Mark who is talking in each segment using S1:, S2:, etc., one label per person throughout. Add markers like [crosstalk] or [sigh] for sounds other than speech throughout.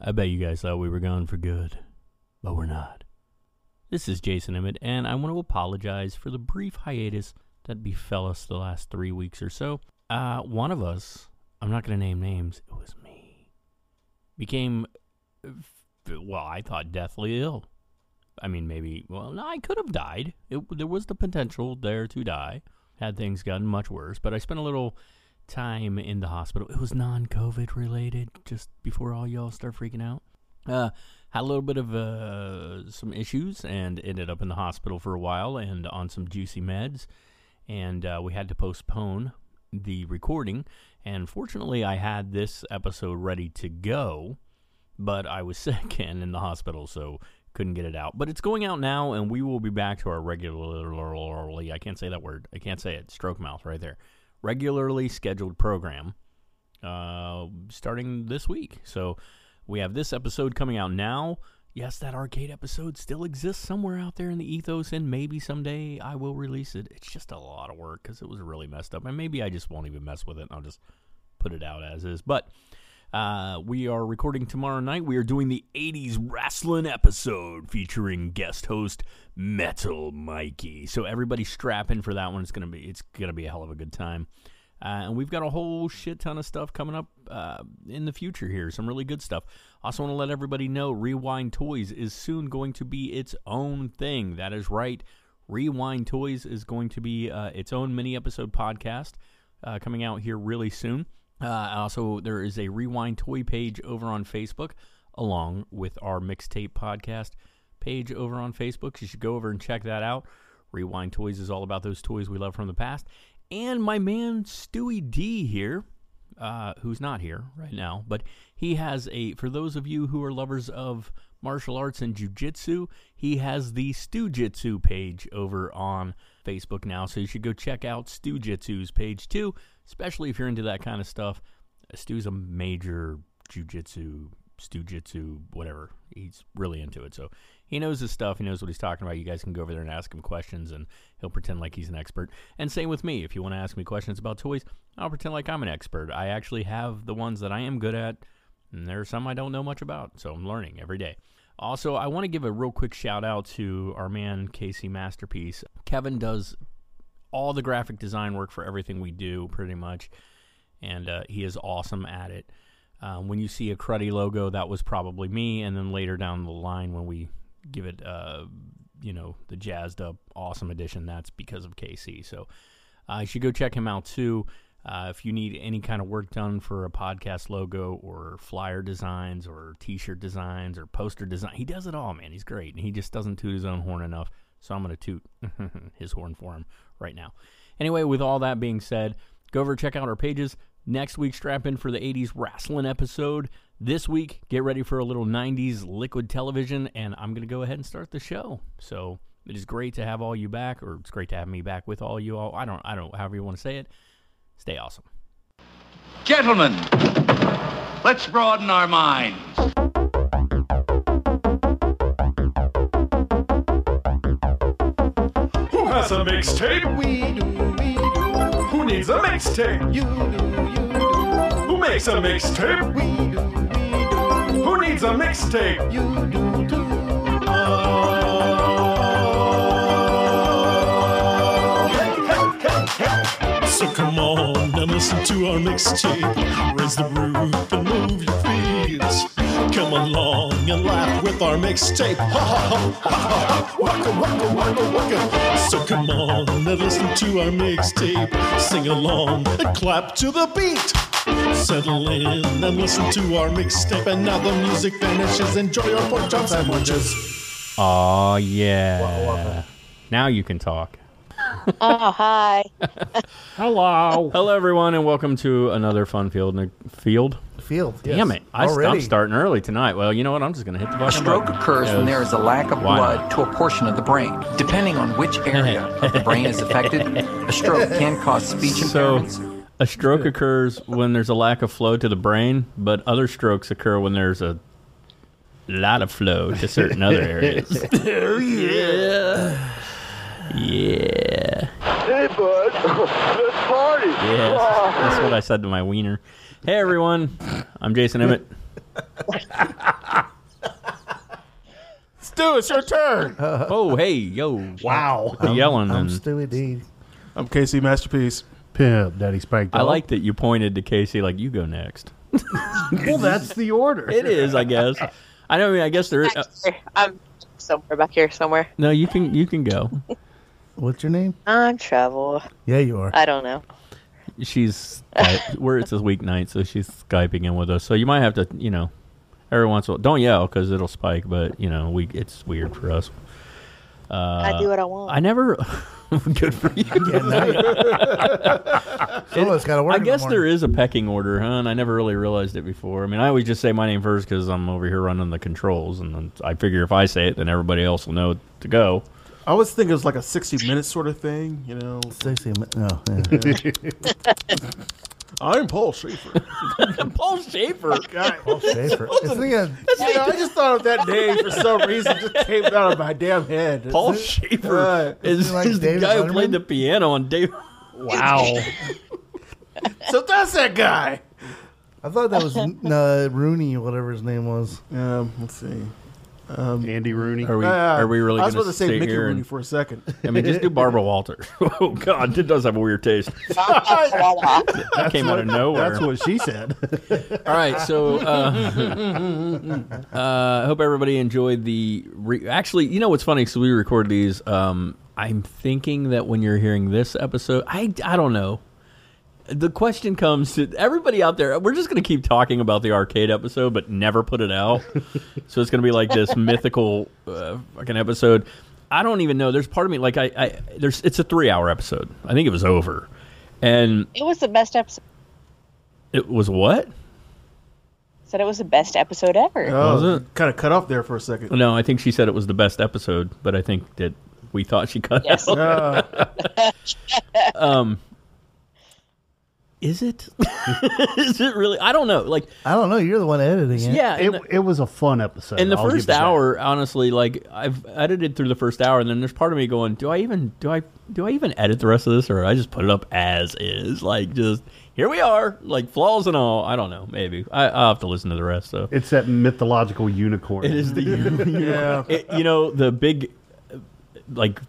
S1: I bet you guys thought we were gone for good, but we're not. This is Jason Emmett, and I want to apologize for the brief hiatus that befell us the last three weeks or so. Uh, one of us, I'm not going to name names, it was me, became, uh, f- well, I thought deathly ill. I mean, maybe, well, no, I could have died. It, there was the potential there to die had things gotten much worse, but I spent a little time in the hospital. It was non COVID related, just before all y'all start freaking out. Uh, had a little bit of uh, some issues and ended up in the hospital for a while and on some juicy meds. And uh, we had to postpone the recording. And fortunately, I had this episode ready to go, but I was [laughs] sick and in the hospital, so couldn't get it out. But it's going out now, and we will be back to our regularly. I can't say that word. I can't say it. Stroke mouth right there. Regularly scheduled program uh, starting this week. So we have this episode coming out now. Yes, that arcade episode still exists somewhere out there in the ethos, and maybe someday I will release it. It's just a lot of work because it was really messed up, and maybe I just won't even mess with it. and I'll just put it out as is. But uh, we are recording tomorrow night. We are doing the 80s wrestling episode featuring guest host Metal Mikey. So everybody strap in for that one. It's gonna be it's gonna be a hell of a good time. Uh, and we've got a whole shit ton of stuff coming up uh, in the future here. Some really good stuff. Also, want to let everybody know Rewind Toys is soon going to be its own thing. That is right. Rewind Toys is going to be uh, its own mini episode podcast uh, coming out here really soon. Uh, also, there is a Rewind Toy page over on Facebook, along with our mixtape podcast page over on Facebook. You should go over and check that out. Rewind Toys is all about those toys we love from the past. And my man Stewie D here, uh, who's not here right now, but he has a, for those of you who are lovers of martial arts and jujitsu, he has the Stu Jitsu page over on Facebook now. So you should go check out Stu Jitsu's page too, especially if you're into that kind of stuff. Stu's a major jujitsu, Stu Jitsu, whatever. He's really into it. So he knows his stuff. He knows what he's talking about. You guys can go over there and ask him questions, and he'll pretend like he's an expert. And same with me. If you want to ask me questions about toys, I'll pretend like I'm an expert. I actually have the ones that I am good at, and there are some I don't know much about. So I'm learning every day. Also, I want to give a real quick shout out to our man, Casey Masterpiece. Kevin does all the graphic design work for everything we do, pretty much, and uh, he is awesome at it. Um, when you see a cruddy logo, that was probably me, and then later down the line, when we give it, uh, you know, the jazzed up, awesome edition, that's because of KC. So uh, you should go check him out too. Uh, if you need any kind of work done for a podcast logo or flyer designs or t-shirt designs or poster design, he does it all, man. He's great, and he just doesn't toot his own horn enough. So I'm going to toot [laughs] his horn for him right now. Anyway, with all that being said, go over check out our pages. Next week, strap in for the 80s wrestling episode. This week, get ready for a little 90s liquid television, and I'm going to go ahead and start the show. So it is great to have all you back, or it's great to have me back with all you all. I don't, I don't, however you want to say it. Stay awesome.
S2: Gentlemen, let's broaden our minds.
S3: Who has a mixtape? We do, we do. Who needs a mixtape? You do, you do. Who makes a mixtape? We do, we do. Who needs a mixtape? You do, do.
S4: So come on and listen to our mixtape. Raise the roof and move your feet. Come along and laugh with our mixtape. Ha ha ha ha ha ha. Waka waka waka waka. So come on and listen to our mixtape. Sing along and clap to the beat. Settle in and listen to our mixtape. And now the music finishes. Enjoy your pork chop sandwiches.
S1: Oh, yeah. Now you can talk. [laughs]
S5: Oh, hi.
S6: Hello.
S1: Hello, everyone, and welcome to another fun field. Field?
S7: Field.
S1: Damn it. I, I'm
S7: Already.
S1: starting early tonight. Well, you know what? I'm just going to hit the
S8: A
S1: button.
S8: stroke occurs when there is a lack of
S1: Why
S8: blood to a portion of the brain. Depending on which area of the brain is affected, a stroke can cause speech
S1: So,
S8: impairments.
S1: a stroke occurs when there's a lack of flow to the brain, but other strokes occur when there's a lot of flow to certain other areas.
S2: Oh, yeah.
S1: Yeah.
S2: Hey, bud. let's party.
S1: Yes. That's what I said to my wiener. Hey, everyone. I'm Jason Emmett.
S4: you. It's your turn.
S1: [laughs] oh, hey, yo.
S4: Wow.
S1: Quit yelling.
S7: I'm
S1: and-
S7: Stewie D.
S4: I'm Casey Masterpiece.
S7: Pimp, Daddy Spike.
S1: I
S7: Dog.
S1: like that you pointed to Casey like you go next.
S7: Well, that's the order.
S1: It is, I guess. I know. I mean, I guess there is. uh,
S5: Back here. I'm somewhere back here somewhere.
S1: no, you can you can go.
S7: What's your name?
S5: I'm travel.
S7: Yeah, you
S5: [laughs]
S7: are.
S5: I don't know.
S1: She's Skype- we're it's a weeknight, so she's skyping in with us. So you might have to, you know, every once in a while. Don't yell because it'll spike. But you know, we it's weird for us.
S5: I do what I want.
S1: Uh, I never. [laughs] good for you.
S7: Some of us got to work.
S1: I guess there is a pecking order, huh? And I never really realized it before. I mean, I always just say my name first because I'm over here running the controls, and then I figure if I say it, then everybody else will know to go.
S4: I always think it was like a 60 minute sort of thing, you know.
S7: Sexy. ma- No. yeah.
S4: I'm Paul [laughs] Schaefer.
S1: Paul Schaefer.
S7: Paul Schaefer. It's uh, like a-
S4: You know, I just thought of that name for some reason. It just came out of my damn head.
S1: Paul Schaefer
S4: Right.
S1: is,
S7: Isn't it like
S1: is [laughs] the
S7: David
S1: guy who
S7: Letterman?
S1: played the piano on David.
S4: Wow. so that's that guy.
S7: I thought that was no, Rooney, whatever his name was.
S4: Um, let's see.
S9: Andy
S1: [laughs]
S9: Rooney.
S1: Are we?
S4: Uh,
S1: are we really?
S4: I was
S1: gonna
S4: about to say
S1: sit
S4: Mickey
S1: here
S4: Rooney
S1: and-
S4: for a second.
S1: I mean,
S9: [laughs]
S1: just do Barbara Walters. [laughs] oh God, it does have a weird taste. That came out of nowhere.
S9: That's what she said.
S1: All right, so uh, [laughs] uh, I hope everybody enjoyed the. Re- Actually, you know what's funny? So we record these. Um, I'm thinking that when you're hearing this episode, I I don't know. The question comes to everybody out there. We're just going to keep talking about the arcade episode, but never put it out. so it's going to be like this mythical uh, fucking episode. I don't even know. There's part of me like I, I there's it's a three hour episode. I think it was over, and
S5: [laughs] It was the best episode.
S1: it was what?
S5: Said it was the best episode ever.
S1: Was it?
S4: Kind of cut off there for a second.
S1: No, I think she said it was the best episode, but I think that we thought she cut
S5: Yes.
S1: out.
S4: Uh,
S1: Is [laughs] it? Is it really? I don't know. Like,
S7: [laughs] I don't know. You're the one editing it.
S1: yeah. in
S9: It,
S1: the-
S9: it was a fun episode.
S1: in the
S9: I'll give
S1: first
S9: you that.
S1: hour, honestly, like I've edited through the first hour, and then there's part of me going, "Do I even do I do I even edit the rest of this, or I just put it up as is? Like, just here we are, like flaws and all. I don't know. Maybe I, I'll have to listen to the rest. So
S9: It's that mythological unicorn.
S1: It is the
S4: Yeah.
S1: [laughs] It- you know the big uh, like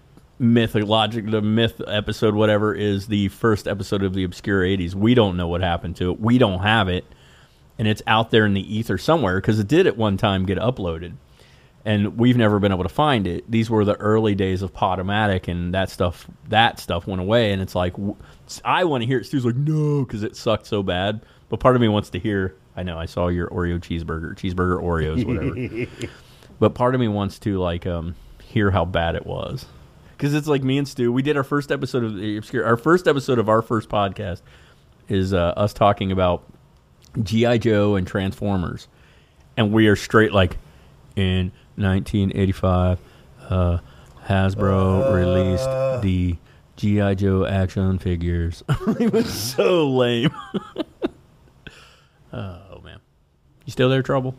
S1: mythologic the myth episode whatever is the first episode of the obscure 80s. We don't know what happened to it. We don't have it and it's out there in the ether somewhere cuz it did at one time get uploaded. And we've never been able to find it. These were the early days of Podomatic, and that stuff that stuff went away. And it's like w- I want to hear it. Stu's like, no, because it sucked so bad. But part of me wants to hear. I know I saw your Oreo cheeseburger, cheeseburger Oreos, whatever but part of me wants to like um, hear how bad it was because it's like me and Stu. We did our first episode of the obscure. Our first episode of our first podcast is uh, us talking about GI Joe and Transformers, and we are straight like in 1985, uh, Hasbro released the GI Joe action figures. [laughs] it was so lame. [laughs] oh man, you still there, trouble?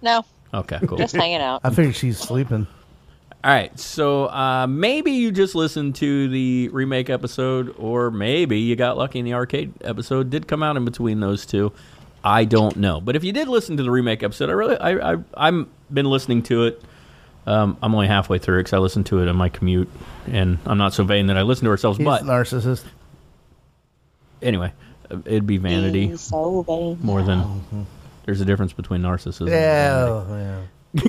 S5: No,
S1: Okay,
S5: [laughs]
S1: cool.
S5: just hanging
S1: [laughs]
S5: out.
S7: I figured she's sleeping.
S1: All right, so uh, maybe you just listened to the remake episode, or maybe you got lucky and the arcade episode did come out in between those two. I don't know, but if you did listen to the remake episode, I really, I, I, I'm been listening to it. Um, I'm only halfway through because I listened to it on my commute, and I'm not so vain that I listen to ourselves.
S7: He's
S1: but
S7: a narcissist.
S1: anyway, it'd be vanity
S5: Being So vain.
S1: more than. There's a difference between narcissism.
S7: Yeah. oh,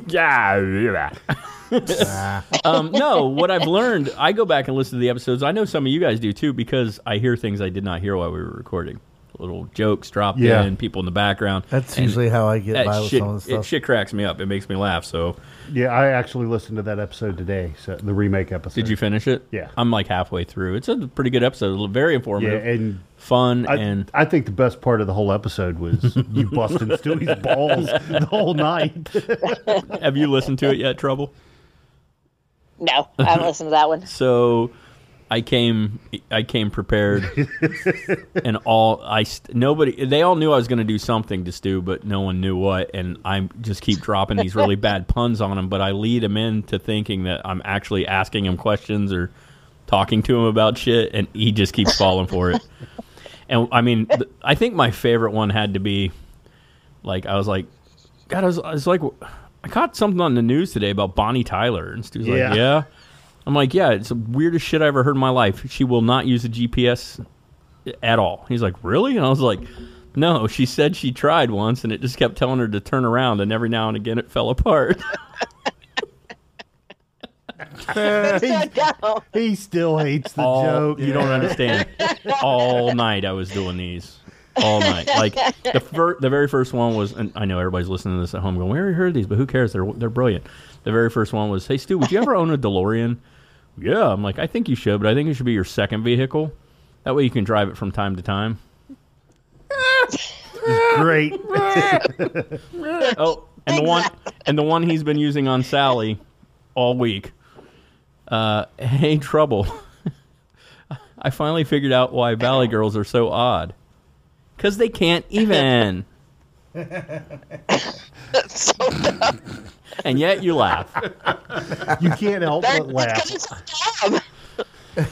S7: yeah.
S1: [laughs]
S4: [laughs]
S1: yeah. um, no, what I've learned, I go back and listen to the episodes. I know some of you guys do too because I hear things I did not hear while we were recording. Little jokes dropped
S9: Yeah.
S1: in, people in the background.
S7: That's
S1: And
S7: usually how I get by
S1: that
S7: with
S1: shit,
S7: some of the
S1: it
S7: stuff.
S1: shit cracks me up. It makes me laugh. So,
S9: Yeah, I actually listened to that episode today. So the remake episode.
S1: did you finish it?
S9: Yeah.
S1: I'm like halfway through. It's a pretty good episode. Very
S9: Yeah,
S1: informative,
S9: and
S1: fun,
S9: I,
S1: and
S9: I think the best part of the whole episode was
S1: [laughs]
S9: you busting Stewie's balls the whole night. [laughs]
S1: have you listened to it yet? Trouble.
S5: No, I haven't listened to
S1: [laughs]
S5: that one.
S1: So I came I came prepared and all I st- nobody they all knew I was going to do something to Stu but no one knew what and I just keep dropping these really bad puns on him but I lead him into thinking that I'm actually asking him questions or talking to him about shit and he just keeps falling for it. And I mean th- I think my favorite one had to be like I was like God I was, I was like I caught something on the news today about Bonnie Tyler, and Stu's like,
S9: Yeah.
S1: yeah. I'm like, yeah, it's the weirdest shit I ever heard in my life. She will not use a GPS at all. He's like, really? And I was like, no. She said she tried once, and it just kept telling her to turn around, and every now and again it fell apart.
S4: Uh,
S5: [laughs]
S9: he still hates the
S1: all-
S9: joke.
S1: You don't
S9: [laughs]
S1: understand. all night I was doing these. All night. Like the fir- the very first one was, and I know everybody's listening to this at home going, "We already heard these," but who cares? They're they're brilliant. The very first one was, "Hey Stu, would you ever own a DeLorean?" Yeah, I'm like, I think you should, but I think it should be your second vehicle. That way you can drive it from time to time.
S9: Great.
S1: oh, and the one and the one he's been using on Sally all week. Uh, hey, trouble! [laughs] I finally figured out why Valley girls are so odd. Cause they can't even, and yet you laugh.
S9: You can't help but laugh.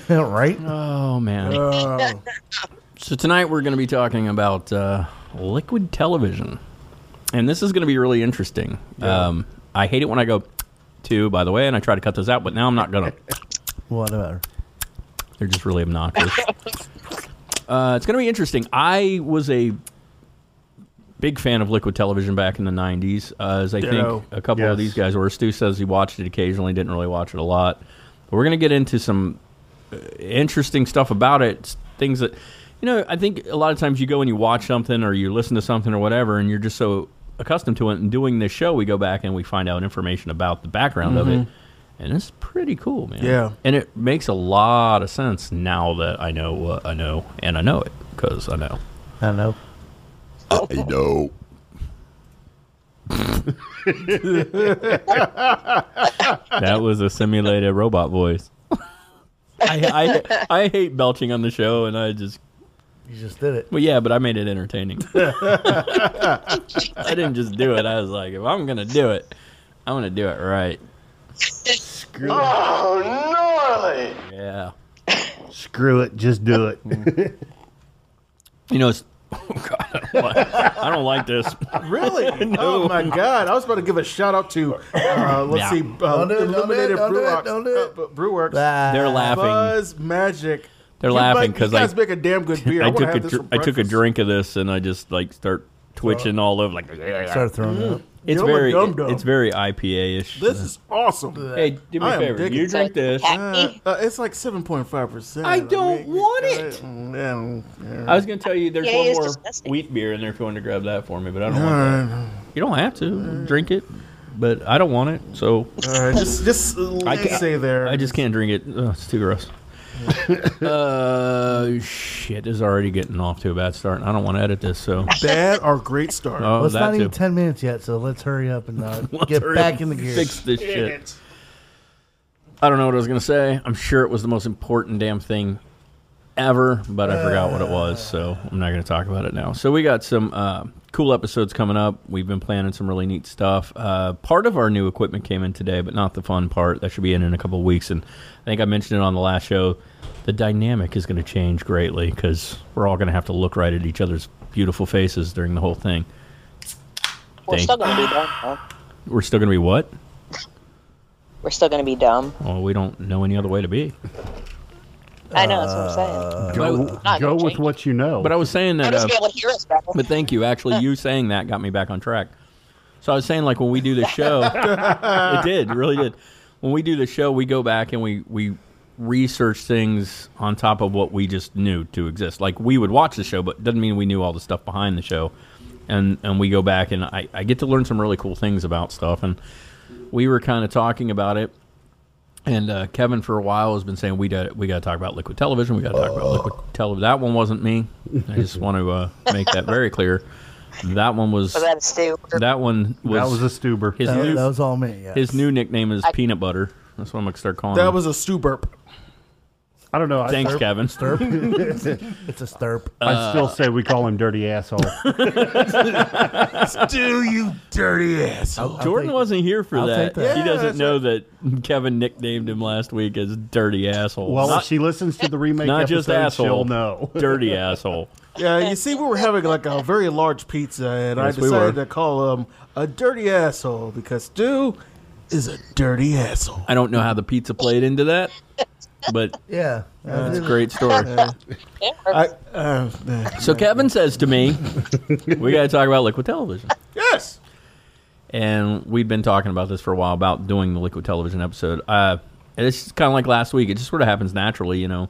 S1: right? Oh man. So tonight we're going to be talking about uh, liquid television, and this is going to be really interesting. Um, I hate it when I go to, by the way, and I try to cut those out, but now I'm not going to.
S7: Whatever.
S1: They're just really obnoxious. [laughs] uh, it's going to be interesting. I was a big fan of liquid television back in the 90s, uh, as I
S4: Ditto.
S1: think a couple
S4: Yes.
S1: of these guys were. Stu says he watched it occasionally, didn't really watch it a lot. But we're going to get into some uh, interesting stuff about it, s- things that. You know, I think a lot of times you go and you watch something or you listen to something or whatever, and you're just so accustomed to it. And doing this show, we go back and we find out information about the background of
S4: Mhm.
S1: it, and it's pretty cool, man.
S4: Yeah.
S1: and it makes a lot of sense now that I know what I know, and I know it because I know.
S7: I know.
S1: I know. That was a simulated robot voice. I, I I hate belching on the show, and I just
S7: You just did it.
S1: well, yeah, but I made it entertaining. I didn't just do it. I was like, if I'm gonna do it, I'm gonna do it right.
S10: Oh, gnarly!
S1: Yeah.
S9: Screw it. Just do it.
S1: Mm. you know, it's, [laughs] I don't like, I don't like this.
S4: Really?
S1: [laughs]
S4: Oh my God! I was about to give a shout out to uh, let's
S1: Yeah.
S4: see, uh,
S7: Don't do it, don't do
S4: Illuminated
S7: it, don't do it,
S4: Brewworks.
S7: don't do it.
S4: uh, Brewworks.
S1: They're laughing.
S4: Buzz Magic.
S1: They're
S4: You
S1: laughing
S4: bu-
S1: 'cause
S4: you guys
S1: I-
S4: make a damn good beer.
S1: [laughs] I
S4: I, wanna
S1: took
S4: have
S1: a
S4: this
S1: dr-
S4: for
S1: I took a
S4: breakfast.
S1: drink of this and I just like start twitching all over like start
S7: throwing
S4: Mm. up.
S1: It's
S4: Yum a
S1: very
S4: dum dum.
S1: it's very IPA ish.
S4: This is awesome.
S1: Hey, do me a
S4: I am
S1: favor.
S4: digging
S1: You
S4: it.
S1: drink this.
S4: Uh, uh, it's like seven point five percent.
S1: I don't want it. I was gonna tell you there's
S4: Mm, Yeah,
S1: one
S4: it's
S1: more
S4: disgusting.
S1: wheat beer in there if you want to grab that for me, but I don't
S4: All
S1: want that. You don't have to drink it, but I don't want it. So
S4: All right, just just uh,
S1: I
S4: let's
S1: can't-
S4: say there.
S1: I just can't drink it. Ugh, it's too
S4: [laughs]
S1: gross. uh, shit this is already getting off to a bad start. and I don't want to edit this, so
S4: Bad or great
S1: [laughs]
S4: start.
S1: Oh,
S7: Let's
S1: that
S7: not
S1: too.
S7: even ten minutes yet, so [laughs] let's hurry up and uh,
S1: Let's
S7: get
S1: hurry
S7: back
S1: up
S7: in the
S1: and
S7: gear.
S1: Fix this shit. I don't know what I was gonna say. I'm sure it was the most important damn thing ever, but I forgot what it was, so I'm not gonna talk about it now. So we got some uh, cool episodes coming up. We've been planning some really neat stuff. Uh, part of our new equipment came in today, but not the fun part. That should be in in a couple weeks. And I think I mentioned it on the last show. The dynamic is gonna change greatly because we're all gonna have to look right at each other's beautiful faces during the whole thing.
S5: We're
S1: Thank-
S5: still gonna be dumb. Huh?
S1: We're still gonna be what?
S5: We're still gonna be dumb.
S1: Well, we don't know any other way to be.
S5: I know that's what I'm
S1: Uh,
S5: saying.
S9: Go,
S5: Not
S9: go
S5: gonna
S9: with
S5: change.
S9: what you know.
S1: But I was saying that.
S5: I'll just
S1: Uh,
S5: be able to hear us better.
S1: [laughs] but thank you. Actually, you saying that got me back on track. So I was saying, like, when we do the show, [laughs] it did, it really did. When we do the show, we go back and we we research things on top of what we just knew to exist. Like we would watch the show, but doesn't mean we knew all the stuff behind the show. And and we go back and I, I get to learn some really cool things about stuff. And we were kind of talking about it. And uh, Kevin, for a while, has been saying we got we got to talk about liquid television. We got to talk about liquid
S7: Oh.
S1: television. That one wasn't me. I just want to uh, make that very clear. That one was
S5: So that's Stu.
S1: that one was
S9: that was a stuber.
S1: his
S7: That,
S1: new
S7: that was all me. Yeah.
S1: his new nickname is peanut butter. That's what I'm gonna start calling.
S4: That
S1: him.
S4: was a stew burp.
S9: I don't know. I-
S1: Thanks, Uh, Kevin.
S7: [laughs] Stirp. it's a stirp.
S9: I still say we call him dirty asshole.
S1: Do you dirty asshole? Jordan wasn't here for
S7: I'll
S1: that.
S7: take that.
S1: He
S7: Yeah,
S1: doesn't
S7: that's
S1: know that Kevin nicknamed him last week as dirty asshole.
S9: Well,
S1: not,
S7: [laughs]
S9: if she listens to the remake
S1: not
S9: episode,
S1: just asshole.
S9: she'll know.
S1: dirty asshole.
S4: [laughs] Yeah, you see, we were having like a very large pizza, and
S1: Yes,
S4: I
S1: we
S4: decided
S1: were.
S4: to call him a dirty asshole because Stu is a dirty asshole.
S1: I don't know how the pizza played into that, but
S7: Yeah.
S1: it's a great story.
S4: I, uh,
S1: [laughs]
S4: man.
S1: So Kevin says to me, "We got to talk about liquid television."
S4: yes.
S1: and we'd been talking about this for a while about doing the liquid television episode. Uh, and it's kind of like last week; it just sort of happens naturally, you know.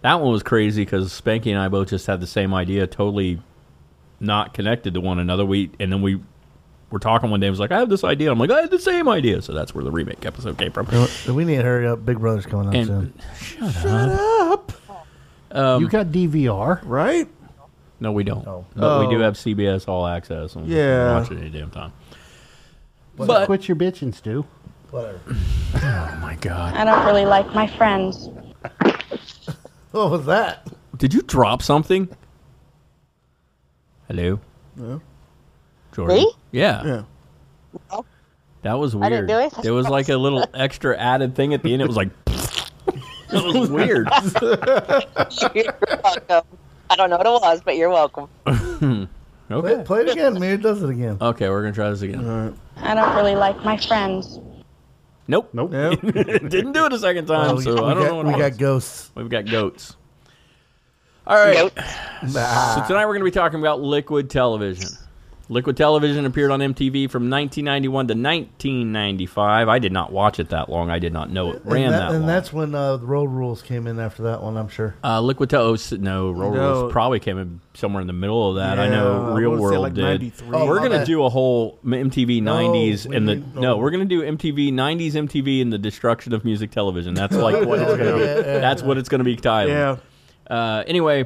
S1: That one was crazy because Spanky and I both just had the same idea, totally not connected to one another. We and then we were talking one day. It was like, "I have this idea." I'm like, "I had the same idea," so that's where the remake episode came from.
S7: Uh, We need to hurry up. Big Brother's coming up
S1: And-
S7: soon.
S1: Um,
S9: you got DVR.
S4: Right?
S1: No, we don't.
S7: Oh.
S1: But we do
S4: Oh.
S1: have CBS All Access, and
S4: Yeah.
S1: we can watch it any damn time. But
S9: Quit your bitching, Stu.
S7: Whatever.
S1: oh my god,
S11: I don't really like my friends.
S7: What was that?
S1: did you drop something? Hello,
S4: No.
S1: Jordan.
S5: Me?
S1: Yeah.
S4: Yeah.
S1: That was weird.
S5: I didn't do anything.
S1: There was like a little extra added thing at the end. It was like, [laughs] it was
S7: [laughs]
S1: weird.
S5: You're welcome. [laughs] I don't know what it was, but you're welcome.
S1: Okay.
S7: Play, play it again. Maybe it does it [laughs] again.
S1: Okay, we're gonna try this again.
S7: Uh,
S11: I don't really like my friends.
S1: Nope.
S9: Nope.
S4: Yeah.
S1: [laughs] Didn't do it a second time,
S7: Oh, we-
S1: so
S7: we
S1: I don't
S7: got,
S1: know what
S7: we
S1: it
S7: got
S1: was.
S7: ghosts.
S1: We've got goats. All right.
S5: Nope.
S7: Ah.
S1: So tonight we're going to be talking about liquid television. Liquid television appeared on MTV from 1991 to 1995. I did not watch it that long. I did not know it ran
S7: and
S1: that,
S7: and
S1: long.
S7: that's when uh, the road rules came in after that one. I'm sure.
S1: uh, liquid television. No, Roll
S4: No.
S1: Rules probably came in somewhere in the middle of that. I
S4: Yeah,
S1: know
S4: I
S1: Real
S4: wanna say,
S1: World
S4: like,
S1: did.
S4: 93.
S7: Oh,
S1: we're
S7: my
S1: gonna
S7: bad.
S1: do a whole m- MTV '90s
S7: we
S1: and the
S7: need-
S1: no,
S7: oh.
S1: we're gonna do MTV '90s MTV and the destruction of music television. That's like what it's
S4: [laughs]
S1: gonna be.
S7: Yeah, yeah,
S1: That's what it's gonna be titled.
S4: Yeah.
S1: Uh, anyway,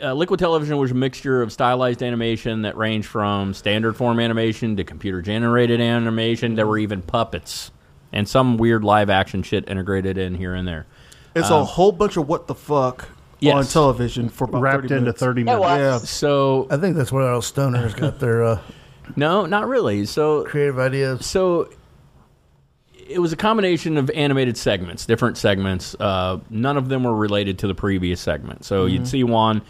S1: uh, Liquid Television was a mixture of stylized animation that ranged from standard form animation to computer generated animation. There were even puppets and some weird live action shit integrated in here and there.
S4: It's a whole bunch of what the fuck
S1: Um, Yes.
S4: on television for about
S9: Wrapped
S4: 30
S9: into
S4: minutes.
S9: 30
S5: It
S9: minutes.
S4: Yeah.
S5: was.
S1: So
S7: [laughs] I think that's where all stoners got their uh,
S1: no, not really. So
S7: creative ideas.
S1: so it was a combination of animated segments, different segments. Uh, none of them were related to the previous segment. So you'd see one.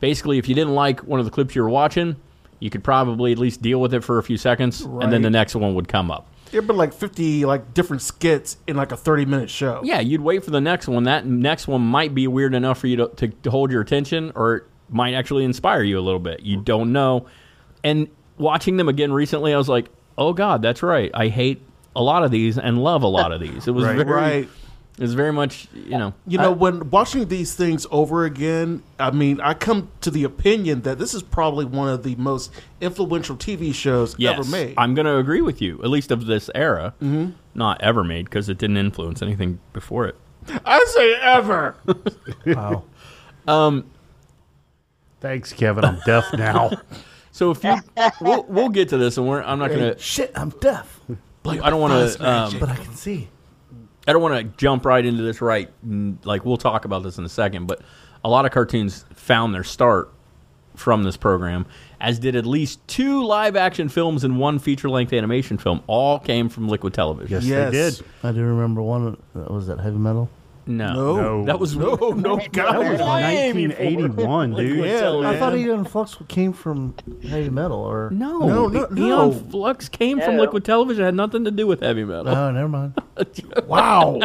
S1: Basically, if you didn't like one of the clips you were watching, you could probably at least deal with it for a few seconds, and then the
S4: Right.
S1: next one would come up.
S4: There'd been like 50 like different skits in like a 30 minute show.
S1: Yeah, you'd wait for the next one. That next one might be weird enough for you to, to, to hold your attention, or it might actually inspire you a little bit. You don't know. And watching them again recently, I was like, oh God, that's right. I hate a lot of these and love a lot of these. It was very,
S4: [laughs] Right.
S1: it was very much, you know,
S4: You know, when watching these things over again, I mean, I come to the opinion that this is probably one of the most influential TV shows
S1: yes,
S4: ever made.
S1: I'm going to agree with you, at least of this era, mm-hmm. not ever made because it didn't influence anything before it.
S4: I say ever.
S7: Wow.
S9: Thanks, Kevin. I'm deaf [laughs] now.
S1: So if you, we'll, we'll get to this, and we're, I'm not going to.
S7: Shit, I'm deaf,
S1: I don't want to. Um,
S7: but I can see.
S1: I don't want to jump right into this right n- like we'll talk about this in a second, but a lot of cartoons found their start from this program, as did at least two live action films and one feature length animation film. All came from Liquid Television.
S4: yes.
S9: did.
S7: I do remember one. That was that heavy metal.
S1: [laughs] No.
S4: No.
S1: [laughs] That was
S4: No, no,
S9: That
S4: God. [laughs]
S9: was 1981, dude.
S4: Yeah,
S7: I thought
S4: man.
S7: Eon Flux came from heavy metal, or
S1: No,
S4: No, no,
S1: the
S4: no.
S1: Neon Flux came from
S5: No.
S1: Liquid Television. It had nothing to do with heavy metal.
S4: Uh,
S7: Oh, never mind.
S4: Wow.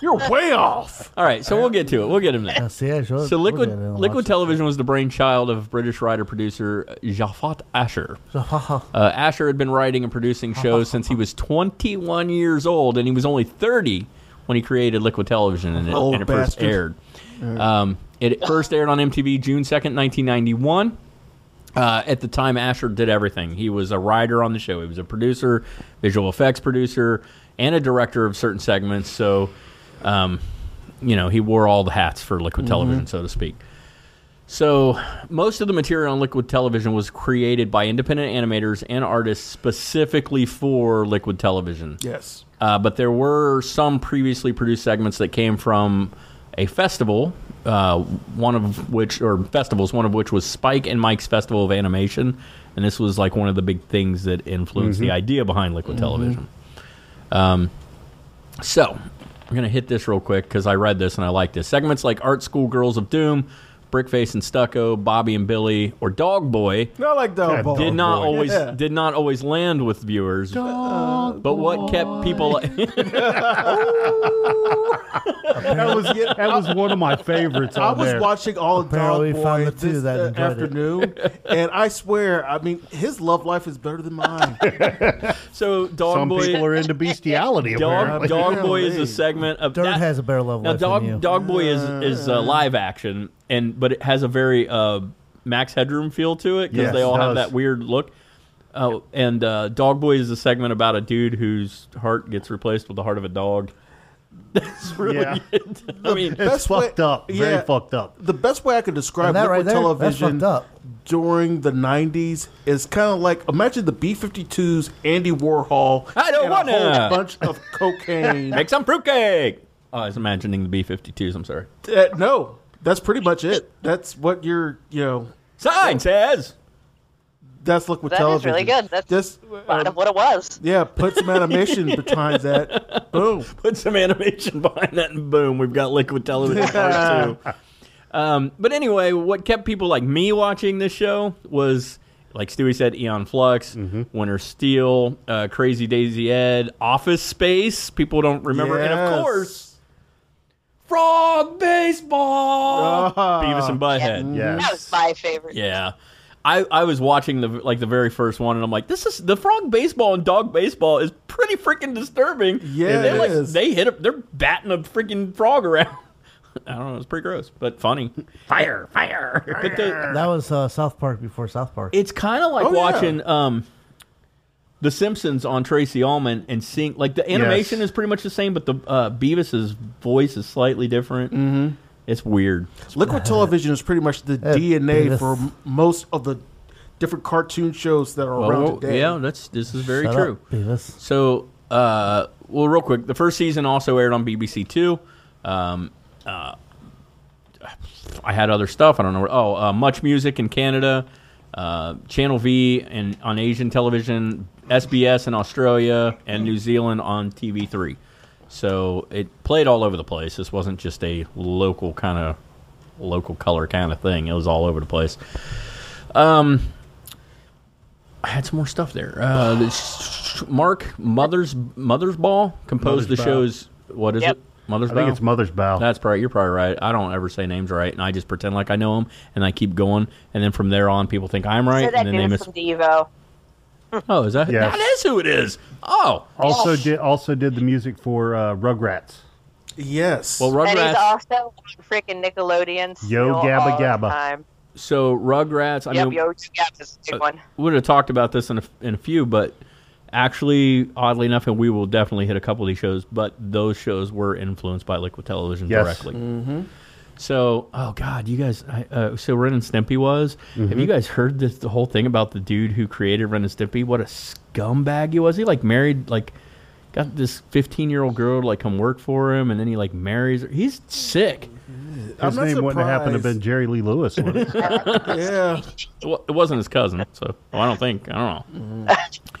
S4: You're way off.
S1: All right, so we'll get to it. We'll get him there.
S7: Now, Uh, see, I showed
S1: So Liquid
S7: showed it and
S1: Liquid
S7: watched
S1: Television was the brainchild of British writer producer Jafat Asher.
S7: it. Ha, ha, ha.
S1: Uh, Asher had been writing and producing shows since he was 21 years old, and he was only 30 when he created Liquid Television and it,
S4: Old
S1: and it first
S4: bastard.
S1: aired. Um, it first aired on MTV June 2nd, 1991. Uh, at the time, Asher did everything. He was a writer on the show. He was a producer, visual effects producer, and a director of certain segments. So, um, you know, he wore all the hats for Liquid Television, so to speak. So, most of the material on Liquid Television was created by independent animators and artists specifically for Liquid Television.
S4: Yes.
S1: Uh, but there were some previously produced segments that came from a festival, uh, one of which, or festivals, one of which was Spike and Mike's Festival of Animation. And this was like one of the big things that influenced
S12: Mm-hmm.
S13: Mhm.
S1: the idea behind Liquid
S13: Mhm.
S1: Television. Um, so, we're going to hit this real quick because I read this and I like this. Segments like Art School Girls of Doom, Brickface and Stucco, Bobby and Billy, or Dog Boy.
S12: I like Dog Boy.
S1: Did not
S12: Dog Boy.
S1: always
S12: Yeah.
S1: did not always land with viewers. but what kept people [laughs]
S9: That
S1: [laughs]
S9: was that was one of my favorites.
S4: I
S9: on
S4: was
S9: there.
S4: watching all of
S9: Apparently
S4: Dog Boy
S9: found the two
S4: this
S9: that
S4: uh,
S9: enjoyed it. [laughs]
S4: afternoon, and I swear, I mean, his love life is better than
S9: [laughs]
S4: mine.
S1: so, Dog
S9: Some
S1: Boy-
S9: people are
S4: [laughs]
S9: into bestiality.
S1: Dog,
S9: apparently.
S1: Dog Boy is a segment of Dirt has
S7: a better level.
S1: Now, Dog Dog Boy is is uh, live action, and but it has a very uh, Max Headroom feel to it because
S13: Yes,
S1: they all
S13: it
S1: have
S13: does.
S1: that weird look. Uh, and uh, Dog Boy is a segment about a dude whose heart gets replaced with the heart of a dog. [laughs] That's really
S9: Yeah.
S1: it. I mean,
S9: It's fucked up. Very fucked up.
S4: The best way I could describe
S9: And that
S4: liquid
S9: right there, that's
S4: television
S9: fucked up.
S4: during the '90s is kind of like imagine the B-52s, Andy Warhol,
S1: I don't
S4: and a
S1: wanna.
S4: whole bunch
S1: [laughs]
S4: of cocaine.
S1: make some fruitcake. Oh, I was imagining the B 52s. I'm sorry.
S4: Uh, no, that's pretty much it. That's what your you know
S1: sign says.
S4: That's liquid
S5: That is
S4: television.
S5: really good. That's
S4: Just uh,
S5: kind of what it was.
S4: yeah, put some animation behind
S5: [laughs]
S4: that. Boom.
S1: Put some animation [laughs] behind that, and boom, we've got liquid television part two. Um, but anyway, what kept people like me watching this show was, like Stewie said, Eon Flux, Winter Steel, uh, Crazy Daisy Ed, Office Space. People don't remember, and of
S13: Yes.
S1: course,
S13: Frog baseball.
S1: Beavis and Butthead.
S5: That was my favorite.
S1: Yeah. I, I was watching the like the very first one and I'm like this is the frog baseball and dog baseball is pretty freaking disturbing.
S13: Yeah,
S1: they
S13: it
S1: like
S13: is.
S1: they hit a, they're batting a freaking frog around. [laughs] I don't know, it's pretty gross, but funny. Fire, fire. But the,
S7: that was uh, South Park before South Park.
S1: it's kind of like
S7: Oh, yeah.
S1: watching um The Simpsons on Tracy Ullman and seeing like the animation is pretty much the same but the uh, Beavis's voice is slightly different.
S13: Mm-hmm.
S4: Mhm.
S1: It's weird.
S4: Liquid television is pretty much the DNA for m- most of the different cartoon shows that are
S1: Well,
S4: around
S1: well,
S4: today.
S1: Yeah, that's this is very
S4: Shut up,
S1: true. so, uh, well, real quick, the first season also aired on BBC Two. Um, uh, I had other stuff. I don't know. Where, oh, uh, Much Music in Canada, uh, Channel V, and on Asian television, SBS in Australia and New Zealand on TV Three. So it played all over the place. This wasn't just a local kind of local color kind of thing. It was all over the place. Um, I had some more stuff there. Uh, this, Mark Mother's Mother's Ball composed
S9: Mother's
S1: the
S9: Bow.
S1: show's what is
S9: Yep.
S1: it? Mother's
S9: I think
S1: Bow?
S9: it's Mother's Bow.
S1: That's probably you're probably right. I don't ever say names right, and I just pretend like I know them, and I keep going, and then from there on, people think I'm right,
S5: So that
S1: and then they
S5: dude
S1: miss.
S5: from Devo.
S1: Oh, is that?
S9: Yes.
S1: That is who it is. Oh,
S9: Also did also did the music for uh, Rugrats.
S4: Yes.
S1: Well,
S5: And he's
S1: Rugrats.
S5: also on freaking Nickelodeon.
S9: Yo
S5: still
S9: Gabba
S5: all the
S9: Gabba.
S5: time.
S1: So Rugrats. I
S5: yep,
S1: mean,
S5: Yo Gabba is a good one.
S1: Uh, we would have talked about this in a, in a few, but actually, oddly enough, and we will definitely hit a couple of these shows, but those shows were influenced by Liquid Television
S9: Yes.
S1: directly. So, oh god, you guys. I, uh, so Ren and Stimpy was. Have you guys heard this the whole thing about the dude who created Ren and Stimpy? What a scumbag he was. He like married like got this fifteen year old girl to like come work for him, and then he like marries her. He's sick.
S9: His name wouldn't have happened to have been Jerry Lee Lewis. would
S1: [laughs]
S9: it?
S4: yeah.
S1: Well, it wasn't his cousin, so well, I don't think. I don't [laughs]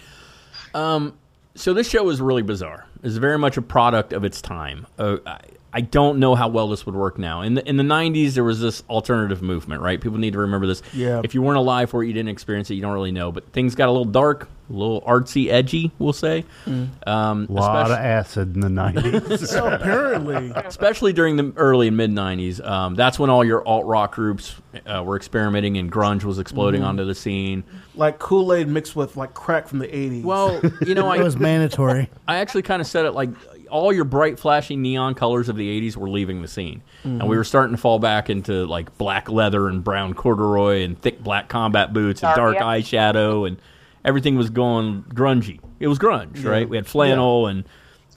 S1: know. um, so this show is really bizarre. It's very much a product of its time. Uh, I, I don't know how well this would work now. In the in the '90s, there was this alternative movement, right? People need to remember this.
S13: Yeah.
S1: If you weren't alive for it, you didn't experience it. You don't really know. But things got a little dark, a little artsy, edgy. We'll say.
S7: Mm.
S1: Um,
S9: A lot
S1: especially-
S9: of acid in the nineties. [laughs]
S4: So apparently,
S1: especially during the early and mid '90s, um, that's when all your alt rock groups uh, were experimenting, and grunge was exploding
S7: Mm-hmm.
S4: Mhm.
S1: onto the scene.
S4: like Kool Aid mixed with like crack from the '80s.
S1: Well, you
S7: [laughs]
S1: know, I-
S7: it was mandatory.
S1: I actually kind of said it like all your bright, flashy neon colors of the '80s were leaving the scene, and we
S13: Mhm.
S1: were starting to fall back into like black leather and brown corduroy and thick black combat boots and
S13: Dark,
S1: dark
S13: yeah.
S1: eyeshadow, and everything was going grungy. It was grunge,
S13: Yeah.
S1: right? We had flannel, and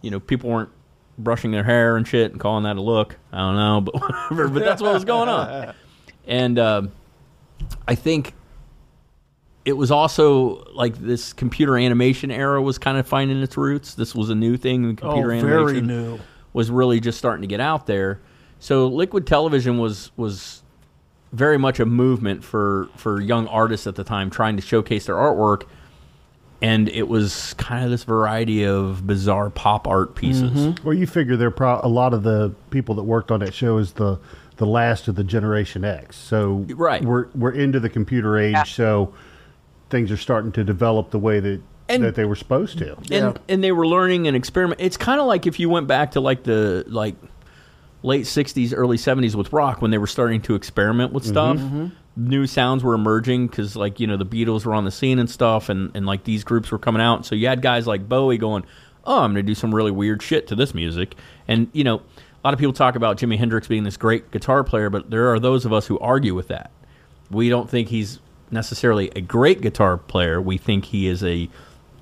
S1: you know, people weren't brushing their hair and shit and calling that a look. I don't know, but [laughs] whatever. But that's what was
S13: [laughs]
S1: going on, and um I think it was also like this computer animation era was kind of finding its roots. This was a new thing. and Computer
S4: Oh,
S1: animation
S4: very new.
S1: was really just starting to get out there. So liquid television was was very much a movement for for young artists at the time trying to showcase their artwork and it was kind of this variety of bizarre pop art pieces.
S4: Mm-hmm.
S9: Mhm. Well, you figure they're pro- a lot of the people that worked on that show is the the last of the Generation X. So
S1: right.
S9: we're we're into the computer age, so things are starting to develop the way that that they were
S1: [laughs]
S9: supposed to.
S1: and and they were learning and experiment. It's kind of like if you went back to like the like late '60s, early '70s with rock when they were starting to experiment with stuff.
S14: Mhm.
S1: New sounds were emerging because like you know the Beatles were on the scene and stuff, and and like these groups were coming out. So you had guys like Bowie going, "Oh, I'm going to do some really weird shit to this music," and you know. A lot of people talk about Jimi Hendrix being this great guitar player, but there are those of us who argue with that. We don't think he's necessarily a great guitar player. We think he is a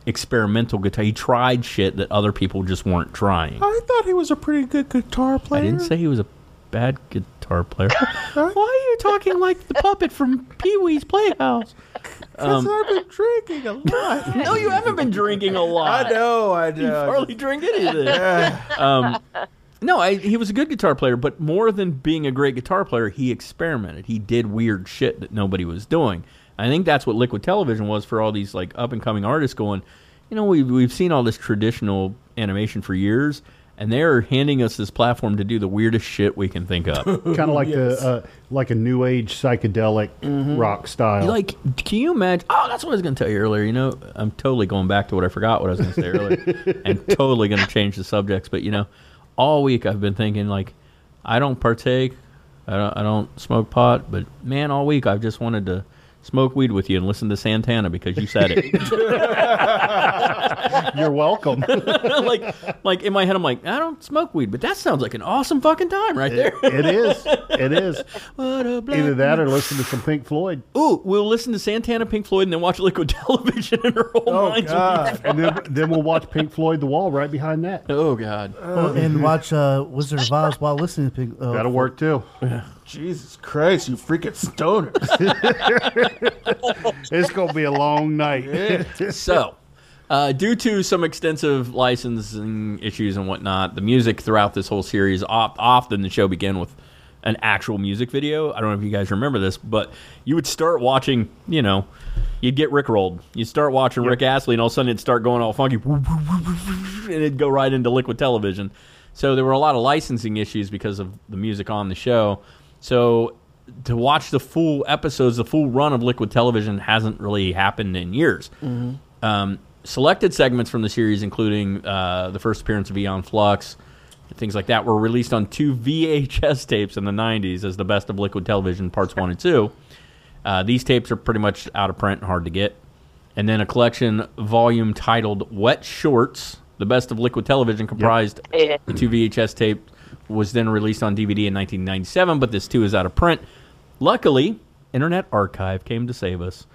S1: experimental guitar. He tried shit that other people just weren't trying.
S4: I thought he was a pretty good guitar player.
S1: I didn't say he was a bad guitar
S4: [laughs]
S1: player.
S4: Why are
S1: you talking like the puppet from Pee Wee's Playhouse?
S4: Because
S1: Um,
S4: I've been drinking a
S1: [laughs]
S4: lot. [laughs]
S1: no, you haven't been drinking a lot.
S4: I know, I
S1: You
S4: know.
S1: hardly drink anything.
S4: [laughs] Yeah.
S1: um, no, I, he was a good guitar player, but more than being a great guitar player, he experimented. He did weird shit that nobody was doing. I think that's what liquid television was for all these like up and coming artists going, you know, we've we've seen all this traditional animation for years, and they're handing us this platform to do the weirdest shit we can think of.
S9: kind of like
S1: Yes. Mm-hmm.
S9: the uh, like a new age psychedelic rock style.
S1: Like, can you imagine? Oh, that's what I was going to tell you earlier. You know, I'm totally going back to what I forgot what I was going to say earlier, and totally going to change the subjects. But you know, all week I've been thinking like, I don't partake, I don't, I don't smoke pot, but man, all week I've just wanted to smoke weed with you and listen to Santana because you said it.
S9: [laughs]
S1: [laughs]
S9: You're welcome.
S1: like, like in my head, I'm like, I don't smoke weed, but that sounds like an awesome fucking time right
S9: [laughs]
S1: there.
S9: it is. It is.
S1: What a black
S9: Either that or
S1: man.
S9: listen to some Pink Floyd.
S1: Ooh, we'll listen to Santana, Pink Floyd, and then watch Liquid [laughs] Television, and our whole minds will be
S9: and then, then we'll watch Pink Floyd The Wall right behind that.
S1: Oh God!
S7: Well, and watch uh, Wizard of Oz while listening to Pink. Uh,
S9: That'll work too.
S4: Jesus Christ, you freaking
S1: [laughs]
S4: stoners.
S9: [laughs] it's gonna be a long night.
S1: so, uh, due to some extensive licensing issues and whatnot, the music throughout this whole series, op- often the show began with an actual music video. I don't know if you guys remember this, but you would start watching, you know, you'd get rickrolled. You'd start watching Rick Astley, and all of a sudden it'd start going all funky, and it'd go right into liquid television. So there were a lot of licensing issues because of the music on the show. So to watch the full episodes, the full run of liquid television hasn't really happened in years.
S14: Mhm.
S1: Um, selected segments from the series, including uh, the first appearance of Eon Flux, things like that, were released on two [laughs] VHS tapes in the 90s as the best of Liquid Television Parts 1 and 2. Uh, these tapes are pretty much out of print and hard to get. And then a collection volume titled Wet Shorts, the best of Liquid Television, comprised
S5: Yeah.
S1: the two VHS tape, was then released on DVD in 1997, but this too is out of print. Luckily, Internet Archive came to save us.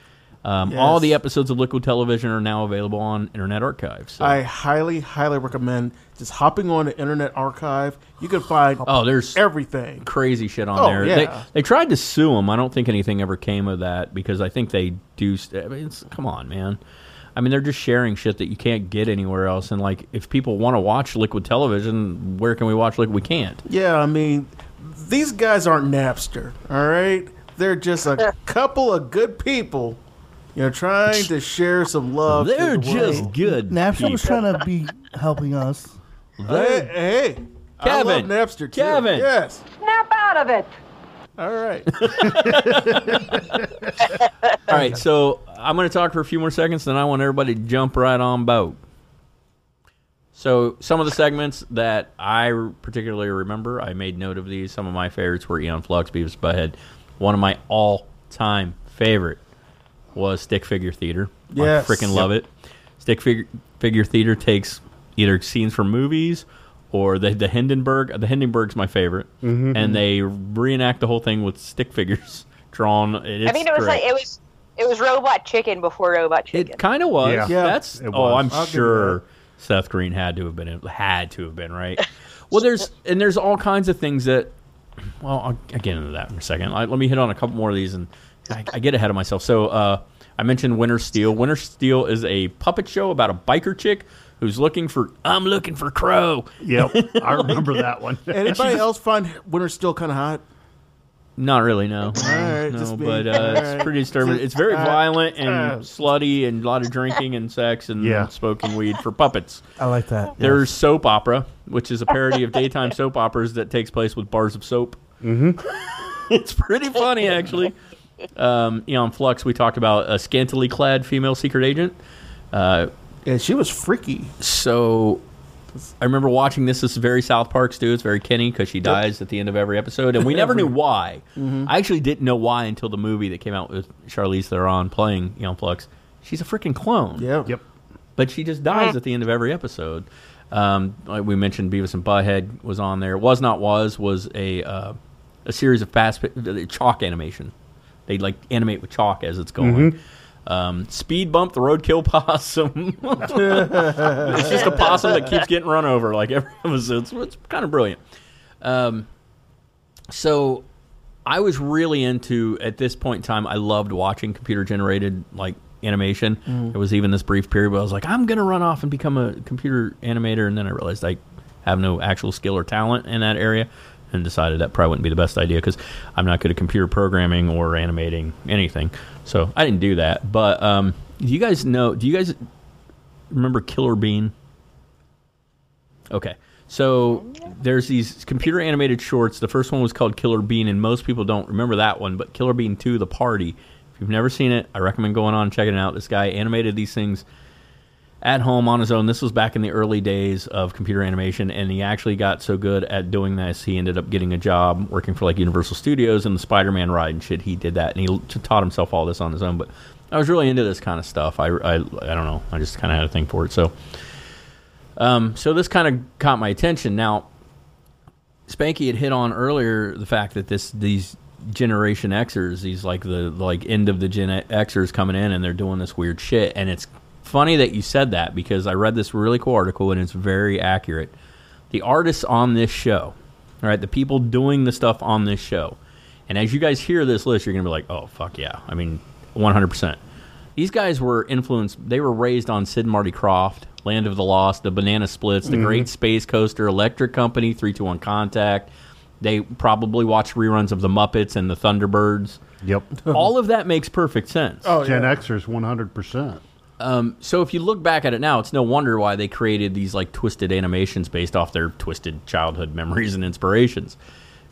S1: Um, All
S4: Yes.
S1: the episodes of Liquid Television are now available on Internet Archive. So.
S4: I highly, highly recommend just hopping on the Internet Archive. You can find
S1: Oh, there's
S4: everything.
S1: crazy shit on
S4: Oh,
S1: there.
S4: yeah.
S1: They, they tried to sue them. I don't think anything ever came of that because I think they do. St- I mean, it's, come on, man. I mean, they're just sharing shit that you can't get anywhere else. And like, if people want to watch Liquid Television, where can we watch Liquid? We can't.
S4: Yeah, I mean, these guys aren't Napster, all right? They're just a couple of good people, you know, trying to share some love. to
S1: They're
S4: the world.
S1: just good.
S7: Oh, Napster was
S4: people.
S7: trying to be helping us.
S4: Hey, hey, I love
S7: Kevin.
S4: Napster too.
S7: Kevin.
S4: Yes.
S15: Snap out of it.
S1: [laughs]
S4: All right.
S1: All right, so I'm going to talk for a few more seconds, then I want everybody to jump right on boat. So, some of the segments that I r- particularly remember, I made note of these. Some of my favorites were Eon Flux, Beavis and Butthead. One of my all time favorite was Stick Figure Theater.
S4: Yes.
S1: I freaking love it. Stick Figure, Figure Theater takes either scenes from movies or the, the Hindenburg. The Hindenburg's my favorite.
S14: Mhm.
S1: And they reenact the whole thing with stick figures [laughs] drawn. It's
S5: I mean, it was
S1: great.
S5: like it was it was Robot Chicken before Robot Chicken.
S1: It kind of was.
S9: Yeah. Yeah,
S1: That's
S9: it
S1: oh,
S9: was.
S1: I'm
S9: I'll give you
S1: sure Seth Green had to have been in- had to have been right. well, there's and there's all kinds of things that. Well, I'll, I'll get into that in a second. I, let me hit on a couple more of these, and I, I get ahead of myself. So, uh, I mentioned Winter Steel. Winter Steel is a puppet show about a biker chick who's looking for I'm looking for Crow.
S9: [laughs] Yep, I remember that [laughs] one.
S4: Anybody else find Winter's still kind of hot?
S1: Not really, no.
S4: right,
S1: no,
S4: just me.
S1: but uh,
S4: All right.
S1: it's pretty disturbing. It's very
S4: Uh,
S1: violent and
S4: uh.
S1: slutty, and a lot of drinking and sex and
S7: Yeah.
S1: smoking weed for puppets.
S7: I like that.
S1: There's soap opera, which is a parody [laughs] of daytime soap operas that takes place with bars of soap. Mm-hmm. [laughs] it's pretty funny, actually. Um, you know, on Flux, we talked about a scantily clad female secret agent. Uh,
S4: and she was freaky.
S1: So I remember watching this. This is very South Park's dude. It's very Kenny because she dies at the end of every Mm-hmm. episode, and we never knew why. I actually didn't know why until the movie that came out with Charlize Theron playing Young Flux. She's a freaking clone.
S4: Yep. Yep.
S1: But she just dies at the end of every episode. Um, like we mentioned Beavis and Butthead was on there. Was not was was a uh, a series of fast pi- chalk animation. They like animate with chalk as it's going. Um, speed bump the roadkill possum. [laughs] it's just a possum that keeps getting run over like every episode. It's, it's kind of brilliant. Um, so I was really into at this point in time. I loved watching computer generated like animation.
S16: Mm.
S1: There was even this brief period where I was like, I'm gonna run off and become a computer animator, and then I realized I have no actual skill or talent in that area. And decided that probably wouldn't be the best idea because I'm not good at computer programming or animating anything. So I didn't do that. But um, do you guys know? Do you guys remember Killer Bean? Okay. So there's these computer animated shorts. The first one was called Killer Bean, and most people don't remember that one, but Killer Bean 2, The Party. If you've never seen it, I recommend going on and checking it out. This guy animated these things at home on his own. This was back in the early days of computer animation, and he actually got so good at doing this, he ended up getting a job working for like Universal Studios and the Spider Man ride and shit. He did that, and he l- taught himself all this on his own. But I was really into this kind of stuff. I, I, I don't know. I just kind of had a thing for it. So. Um, so this kind of caught my attention. Now, Spanky had hit on earlier the fact that this these Generation Xers, these like the like end of the Gen Xers coming in, and they're doing this weird shit. And it's funny that you said that because I read this really cool article and it's very accurate. The artists on this show, all right, the people doing the stuff on this show, and as you guys hear this list, you're gonna be like, oh fuck yeah! I mean, 100. percent these guys were influenced. They were raised on Sid and Marty Croft, Land of the Lost, The Banana Splits, The
S16: Mhm.
S1: Great Space Coaster, Electric Company, Three Two One Contact. They probably watched reruns of The Muppets and The Thunderbirds. Yep, all of that makes perfect sense.
S9: Oh, Gen Xers, one hundred percent.
S1: Um, so if you look back at it now, it's no wonder why they created these like twisted animations based off their twisted childhood memories and inspirations.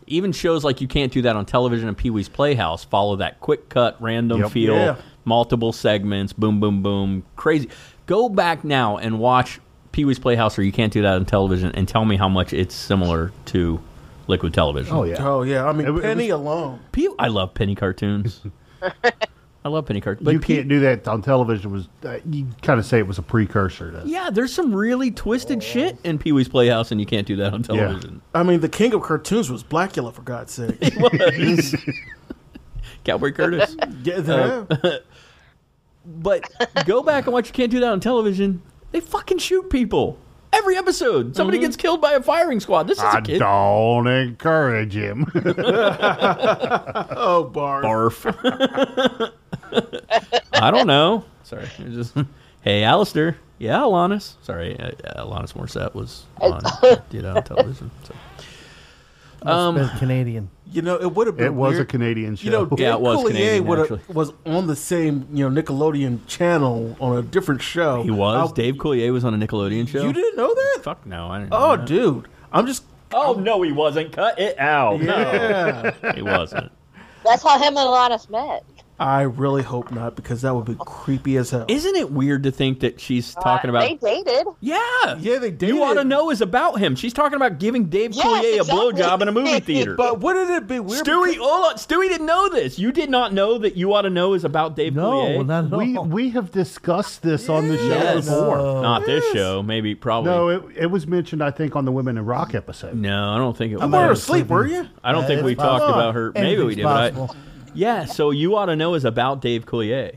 S1: Even shows like You Can't Do That on Television and Pee Wee's Playhouse follow that quick cut, random
S16: Yep.
S1: feel,
S16: Yeah.
S1: multiple segments, boom, boom, boom, crazy. Go back now and watch Pee Wee's Playhouse or You Can't Do That on Television and tell me how much it's similar to Liquid Television.
S4: Oh yeah. I
S1: It
S4: mean,
S1: w- it
S4: Penny alone.
S1: Pee- I love Penny cartoons. I love Penny cartoons.
S9: you can't do that on television. Was uh, you kind of say it was a precursor to?
S1: Yeah, there's some really twisted shit in Pee Wee's Playhouse, and you can't do that on television.
S4: I mean, the king of cartoons was Blackula, for God's sake. he
S1: was. Cowboy Curtis.
S4: Yeah, there.
S1: Uh, but go back and watch. You can't do that on television. They fucking shoot people every episode. Somebody gets killed by a firing squad. This is a
S9: I
S1: kid.
S9: don't encourage him.
S4: oh, barf.
S1: Barf. [laughs] I don't know. Sorry. It was just- [laughs] hey, Alistair. Yeah, Alanis. Sorry, uh, Alanis Morissette was on. did that on television. So.
S7: Um, Canadian.
S4: You know, it would have been.
S9: [laughs] It was a
S4: weird.
S9: Canadian show.
S4: You [laughs] know,
S9: Yeah,
S4: Dick
S9: it was
S4: Coulier
S9: Canadian,
S4: would've-
S9: actually.
S4: was on the same you know Nickelodeon channel on a different show.
S1: He was.
S4: I-
S1: Dave Coulier was on a Nickelodeon show.
S4: you didn't know that?
S1: Fuck no, I didn't. know
S4: Oh,
S1: that.
S4: dude, I'm just.
S1: Oh no, he wasn't. Cut it out.
S4: Yeah.
S1: No, he wasn't.
S5: That's how him and Alanis met.
S4: I really hope not because that would be creepy as hell.
S1: Isn't it weird to think that she's talking about?
S5: Uh, they dated.
S1: yeah,
S4: yeah, they did.
S1: You ought to know is about him. She's talking about giving Dave
S5: Yes,
S1: Coulier a
S5: exactly.
S1: blowjob in a
S5: [laughs]
S1: movie theater.
S4: But wouldn't it be weird?
S1: Stewie, hold on. Stewie didn't know this. You did not know that you ought to know is about Dave Coulier.
S9: we we have discussed this on the show
S1: Yes.
S9: before.
S1: Not this show. Maybe probably.
S9: No, it, it was mentioned, I think, on the Women in Rock episode.
S1: No, I don't think it
S9: I'm
S1: was.
S9: not asleep, were you?
S1: I don't
S9: Yeah,
S1: think
S9: it's
S1: we talked
S9: possible.
S1: about her. Maybe we
S9: Anything's
S1: did. But I,
S9: possible.
S1: yeah, so you ought to know is about Dave Coulier.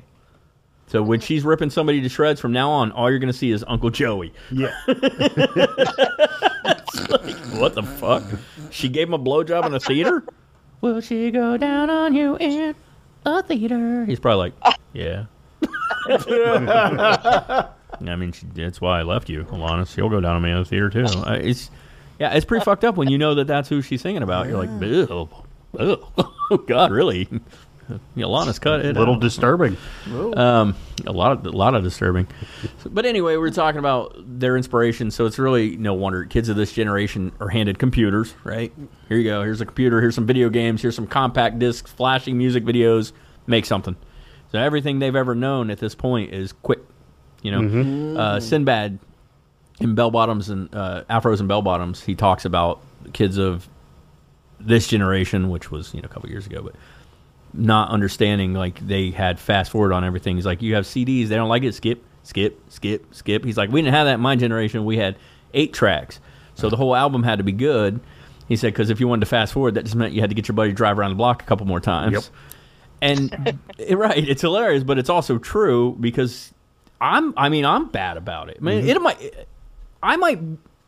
S1: So when she's ripping somebody to shreds from now on, all you're going to see is Uncle Joey.
S9: Yeah.
S1: It's like, what the fuck? She gave him a blowjob in a theater? Will she go down on you in a theater? He's probably like, yeah. I mean, she, that's why I left you, Alana. She'll go down on me in the theater too. I, it's yeah, it's pretty fucked up when you know that that's who she's singing about. You're like, oh, oh, [laughs] God, really? Alana's cut it.
S9: A [laughs] little disturbing.
S1: Um, a lot of a lot of disturbing. So, but anyway, we are talking about their inspiration, so it's really no wonder kids of this generation are handed computers, right? Here you go. Here's a computer. Here's some video games. Here's some compact discs, flashing music videos. Make something. So everything they've ever known at this point is quick. You know,
S16: Mhm.
S1: uh, Sinbad in bell bottoms and uh, afros and bell bottoms, he talks about kids of this generation, which was you know a couple years ago, but not understanding like they had fast forward on everything. He's like, you have CDs, they don't like it, skip, skip, skip, skip. He's like, we didn't have that in my generation. We had eight tracks, so the whole album had to be good. He said because if you wanted to fast forward, that just meant you had to get your buddy to drive around the block a couple more times.
S9: Yep.
S1: And right, it's hilarious, but it's also true because I'm. I mean, I'm bad about it. I
S9: Mm-hmm.
S1: mean,
S16: Mhm.
S1: it might. I might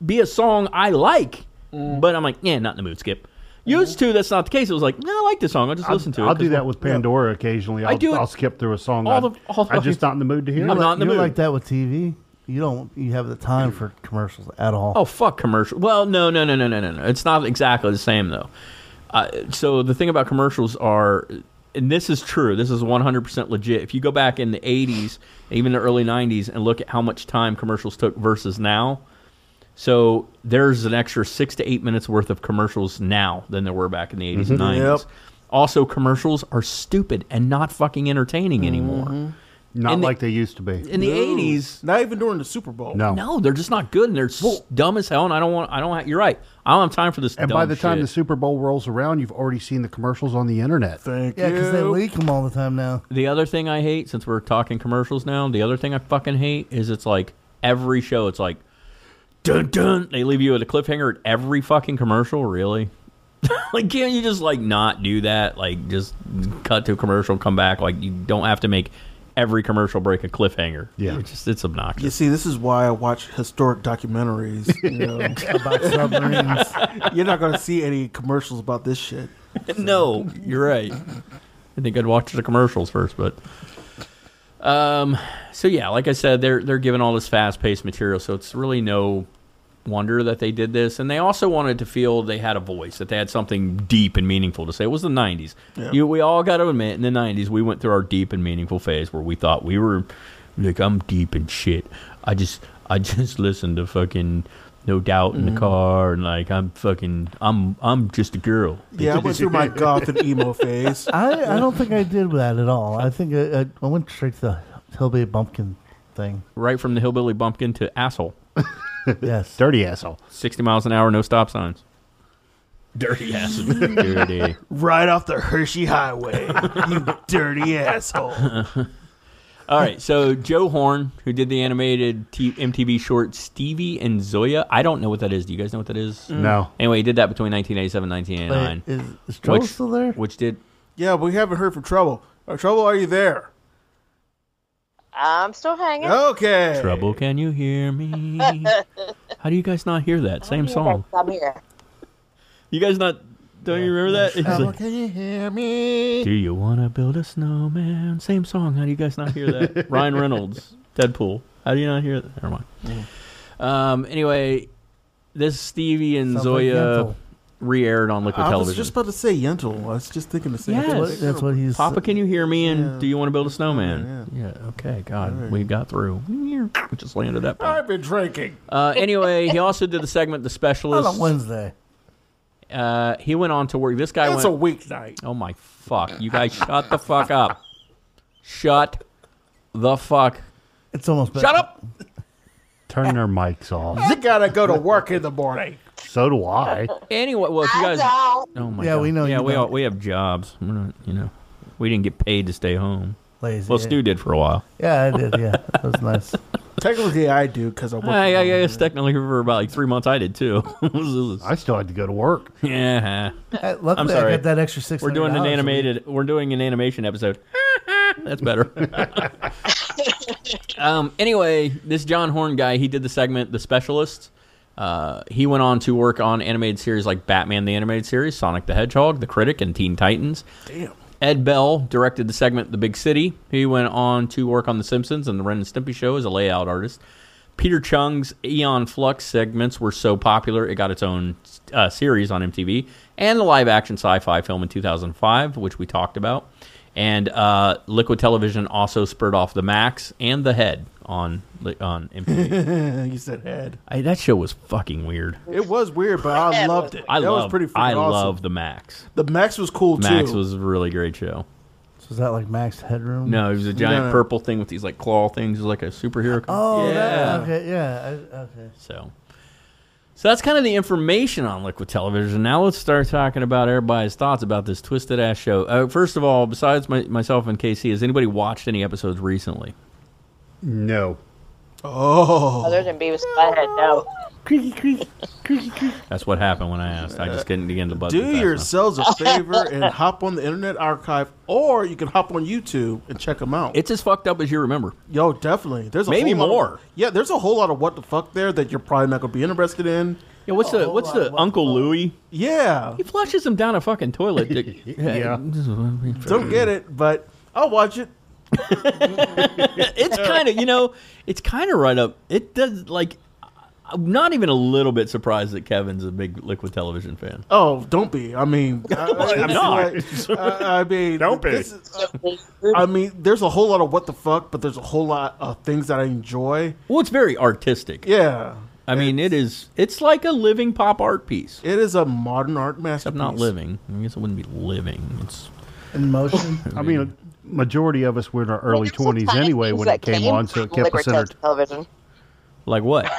S1: be a song I like,
S9: Mm.
S1: but I'm like, yeah, not in the mood. Skip. Used to, that's not the case. It was like, no, I like this song. I'll just listen to it.
S9: Mm-hmm. I'll do
S1: 'cause
S9: that with Pandora occasionally.
S1: I
S9: I'll,
S1: do it-
S9: I'll skip through a song.
S1: all
S9: I-
S1: the- all the
S9: I'm just
S1: fucking-
S9: not in the mood to hear.
S7: You're
S9: it.
S7: like, you're like that with TV. You don't. You have the time for commercials at all.
S1: Oh fuck commercial. Well, no, no, no, no, no, no, no. It's not exactly the same though. Uh, so the thing about commercials are, and this is true. This is one hundred percent legit. If you go back in the eighties, even the early nineties, and look at how much time commercials took versus now, so there's an extra six to eight minutes worth of commercials now than there were back in the 80s and
S9: Mhm.
S1: nineties.
S9: Yep.
S1: Also, commercials are stupid and not fucking entertaining anymore.
S9: Not
S1: In the-
S9: like they used to be.
S1: in the
S4: No.
S1: 80s
S4: not even during the Super Bowl.
S9: Oh.
S1: no, they're just not good, and they're s dumb as hell. And I don't want. I don't. Ha- you're right. I don't have time for this.
S9: And
S1: dumb
S9: by the time
S1: shit.
S9: the Super Bowl rolls around, you've already seen the commercials on the internet.
S4: Thank
S7: Yeah, because they leak them all the time now.
S1: The other thing I hate, since we're talking commercials now, the other thing I fucking hate is it's like every show, it's like, dun dun. They leave you at a cliffhanger at every fucking commercial, really. [laughs] like, can't you just like not do that? Like, just cut to a commercial, come back. Like, you don't have to make every commercial break a cliffhanger. Yeah, it's just it's obnoxious.
S4: You see, this is why I watch historic documentaries you know,
S7: about
S4: [laughs]
S7: submarines.
S4: You're not going to see any commercials about this shit.
S1: no, you're right. I think I'd watch the commercials first, but um, so yeah, like I said, they're they're given all this fast paced material, so it's really no wonder that they did this. And they also wanted to feel they had a voice, that they had something deep and meaningful to say. It was the '90s.
S16: Yeah.
S1: You, we all got to admit, in the '90s, we went through our deep and meaningful phase where we thought we were like, I'm deep and shit. I just I [laughs] just listen to fucking. No doubt in the
S4: Mhm.
S1: car, and like I'm fucking, I'm I'm just a girl.
S4: Yeah, I went through my goth and emo phase.
S7: I, I don't think I did that at all. I think I, I, I went straight to the hillbilly bumpkin [laughs] thing.
S1: Right from the hillbilly bumpkin to asshole.
S7: yes.
S9: Dirty asshole.
S1: 60 miles an hour, no stop signs. Dirty asshole. Dirty.
S4: Right off the Hershey Highway, [laughs] you dirty asshole.
S1: [laughs] All right, so Joe Horn, who did the animated T- MTV short Stevie and Zoya. I don't know what that is. Do you guys know what that is?
S9: [laughs] Mm. No.
S1: Anyway, he did that between 1987 and 1989.
S7: Is,
S4: Trouble
S1: which,
S4: still
S7: there?
S1: Which did.
S4: Yeah, but we haven't heard from Trouble. Uh, Trouble, are you there?
S5: I'm still hanging.
S4: Okay.
S1: Trouble, can you hear me? How do you guys not hear that? Same song.
S5: I'm here.
S1: You guys not. Don't you remember that? It's like,
S7: can you hear me?
S1: do you want to build a snowman? Same song. How do you guys not hear [laughs] that? Ryan Reynolds, Deadpool. How do you not hear that? Never mind. Um, anyway, this Stevie and
S4: Sounds like
S1: Zoya
S4: Yentl.
S1: re-aired on Liquid
S4: I was
S1: Television.
S4: just about to say Yentl. I was just thinking the same
S1: Yes.
S4: thing.
S1: Papa, can you hear me? And do you want to build a snowman?
S4: Yeah.
S1: Okay, God, we got through. We just landed that.
S4: I've been drinking.
S1: Uh, anyway, he also did the segment The Specialist.
S7: On a Wednesday.
S1: Uh, he went on to work. This guy
S4: That's
S1: went.
S4: a weeknight.
S1: Oh my fuck! You guys, shut the fuck up. Shut the fuck.
S7: It's almost.
S1: Shut up.
S9: Turn their mics off.
S4: I gotta go to work in the morning.
S9: So do I.
S1: Anyway, well, if you guys. Oh my
S7: Yeah,
S1: God.
S7: we know
S1: Yeah,
S7: you
S1: we
S7: don't.
S1: all, we have jobs. We're not, you know, we didn't get paid to stay home.
S7: Lazy.
S1: Well, Stu did for a while.
S7: Yeah, I did. Yeah, that was [laughs] nice.
S4: Technically, I do because I work.
S1: I, I guess technically for about like three months I did too. [laughs] I
S9: still had to go to work.
S1: Yeah.
S7: Uh, luckily,
S1: I'm
S7: I
S1: sorry.
S7: got that extra $600
S1: We're doing an
S7: a week.
S1: animated. We're doing an animation episode. [laughs] That's better. um, anyway, this John Horn guy, he did the segment, The Specialist. Uh, he went on to work on animated series like Batman the Animated Series, Sonic the Hedgehog, The Critic, and Teen Titans.
S4: Damn.
S1: Ed Bell directed the segment The Big City. He went on to work on The Simpsons and The Ren and Stimpy Show as a layout artist. Peter Chung's Eon Flux segments were so popular, it got its own uh, series on MTV and the live action sci fi film in 2005, which we talked about. And uh, Liquid Television also spurred off The Max and The Head on on
S4: [laughs]
S1: MTV.
S4: you said Head.
S1: I, that show was fucking weird.
S4: It was weird, but
S1: [laughs]
S4: I loved it.
S1: I
S4: that
S1: loved,
S4: was pretty freaking
S1: I
S4: awesome.
S1: love The Max.
S4: The Max was cool too.
S1: Max was a really great show.
S7: So is that like Max Headroom?
S1: No, it was a giant
S7: No, no.
S1: purple thing with these like claw things. It was like a superhero.
S7: Oh,
S1: yeah.
S7: that, okay, yeah, I, okay.
S1: So, so that's kind of the information on Liquid Television. Now let's start talking about everybody's thoughts about this twisted ass show. Uh, first of all, besides my, myself and KC, has anybody watched any episodes recently?
S9: No.
S4: Oh.
S5: Other than Beavis and Butthead, no.
S7: Creaky, creaky, creaky, creaky.
S1: That's what happened when I asked. I just couldn't begin to buzz.
S4: Do yourselves a favor and hop on the Internet Archive, or you can hop on YouTube and check them out.
S1: It's as fucked up as you remember.
S4: Yo, definitely. There's a
S1: Maybe
S4: whole lot of-
S1: more.
S4: yeah, there's a whole lot of what the fuck there that you're probably not going to be interested in.
S1: Yeah,
S7: Oh,
S1: what's the what's the Uncle Louie?
S4: Yeah,
S1: he flushes him down a fucking toilet. Dick.
S7: [laughs]
S1: [laughs]
S4: Yeah. Don't get it, but I'll watch it.
S1: it's kind of you know it's kind of right up it does like i'm not even a little bit surprised that kevin's a big liquid television fan
S4: Oh, don't be.
S1: [laughs]
S4: I mean, I,
S1: I'm not.
S4: it's like- I, I mean, don't
S1: be.
S4: I mean, there's a whole lot of what the fuck, but there's a whole lot of things that I enjoy.
S1: well it's very artistic
S4: Yeah,
S1: i mean it is it's like a living pop art piece
S4: it is a modern art masterpiece.
S1: except not living i guess it wouldn't be living it's
S7: In motion.
S9: [laughs] I mean, majority of us were in our early twenties anyway when it came on, so it kept us entertained.
S5: television.
S1: like
S4: [laughs]
S1: what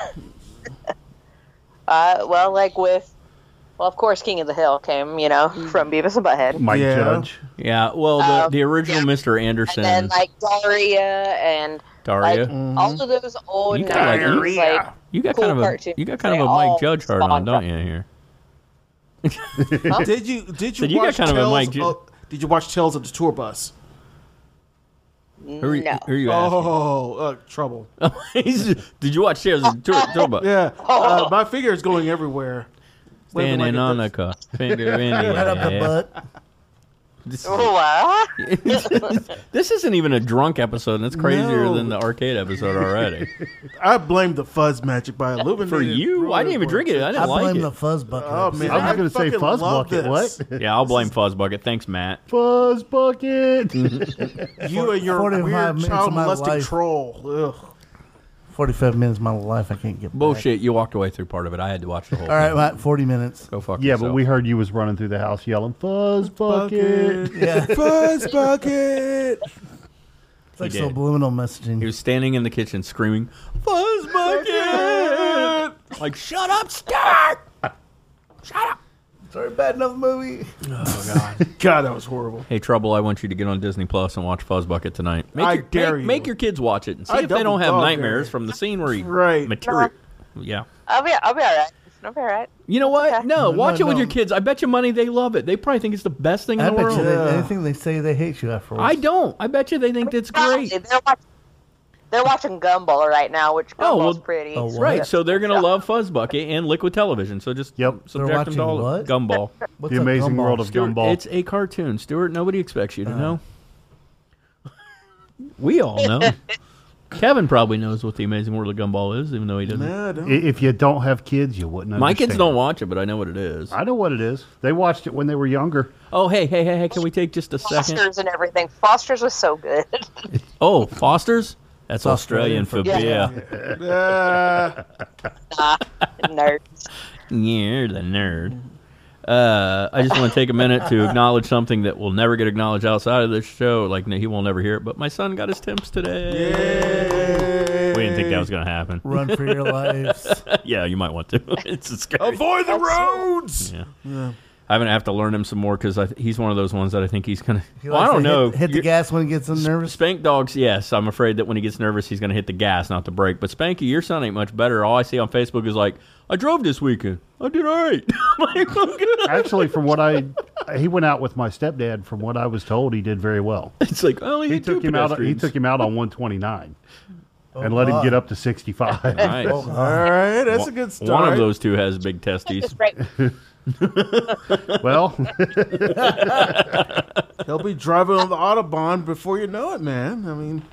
S5: Uh, well, like with, well, of course, King of the Hill came, you know,
S7: Mm-hmm.
S5: from Beavis and Butthead.
S1: yeah well the, the original mr anderson
S5: Um, And then like Daria and
S1: daria
S5: like
S7: Mm-hmm.
S5: all of those old
S1: you got, like, you,
S5: nineties, like
S1: you got
S5: cool
S1: kind of a
S5: cartoons,
S1: you got kind
S5: they
S1: of a
S5: all
S1: mike judge hard on
S5: spawned
S1: don't you here
S4: Did you did you
S1: So you got
S4: watch
S1: kind of a
S4: Tales
S1: Mike Ju-
S4: of, Did you watch Tales of the Tour Bus?
S1: Who are you- No. who are you
S4: Oh, uh, trouble.
S1: [laughs] He's- did you watch Shares of
S5: [laughs]
S1: Tur- Turbo?
S4: Yeah, uh, my finger is going everywhere. Waving
S1: Standing
S4: like it
S1: on
S4: does.
S1: a cuff,
S4: [laughs]
S1: finger in the
S4: Right up the
S1: air.
S4: butt.
S1: This,
S5: What?
S1: this isn't even a drunk episode, and it's crazier
S4: No.
S1: than the arcade episode already.
S4: [laughs] I blame the fuzz magic by illuminating.
S1: For you? I didn't even drink it. I didn't like
S7: blame
S1: it.
S7: the fuzz bucket.
S4: Oh, man.
S9: I was
S4: I
S9: gonna say
S4: fucking
S9: fuzz
S4: love
S9: bucket,
S4: this.
S1: yeah, I'll blame Fuzz Bucket. Thanks, Matt.
S9: Fuzz
S4: [laughs]
S9: bucket.
S1: Mm-hmm.
S4: You and your
S7: 45
S4: weird
S7: minutes of
S4: child
S7: my
S4: molesting
S7: life.
S4: troll. Ugh.
S7: Forty-five minutes of my life, I can't get.
S1: Bullshit. You walked away through part of it. I had to watch the whole.
S7: Back. All right,
S1: thing.
S7: Matt. Forty minutes.
S1: Go fuck
S9: Yeah,
S1: yourself.
S9: but we heard you was running through the house yelling fuzz bucket.
S4: [laughs]
S7: Yeah.
S4: Fuzz bucket.
S7: It's like
S1: He did.
S7: subliminal messaging.
S1: He was standing in the kitchen screaming,
S4: Fuzz bucket.
S1: like, "Shut up, Stark!
S7: Sorry, bad enough movie.
S4: Oh god, God, that
S1: [laughs]
S4: was horrible.
S1: Hey, Trouble, I want you to get on Disney Plus and watch Fuzz Bucket tonight. Make
S4: I
S1: your,
S4: dare
S1: make,
S4: you.
S1: Make your kids watch it and see
S4: I
S1: if they
S4: double
S1: don't have
S4: dog dare
S1: nightmares
S4: you.
S1: from the scene where he
S4: Right.
S1: material. Yeah.
S5: I'll be, I'll be all right. I'll be all right.
S1: You know what? No,
S7: No,
S1: watch
S7: no,
S1: it with
S7: no.
S1: your kids. I bet you money they love it. They probably think it's the best thing
S7: I
S1: in the
S7: bet
S1: world.
S7: you they, anything they say, they hate you afterwards.
S1: I don't. I bet you they think that's great.
S5: Honestly, They're watching, they're watching Gumball right now, which Gumball's
S1: Oh, well,
S5: pretty.
S7: oh, what?
S1: Right, so they're gonna love Fuzzbucket and Liquid Television. So just yep. subject them
S7: watching
S1: to all
S7: what?
S1: Gumball.
S7: What's The a Amazing Gumball? World of
S1: Stuart,
S7: Gumball. Uh.
S1: It's a cartoon, Stuart. Nobody expects you to know. we all know. Kevin probably knows what the Amazing World of Gumball is, even though he doesn't.
S4: Nah, I don't.
S9: I- If you don't have kids, you wouldn't.
S1: My kids
S9: understand.
S1: don't watch it, but I know what it is.
S9: I know what it is. They watched it when they were younger.
S1: Oh, hey, hey, hey, hey! Can we take just a second?
S5: Fosters and everything. Fosters was so good. [laughs]
S1: Oh, Foster's. That's Australian,
S7: Australian
S1: for beer.
S5: for
S1: [laughs]
S4: Uh,
S5: nah, nerds.
S1: You're the nerd. Uh, I just want to take a minute to acknowledge something that will never get acknowledged outside of this show. Like he will never hear it, but my son got his temps today. We didn't think that was going to happen.
S7: [laughs] Run for your lives.
S1: [laughs] yeah, you might want to. [laughs] it's a scary.
S4: Avoid the roads.
S1: Yeah. I'm gonna have to learn him some more because he's one of those ones that I think he's gonna.
S7: He
S1: well, I don't
S7: likes to hit-
S1: know.
S7: Hit, the
S1: You're-
S7: gas when he gets nervous.
S1: Spank dogs, yes. I'm afraid that when he gets nervous, he's gonna hit the gas, not the brake. But Spanky, your son ain't much better. All I see on Facebook is like, I drove this weekend. I did all right. [laughs] Like, I'm good.
S9: Actually, from what I, [laughs] he went out with my stepdad. From what I was told, he did very well.
S1: It's like I only
S9: He
S1: hit
S9: took
S1: two
S9: him out. He
S1: pedestrians.
S9: took him out on 129, and
S7: Oh,
S9: let him
S7: God.
S9: get up to 65.
S1: [laughs] Nice.
S7: Oh,
S4: All right, that's a good start.
S1: One of those two has big
S5: [laughs]
S1: testes.
S5: Just right.
S9: Well,
S4: They'll be driving on the autobahn before you know it, man. I mean,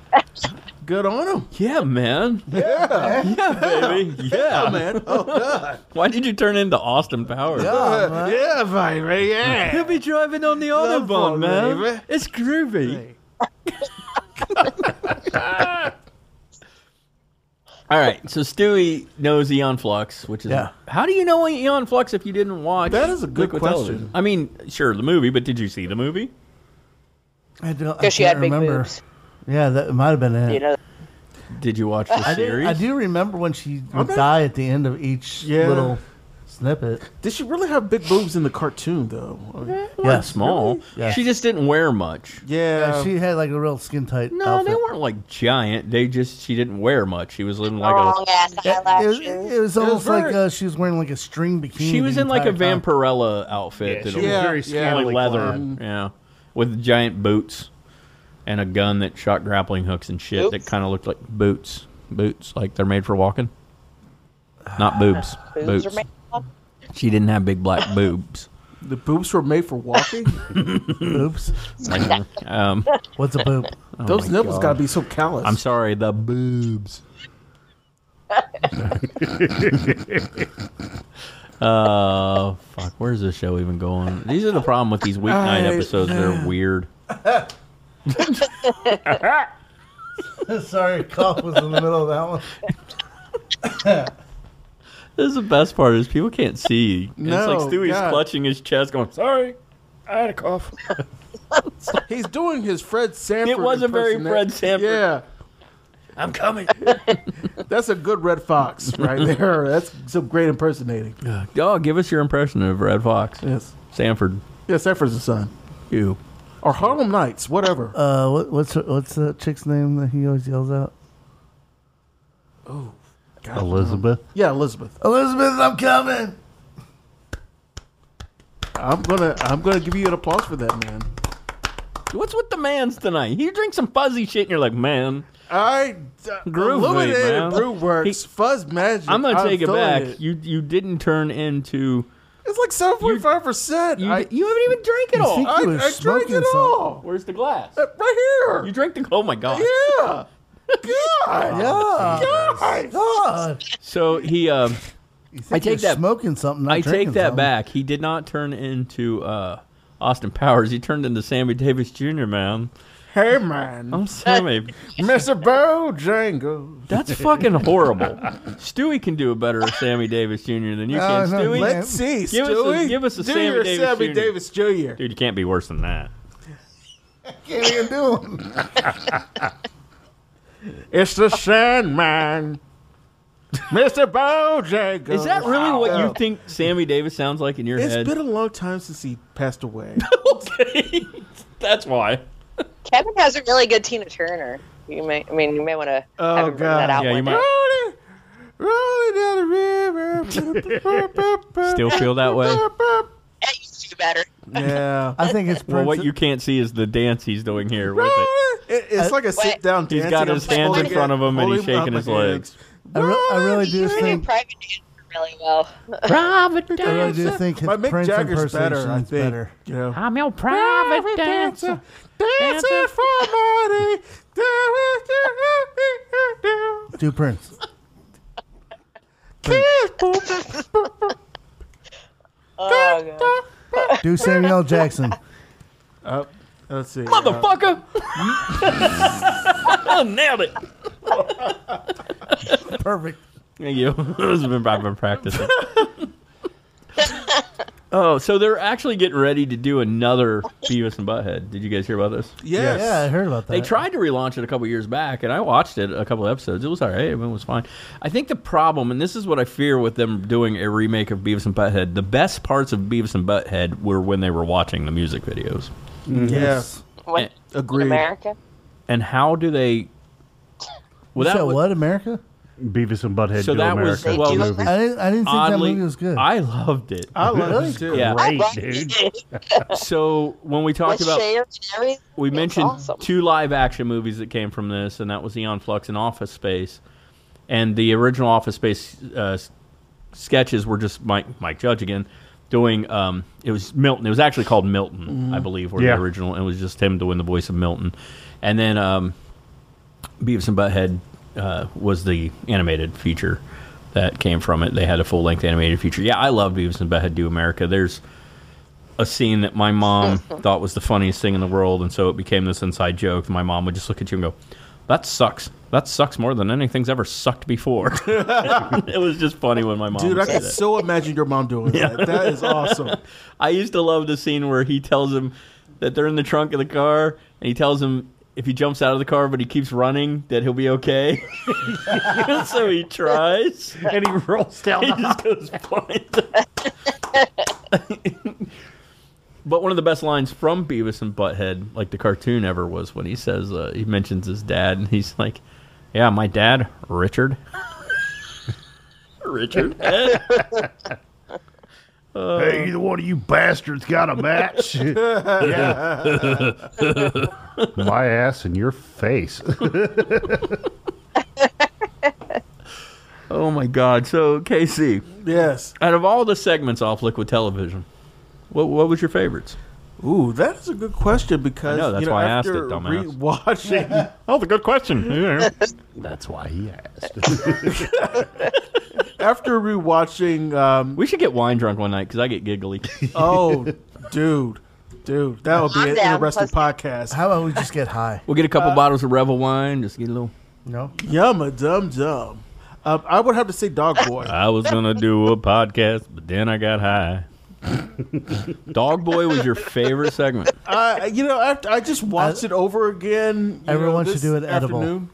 S4: good on them.
S1: Yeah, man.
S4: Yeah,
S1: yeah, baby. Yeah,
S4: man. Oh God.
S1: Why did you turn into Austin Powers?
S4: [laughs] Yeah, yeah, baby. Yeah. [laughs]
S1: He'll be driving on the autobahn, man. It's groovy. [laughs] All right, so Stewie knows Eon Flux, which is
S7: Yeah.
S1: how do you know Eon Flux if you didn't watch?
S4: That is a good
S1: Liquid
S4: question.
S1: Television? I mean, sure, the movie, but did you see the movie?
S7: I don't. I
S5: Because she had
S7: can't
S5: big
S7: remember.
S5: boobs.
S7: Yeah, that might have been it.
S5: You know,
S1: Did you watch the
S7: I, do,
S1: series?
S7: I do remember when she would
S4: not-
S7: die at the end of each
S4: Yeah.
S7: little snippet.
S4: Did she really have big boobs in the cartoon though?
S1: They weren't small.
S7: Yeah.
S1: She just didn't wear much.
S4: Yeah.
S7: She had like a real skin tight.
S1: No,
S7: outfit.
S1: they weren't like giant. They just she didn't wear much. She was in like
S5: long
S1: a
S5: ass eyelashes.
S7: It, it was almost like
S4: very-
S7: uh, she was wearing like a string bikini.
S1: she was
S7: the
S1: in like a
S7: entire time.
S1: vampirella outfit. that
S9: Yeah, [laughs] she
S1: was
S9: was very
S1: like
S9: scantily
S1: leather,
S9: clad.
S1: yeah, with giant boots and a gun that shot grappling hooks and shit that
S5: Oops.
S1: kind of looked like boots, boots like they're made for walking, not boobs,
S5: [sighs] Boobs
S1: boots.
S5: are made of-
S1: She didn't have big black
S5: [laughs]
S1: boobs.
S4: The boobs were made for [laughs] walking.
S7: Boobs.
S1: Um,
S7: [laughs] What's a boob? [laughs]
S1: oh
S4: Those
S1: my
S4: nipples
S1: God.
S4: gotta be so callous.
S1: I'm sorry, the [laughs] boobs. uh, fuck. Where's this show even going? These are the problem with these weeknight
S4: I-
S1: episodes. They're weird.
S7: Sorry, cough was in the middle of that one.
S1: This is the best part is people can't see. And it's like
S4: No,
S1: Stewie's
S4: God.
S1: clutching his chest, going, "Sorry,
S17: I had a cough.
S4: [laughs] He's doing his Fred Sanford.
S1: It wasn't very
S4: impersonate-
S1: Fred Sanford.
S4: Yeah,
S1: I'm coming."
S4: that's a good Red [laughs] Fox right there. That's some great impersonating.
S1: oh, give us your impression of Red Fox,
S4: Yes,
S1: Sanford.
S4: yeah, Sanford's the son,
S1: You.
S4: or Harlem Nights, whatever.
S7: Uh, what, what's her, what's the chick's name that he always yells out?
S9: Elizabeth.
S4: Yeah, Elizabeth.
S7: Elizabeth, I'm coming.
S4: I'm gonna, I'm gonna give you an applause for that, man.
S1: What's with the man's tonight? He drinks some fuzzy shit, and you're like, "Man,
S4: I
S1: Groove me,
S4: illuminated
S1: man.
S4: Brew Works Fuzz Magic.
S1: I'm gonna take it
S4: feeling
S1: back.
S4: it.
S1: You you didn't turn into
S4: It's like seven point five percent.
S1: you.
S4: I,
S1: you haven't even drank it
S7: You
S1: all.
S7: think-
S4: I,
S7: You were
S4: I drank
S7: smoking
S4: it
S7: something.
S4: all
S1: Where's the glass?
S4: Uh, right
S1: You
S4: here.
S1: drank the. Oh my god.
S4: yeah. [laughs] God.
S7: Yeah.
S4: God.
S7: God.
S1: So he. Um,
S7: You think
S1: I take
S7: you're
S1: that-
S7: smoking something. not
S1: I take
S7: drinking
S1: that
S7: something.
S1: back. He did not turn into uh, Austin Powers. He turned into Sammy Davis Jr. Man,
S4: Hey man,
S1: I'm [laughs] Sammy.
S4: Mr. Bojangles.
S1: That's fucking horrible. Stewie can do a better Sammy Davis Jr. than you
S7: No,
S1: can.
S7: no,
S1: Stewie,
S7: let-
S4: Let's see,
S1: Give us a-
S4: Stewie.
S1: give us a
S4: Do
S1: Sammy
S4: your
S1: Davis
S4: Sammy
S1: Jr..
S4: Davis Jr.
S1: dude, you can't be worse than that.
S7: Can't even do it.
S4: It's the Sandman, Mr. Bojangles.
S1: Is that really what
S4: No.
S1: you think Sammy Davis sounds like in your
S4: uh, It's
S1: head?
S4: been a long time since he passed away.
S1: okay, that's why.
S5: Kevin has a really good Tina Turner. You may, I mean, you may want to
S4: Oh,
S5: have him bring that
S4: God.
S5: out.
S1: Yeah, you
S5: one day.
S1: might.
S4: [laughs] rolling, rolling down the river. [laughs]
S1: Still feel that way?
S5: That used to be better.
S4: Yeah.
S7: I think it's
S1: Well,
S7: Prince.
S1: what you can't see is the dance he's doing here with it.
S4: Rolling. It- it's like a sit down
S1: He's got his hands in front of him and he's shaking his legs.
S7: I, re- I really do
S5: You do
S7: think.
S5: private dancer really well.
S1: Private
S7: I really do think his
S4: My Mick
S7: Prince
S4: Jagger's
S7: impersonation
S4: better, I
S7: is
S4: think.
S7: better.
S4: You know?
S1: I'm your private dancer.
S4: Dancing for
S7: [laughs]
S4: money.
S7: Do Prince.
S5: Oh, God.
S7: Do Samuel L. Jackson.
S4: Oh, let's see. Uh,
S1: Motherfucker! Nailed it!
S7: Perfect.
S1: Thank you. [laughs] this has been I've been practicing. [laughs] oh, so they're actually getting ready to do another Beavis and Butthead. Did you guys hear about this?
S4: Yes.
S7: Yeah, I heard about that.
S1: They tried to relaunch it a couple years back, and I watched it a couple episodes. It was all right. It was fine. I think the problem, and this is what I fear with them doing a remake of Beavis and Butthead, the best parts of Beavis and Butthead were when they were watching the music videos.
S4: Mm-hmm. Yes.
S5: What,
S4: Agreed.
S5: America?
S1: And how do they.
S7: You
S1: Without,
S7: said what America?
S9: Beavis and Butthead
S1: So
S9: do
S1: that was-
S9: America
S5: They do
S9: movie.
S7: I didn't. I didn't think
S1: Oddly,
S7: that movie was good.
S1: I loved it.
S4: I love it too.
S1: Yeah.
S9: Great,
S5: Right.
S9: dude.
S1: [laughs] So when we talked
S5: With
S1: about
S5: Cher and everything?
S1: we
S5: It's
S1: mentioned
S5: awesome.
S1: two live action movies that came from this, and that was Eon Flux and Office Space. And the original Office Space uh, s- sketches were just Mike Mike Judge again doing um, it was Milton. It was actually called Milton,
S16: Mhm.
S1: I believe, or
S16: Yeah.
S1: the original. It was just him doing the voice of Milton, and then um, Beavis and Butthead uh, was the animated feature that came from it. They had a full length animated feature. Yeah, I love Beavis and Butthead Do America. There's a scene that my mom thought was the funniest thing in the world, and so it became this inside joke. My mom would just look at you and go, "That sucks. That sucks more than anything's ever sucked
S4: [laughs]
S1: before." [laughs] it was just funny when my mom.
S4: Dude, I
S1: would say
S4: can
S1: that.
S4: so imagine your mom
S7: [laughs]
S4: doing that. That is awesome.
S1: I used to love the scene where he tells him that they're in the trunk of the car, and he tells him if he jumps out of the car but he keeps running, that he'll be
S4: [laughs]
S1: okay. [laughs] so he tries,
S9: and he rolls down.
S1: He just goes blind. but one of the best lines from Beavis and Butthead, like the cartoon ever, was when he says uh, he mentions his dad, and he's like, "Yeah, my dad, Richard." Richard.
S18: hey, either one of you bastards got a
S9: [laughs]
S18: match? yeah.
S9: My ass in your [laughs] face.
S1: Oh my God! So Casey,
S4: yes.
S1: Out of all the segments off Liquid Television, what what was your favorites?
S4: Ooh, that is a good question because
S1: I know, that's
S4: you know,
S1: why I asked it,
S4: after
S1: dumbass.
S4: Watching,
S1: oh, the good question.
S9: [laughs] That's why [laughs] he
S4: [laughs]
S9: asked.
S4: after rewatching, um,
S1: we should get wine drunk one night because I get giggly.
S4: oh, [laughs] dude, dude, that would be
S1: I'm
S4: an
S1: down,
S4: interesting
S1: plus-
S4: podcast.
S7: How about we just get high?
S1: [laughs] We'll get a couple bottles of Rebel wine. Just get a little. [laughs]
S7: No.
S4: Yum a dum dum. Um, I would have to say Dog
S1: [laughs]
S4: Boy.
S1: I was gonna do a podcast, but then I got high. Dog Boy was your favorite segment.
S4: I, you know, after, I just watched it over again. you
S7: everyone
S4: know,
S7: should
S4: this
S7: do an edible.
S4: afternoon.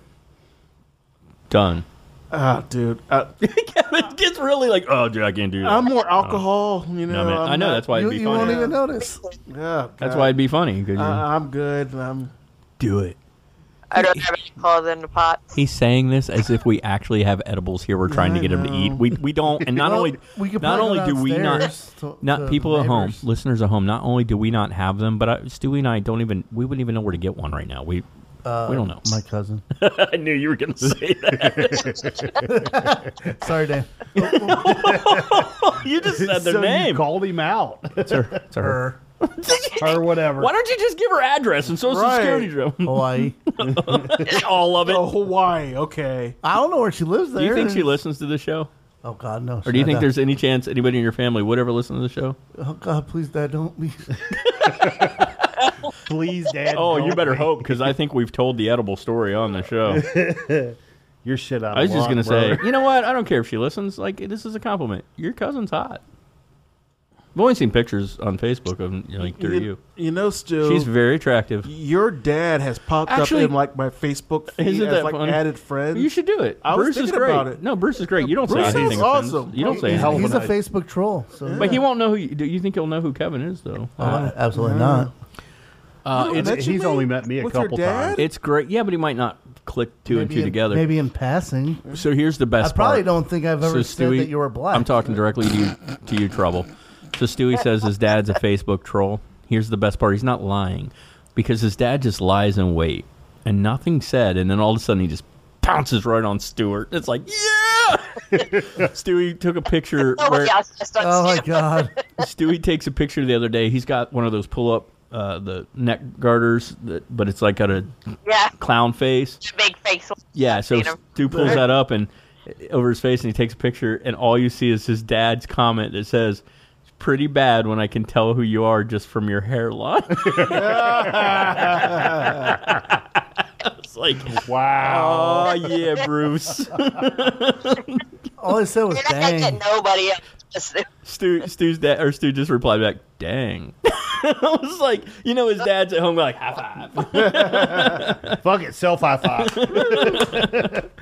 S1: Done.
S4: Ah, dude.
S1: it gets really like, oh, dude, I can't do that.
S4: I'm more alcohol. You know,
S1: No, man.
S4: I'm
S1: Oh. I know,
S4: not-
S1: that's why it'd You- be you funny. won't even
S7: notice.
S4: Yeah,
S1: That's
S4: God.
S1: why it'd be funny. 'cause you-
S4: Uh, I'm
S1: [laughs]
S4: good. I'm
S1: do it.
S5: I don't have any clothes in the pot.
S1: He's saying this as if we actually have edibles here. We're trying to get him to eat. We we don't, and not
S7: Well,
S1: only
S7: we could
S1: not
S7: probably
S1: only
S7: go
S1: do we not
S7: downstairs to-
S1: not
S7: to
S1: people at home,
S7: neighbors.
S1: listeners at home. Not only do we not have them, but I, Stewie and I don't even we wouldn't even know where to get one right now. We
S7: Uh,
S1: we don't know.
S7: My cousin.
S1: [laughs] I knew you were going to say that.
S7: Sorry, Dan.
S1: you just said their
S9: So you
S1: name.
S9: called him out.
S1: It's her. It's her.
S7: Her.
S9: Or whatever.
S1: Why don't you just give her address and social
S9: Right.
S1: security drill?
S7: Hawaii.
S1: [laughs] All of it.
S4: Oh, Hawaii. Okay.
S7: I don't know where she lives
S1: Do
S7: there.
S1: you think she listens to the show?
S7: Oh God, no.
S1: Or do you
S7: Shut
S1: think
S7: up.
S1: there's any chance anybody in your family would ever listen to the show?
S7: Oh God, please, Dad, don't leave.
S9: Please, Dad.
S1: Oh, you
S9: don't
S1: better
S9: be-
S1: hope because I think we've told the edible story on the
S7: [laughs]
S1: show.
S9: Your shit out.
S1: I was
S9: of
S1: just
S9: luck,
S1: gonna say,
S9: brother.
S1: you know what? I don't care if she listens. Like this is a compliment. Your cousin's hot. I've only seen pictures on Facebook of like through you.
S4: You know, Stu.
S1: She's very attractive.
S4: Your dad has popped
S1: Actually-
S4: up in like my Facebook feed
S1: Isn't
S4: as
S1: that
S4: like
S1: funny?
S4: added friends.
S1: You should do it.
S4: I was
S1: Bruce is
S4: thinking
S1: great.
S4: about it.
S1: No, Bruce is great. You don't
S4: Bruce
S1: say anything.
S4: is
S1: offensive.
S4: awesome.
S1: You don't say
S7: he's,
S1: anything.
S7: he's a Facebook troll. So
S1: But he won't know who. You, do you think he'll know who Kevin is though?
S7: Oh, absolutely not.
S1: Uh,
S9: You
S1: it's,
S9: mentioned He's me only met me a with your couple dad? times.
S1: It's great. Yeah, but he might not click two and
S7: Maybe
S1: two
S7: in-
S1: together.
S7: Maybe in passing.
S1: So here's the best.
S7: I probably
S1: part.
S7: don't think I've ever said that you were black.
S1: I'm talking directly to you, to you, trouble. So Stewie says his dad's a Facebook troll. Here's the best part: he's not lying, because his dad just lies in wait, and nothing said, and then all of a sudden he just pounces right on Stewart. It's like, yeah. [laughs] Stewie took a picture. where,
S5: [laughs]
S7: Oh my God.
S1: Stewie takes a picture the other day. He's got one of those pull up uh, the neck garters, that, but it's like got a
S5: Yeah.
S1: clown face.
S5: Big face.
S1: Yeah, so Stu pulls that up and uh, over his face, and he takes a picture, and all you see is his dad's comment that says, "It's pretty bad when I can tell who you are just from your hairline." [laughs] it's like, wow, oh yeah, Bruce. [laughs]
S7: All I said was
S5: I get
S7: dang.
S5: nobody else. [laughs]
S1: Stu, Stu's dad or Stu just replied back, "Dang." [laughs] I was like, you know, his dad's at home like high five.
S9: Fuck it, self high [laughs] five.
S1: [laughs]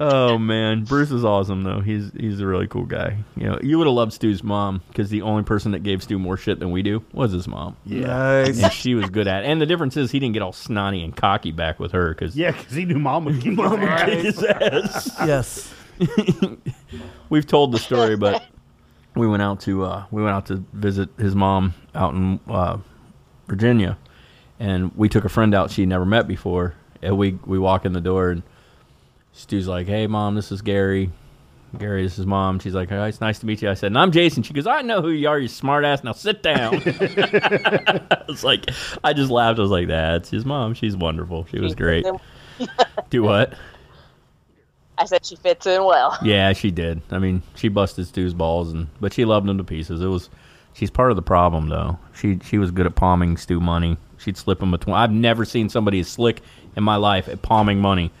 S1: Oh man, Bruce is awesome though. He's he's a really cool guy. You know, you would have loved Stu's mom because the only person that gave Stu more shit than we do was his mom. [laughs]
S9: Yeah.
S4: Nice.
S1: and she was good at. it. And the difference is he didn't get all snotty and cocky back with her because [laughs]
S9: Yeah, because he knew mom [laughs] would kick
S1: Mom would kick his ass. Yes. we've told the story, but we went out to uh, we went out to visit his mom out in uh, Virginia, and we took a friend out she'd never met before, and we we walk in the door and Stu's like, "Hey, mom, this is Gary. Gary is his mom. She's like, oh, it's nice to meet you. I said, and I'm Jason. She goes, I know who you are, you smartass. Now sit down. [laughs] it's like, I just laughed. I was like, that's his mom. She's wonderful. She was great. Do what?
S5: I said she fits in well.
S1: Yeah, she did. I mean, she busted Stu's balls, and but she loved him to pieces. It was, she's part of the problem though. She she was good at palming Stu money. She'd slip him a twenty. I've never seen somebody as slick in my life at palming money.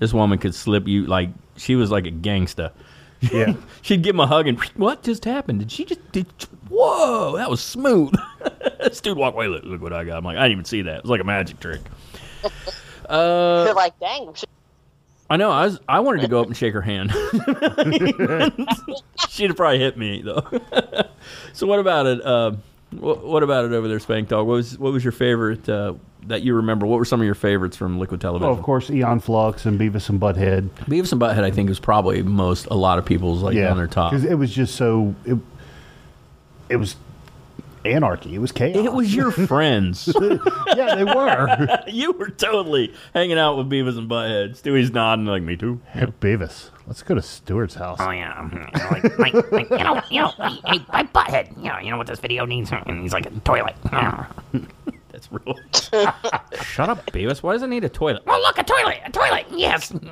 S1: This woman could slip you like she was like a gangsta.
S9: Yeah,
S1: she'd give him a hug and what just happened? Did she just did? Whoa, that was smooth. [laughs] Stu walk away. Look, look what I got. I'm like I didn't even see that. It was like a magic trick.
S5: [laughs] Uh, They're like, dang,
S1: I know. I was. I wanted to go up and shake her hand. [laughs] She'd have probably hit me though. [laughs] so what about it? Uh, what, what, about it over there, Spank Dog? What was what was your favorite uh, that you remember? What were some of your favorites from Liquid Television?
S9: Well, of course, Eon Flux and Beavis and Butthead.
S1: Beavis and Butthead, I think, is probably most a lot of people's like yeah, on their top
S9: because it was just so it, it was anarchy. It was chaos.
S1: It was [laughs] your friends.
S9: [laughs] yeah, they [laughs] were.
S1: you were totally hanging out with Beavis and Butthead. Stewie's nodding like me too.
S9: Hey, Beavis, let's go to Stewart's house.
S19: Oh yeah, like, like, like, you know, you know, hey, hey Butthead, you know, you know what this video needs, and he's like a toilet.
S1: That's real. [laughs] Shut up, Beavis. Why does it need a toilet?
S19: Oh look, a toilet, a toilet. Yes.
S1: And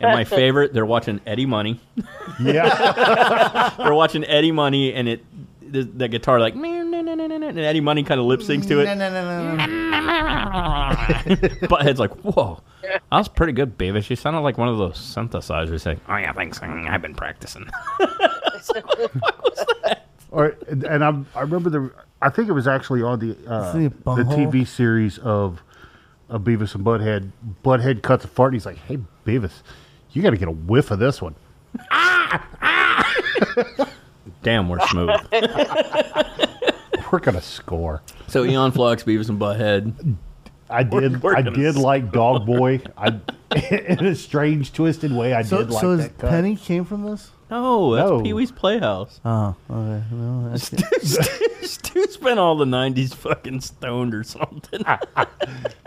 S1: my favorite, they're watching Eddie Money.
S9: [laughs] Yeah.
S1: they're watching Eddie Money, and it that guitar like and Eddie Money kind of lip syncs to it. Butthead's like, whoa, that was pretty good, baby. She sounded like one of those synthesizers. Like,
S19: oh yeah, thanks. I've been practicing.
S9: Or and I, I remember the I think it was actually on the uh, the TV series of, of Beavis and Butthead. Butthead cuts a fart. and He's like, hey Beavis, you got to get a whiff of this one.
S19: ah,
S1: ah. Damn, we're smooth.
S9: we're gonna score.
S1: So Eon Flux, Beavis and Butthead.
S9: I did. We're, we're I did score. like Dog Boy. I, [laughs] in a strange, twisted way, I
S7: so,
S9: did like
S7: so
S9: that.
S7: So Penny came from this?
S1: No, that's no. Pee Wee's Playhouse.
S7: Oh, okay.
S5: [laughs]
S7: Well,
S1: Stu, Stu, [laughs] Stu spent all the '90s fucking stoned or something.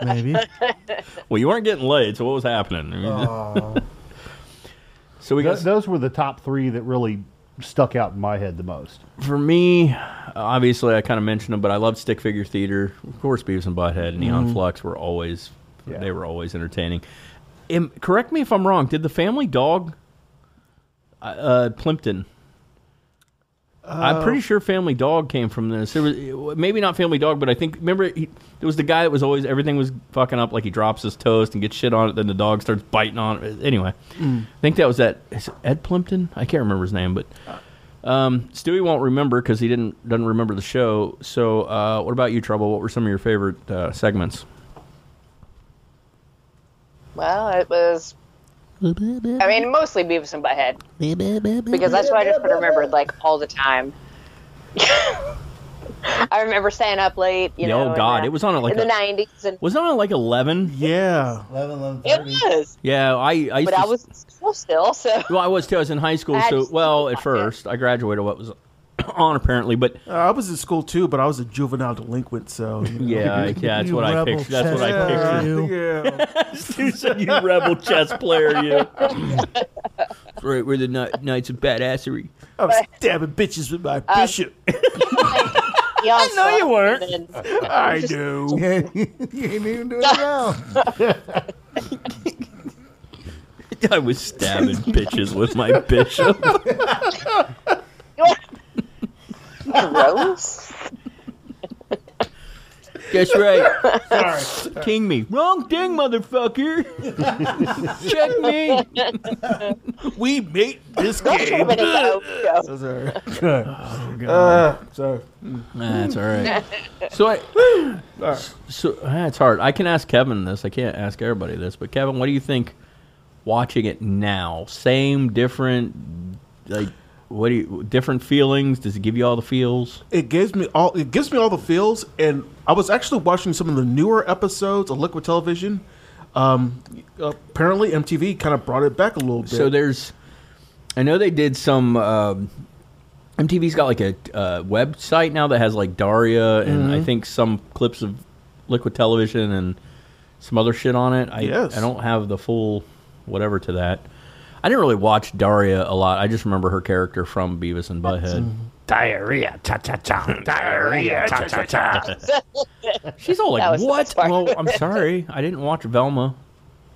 S7: Maybe.
S1: Well, you weren't getting laid, so what was happening? [laughs] Oh.
S9: so we Th- got those were the top three that really stuck out in my head the most?
S1: For me, obviously, I kind of mentioned them, but I love Stick Figure Theater. Of course, Beavis and Butthead and Neon mm-hmm. Flux were always yeah. they were always entertaining. Am, correct me if I'm wrong. Did the Family Dog, uh, Plimpton? Uh, I'm pretty sure Family Dog came from this. There was maybe not Family Dog, but I think remember he, there was the guy that was always everything was fucking up. Like he drops his toast and gets shit on it, then the dog starts biting on it. Anyway, mm. I think that was that Ed Plimpton. I can't remember his name, but um, Stewie won't remember because he didn't doesn't remember the show. So, uh, what about you, Trouble? What were some of your favorite uh, segments?
S5: Well, it was I mean, mostly Beavis and Butthead. Because that's what I just remembered, like, all the time. [laughs] I remember staying up late, you know.
S1: Oh, God. The, it was on, like,
S5: in a, the 90s. And,
S1: was it on, like, 11?
S9: Yeah.
S7: 11, 11
S5: It was.
S1: Yeah, I, I
S5: But to, I was in school
S1: [laughs]
S5: still, so. [laughs]
S1: Well, I was, too. I was in high school, so, well, at first. I graduated what was [coughs] on, apparently, but.
S4: Uh, I was in school, too, but I was a juvenile delinquint, so. You
S1: [laughs]
S4: know.
S1: yeah, yeah, that's what I pictured. [laughs] That's what I pictured.
S4: Yeah.
S1: [laughs] Susan, you rebel chess player, [laughs] you. right, we're the night, knights of badassery. [laughs]
S4: I was stabbing bitches with my
S1: Um,
S4: uh, bishop.
S1: I know you weren't. Then,
S4: uh, I just, do.
S7: [laughs] you ain't even doing
S5: [laughs]
S7: it now.
S1: I was [laughs] stabbing bitches with my bishop. [laughs]
S5: Gross.
S1: That's right. [laughs] Sorry. King me. Wrong thing, [laughs] motherfucker. Check
S4: me. we made
S1: [laughs]
S4: this game. [laughs]
S1: oh, God. Uh,
S4: sorry.
S1: That's all right. So [sighs] I, right. so that's hard. I can ask Kevin this. I can't ask everybody this, but Kevin, what do you think? Watching it now, same, different, like what do you different feelings does it give you all the feels
S4: it gives me all it gives me all the feels and i was actually watching some of the newer episodes of liquid television um, apparently mtv kind of brought it back a little bit
S1: so there's i know they did some uh, mtv's got like a uh, website now that has like daria and mm-hmm. i think some clips of liquid television and some other shit on it i,
S4: yes.
S1: I don't have the full whatever to that I didn't really watch Daria a lot. I just remember her character from Beavis and Butthead.
S19: [laughs] Diarrhea, cha cha cha. Diarrhea, cha cha cha.
S1: She's all like, "What?" well, I'm sorry, I didn't watch Velma,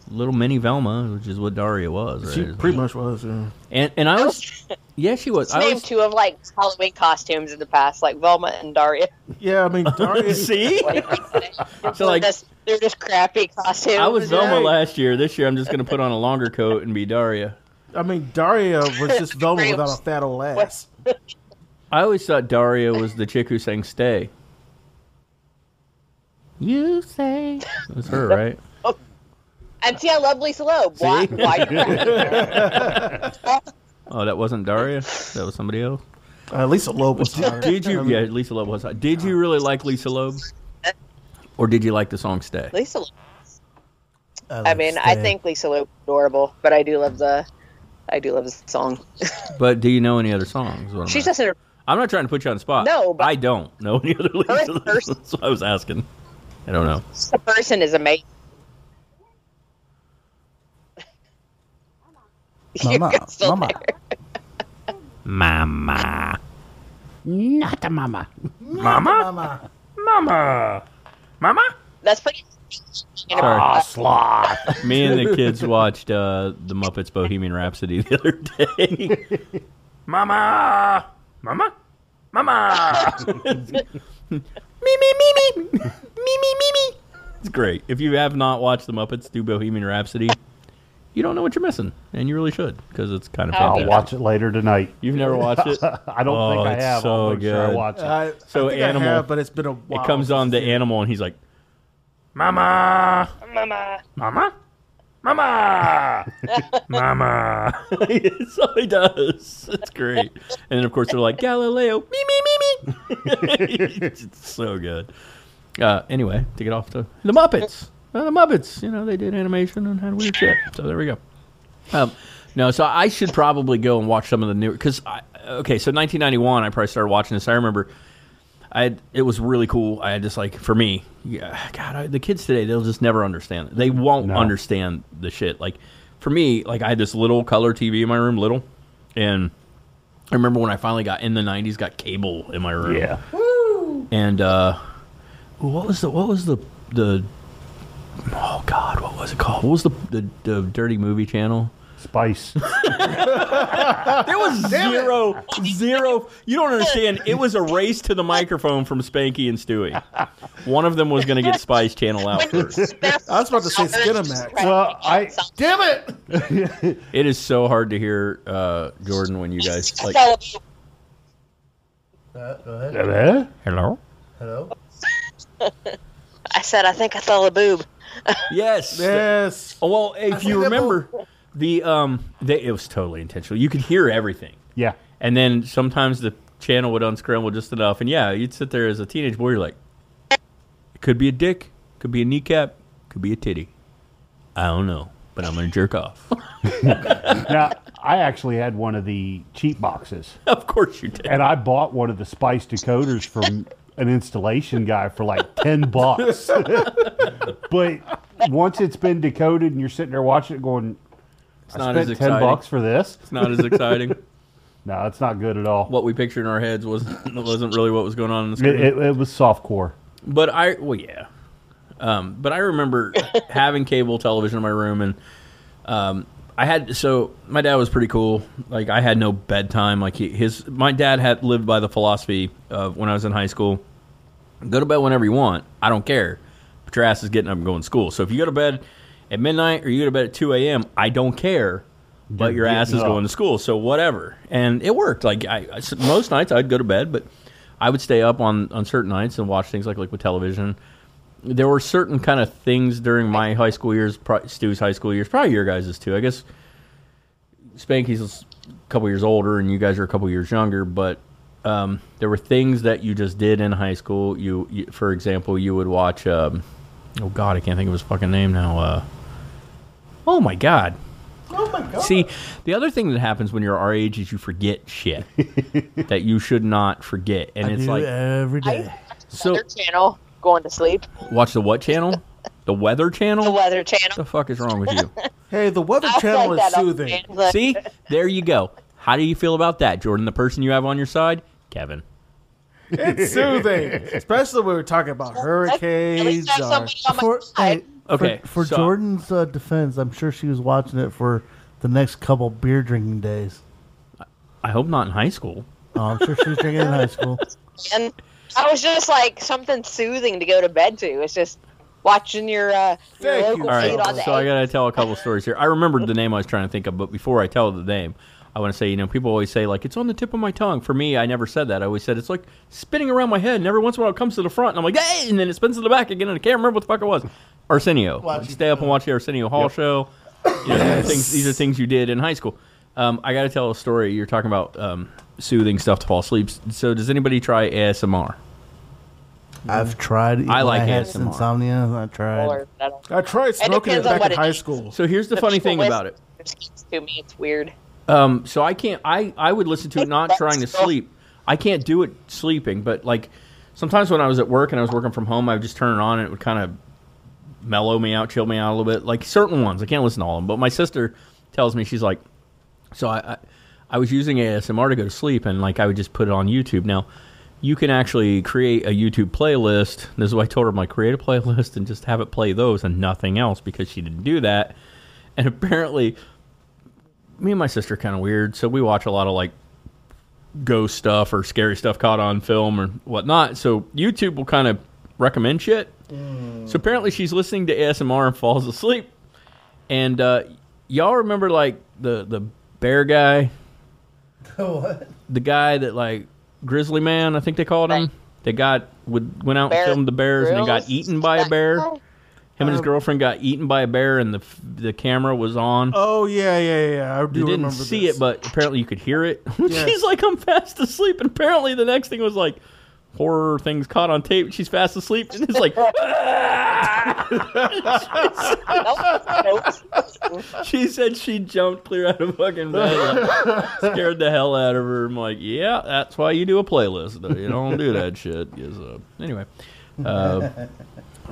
S1: little mini Velma, which is what Daria was. Right?
S4: She pretty much was. uh,
S1: [laughs]
S4: Yeah.
S1: And and I was, yeah, she was.
S5: It's
S1: I
S5: named
S1: was
S5: two of like Halloween costumes in the past, like Velma
S1: [laughs]
S5: and Daria.
S4: Yeah, I mean, Daria.
S1: See?
S5: So like, they're just crappy costumes.
S1: I was Velma last year. This year, I'm just going to put on a longer coat and be Daria.
S4: I mean, Daria was
S1: [laughs]
S4: just Velma without a fat old ass.
S1: I always thought Daria was the chick who sang "Stay."
S19: You say.
S1: That's her, right?
S5: And see, I love Lisa Loeb. Why?
S1: See? [laughs]
S5: Why?
S1: Oh, that wasn't Daria. That was somebody else.
S4: Uh, Lisa Loeb was Daria.
S1: Did
S4: I
S1: you?
S4: mean-
S1: Yeah, Lisa Loeb was. Did you really like Lisa Loeb, or did you like the song "Stay"?
S5: Lisa. Loeb. I mean, I think Lisa Loeb is adorable, but I do love the, I do love the song.
S1: But do you know any other songs? What am
S5: She's
S1: I-
S5: just in her.
S1: I'm not trying to put you on the spot.
S5: No, but-
S1: I don't know any other Lisa. Loeb. [laughs] That's what I was asking. I don't know.
S5: The person is amazing.
S19: Mama,
S5: You're still
S19: mama.
S5: there.
S19: Mama. Not a mama.
S5: Mama.
S19: Mama. Mama?
S5: That's pretty.
S1: Sorry.
S5: [laughs]
S19: Aw, sloth.
S1: Me and the
S19: [laughs]
S1: kids watched uh, the Muppets Bohemian Rhapsody the other day.
S19: [laughs] Mama. Mama?
S1: [laughs]
S19: Mama. me, me, me, me. Me, me, me, me.
S1: it's great. If you have not watched the Muppets do Bohemian Rhapsody, you don't know what you're missing, and you really should because it's kind of.
S9: I'll
S1: fantastic.
S9: watch it later tonight. [laughs]
S1: You've never watched it?
S9: I don't
S1: Oh,
S9: think I
S1: it's
S9: have.
S1: So
S9: I'll make
S1: good.
S9: sure I watch
S4: [laughs]
S9: it.
S4: I- I
S1: so
S4: think I
S1: animal,
S4: have, but it's been a while
S1: It comes on the animal, and he's like, "Mama,
S5: Mama.
S1: mama, mama, mama." [laughs] That's all he does. It's great. And then of course they're like Galileo, me me me [laughs] me. it's so good. Uh, anyway, to get off the the Muppets, Uh, the Muppets. You know they did animation and had weird shit. So there we go. Um, no, so I should probably go and watch some of the new because okay, so 1991, I probably started watching this. I remember, I had, it was really cool. I had just like for me, yeah, God, I, the kids today they'll just never understand. It. They won't understand the shit. Like for me, like I had this little color TV in my room, little, and I remember when I finally got in the 90s, got cable in my room.
S19: Yeah.
S1: And uh, what was the what was the the oh god, what was it called? What was the the, the dirty movie channel?
S9: Spice.
S1: there was
S19: Damn it. [laughs]
S1: zero, zero. You don't understand. It was a race to the microphone from Spanky and Stewie. One of them was going to get Spice Channel out first.
S4: I was about to say Skinamax.
S9: Well, I
S4: damn it.
S1: It is so hard to hear uh, Jordan when you guys like.
S7: go ahead.
S1: Hello.
S7: Hello.
S5: I said, I think I saw a boob.
S1: Yes.
S4: Yes.
S1: Oh, well,
S5: I
S1: if
S5: think
S1: you
S5: I
S1: remember, the um, they, it was totally intentional. You could hear everything.
S9: Yeah.
S1: And then sometimes the channel would unscramble just enough, and yeah, you'd sit there as a teenage boy. You're like, it could be a dick, could be a kneecap, could be a titty. I don't know, but I'm gonna jerk off.
S9: now, I actually had one of the cheat boxes.
S1: [laughs] Of course you did.
S9: And I bought one of the spice decoders from an installation guy for like 10 bucks. [laughs] but once it's been decoded and you're sitting there watching it going, I
S1: not
S9: spent
S1: as
S9: 10
S1: exciting.
S9: bucks for this.
S1: It's not as exciting.
S9: [laughs] no, it's not good at all.
S1: [laughs] What we pictured in our heads wasn't wasn't really what was going on in the
S9: It,
S1: screen.
S9: it, it was softcore.
S1: But I, well, yeah. Um, but I remember having cable television in my room, and um, I had so my dad was pretty cool. Like I had no bedtime. Like he, his my dad had lived by the philosophy of when I was in high school, go to bed whenever you want. I don't care, but your ass is getting up and going to school. So if you go to bed at midnight or you go to bed at two a.m., I don't care. But your
S9: You're
S1: ass
S9: getting
S1: is
S9: up.
S1: going to school, so whatever. And it worked. Like I, I s- most nights I'd go to bed, but I would stay up on on certain nights and watch things like liquid television. There were certain kind of things during my high school years, pro- Stu's high school years, probably your guys' too. I guess Spanky's a couple years older and you guys are a couple years younger, but um, there were things that you just did in high school. You, you for example, you would watch. Um, oh God, I can't think of his fucking name now. Uh, oh my God.
S4: Oh my god.
S1: See, the other thing that happens when you're our age is you forget shit
S4: [laughs]
S1: that you should not forget, and
S7: I
S1: it's
S7: do
S1: like
S7: every day.
S1: So-
S5: Another channel going to sleep.
S1: watch the what channel? The Weather Channel.
S5: The Weather Channel.
S1: The fuck is wrong with you?
S4: Hey, the Weather
S5: I'll
S4: Channel
S5: set
S4: is
S5: that up,
S4: soothing.
S5: man. Look.
S1: See, there you go. How do you feel about that, Jordan? The person you have on your side, Kevin.
S4: It's soothing, especially when we're talking
S5: [laughs]
S4: about hurricanes.
S5: have
S4: or-
S5: somebody on my
S4: For-
S5: side.
S1: Okay,
S7: For, for
S1: so-
S7: Jordan's uh, defense, I'm sure she was watching it for the next couple beer drinking days.
S1: I hope not in high school.
S7: Oh, I'm sure she was drinking in
S5: [laughs]
S7: high school.
S5: And I was just like something soothing to go to bed to. It's just watching your uh, your local
S1: All right,
S5: feed on the
S1: so I gotta tell a couple stories here. I remembered the name I was trying to think of, but before I tell the name, I want to say you know people always say like it's on the tip of my tongue. For me, I never said that. I always said it's like spinning around my head, and every once in a while it comes to the front, and I'm like, hey, and then it spins to the back again, and I can't remember what the fuck it was. Arsenio,
S7: Watch
S1: stay up and watch the Arsenio Hall show. You know, things, these are things you did in high school. Um, I gotta tell a story. You're talking about um, soothing stuff to fall asleep. So does anybody try ASMR?
S7: I've tried.
S1: I like
S7: had
S1: ASMR.
S7: insomnia. I tried.
S4: I tried smoking it
S5: depends on
S4: back
S5: what
S4: in
S5: it
S4: high
S5: is.
S4: school.
S1: So here's the funny thing about it.
S5: To me, it's weird.
S1: Um, so I can't. I I would listen to it not trying to sleep. I can't do it sleeping, but like sometimes when I was at work and I was working from home, I would just turn it on and it would kind of mellow me out, chill me out a little bit. Like certain ones, I can't listen to all of them. But my sister tells me she's like, so I I, I was using ASMR to go to sleep, and like I would just put it on YouTube now. You can actually create a YouTube playlist. This is why I told her, I'm like, create a [laughs] playlist and just have it play those and nothing else because she didn't do that. And apparently, me and my sister kind of weird, so we watch a lot of like ghost stuff or scary stuff caught on film or whatnot. So YouTube will kind of recommend shit. So apparently she's listening to ASMR and falls asleep. And uh, y'all remember like the the bear guy,
S7: What?
S1: the guy that like Grizzly Man, I think they called him. They got would went out
S7: Bear
S1: and filmed the bears and they got
S7: Grylls?
S1: eaten by
S5: [laughs]
S1: a bear. Him and his
S4: Um,
S1: girlfriend got eaten by a bear, and the f- the camera was on.
S4: Oh yeah, yeah, yeah. I do
S1: You didn't
S4: remember
S1: see it, but apparently you could hear it. [laughs]
S4: Yes.
S1: She's like, I'm fast asleep. And apparently the next thing was like, horror things caught on tape. She's fast asleep. And it's like, [laughs] she said she jumped clear out of fucking bed. like, scared the hell out of her. I'm like, yeah, that's why you do a playlist. Though. You don't do that shit. 'Cause, uh, anyway, uh,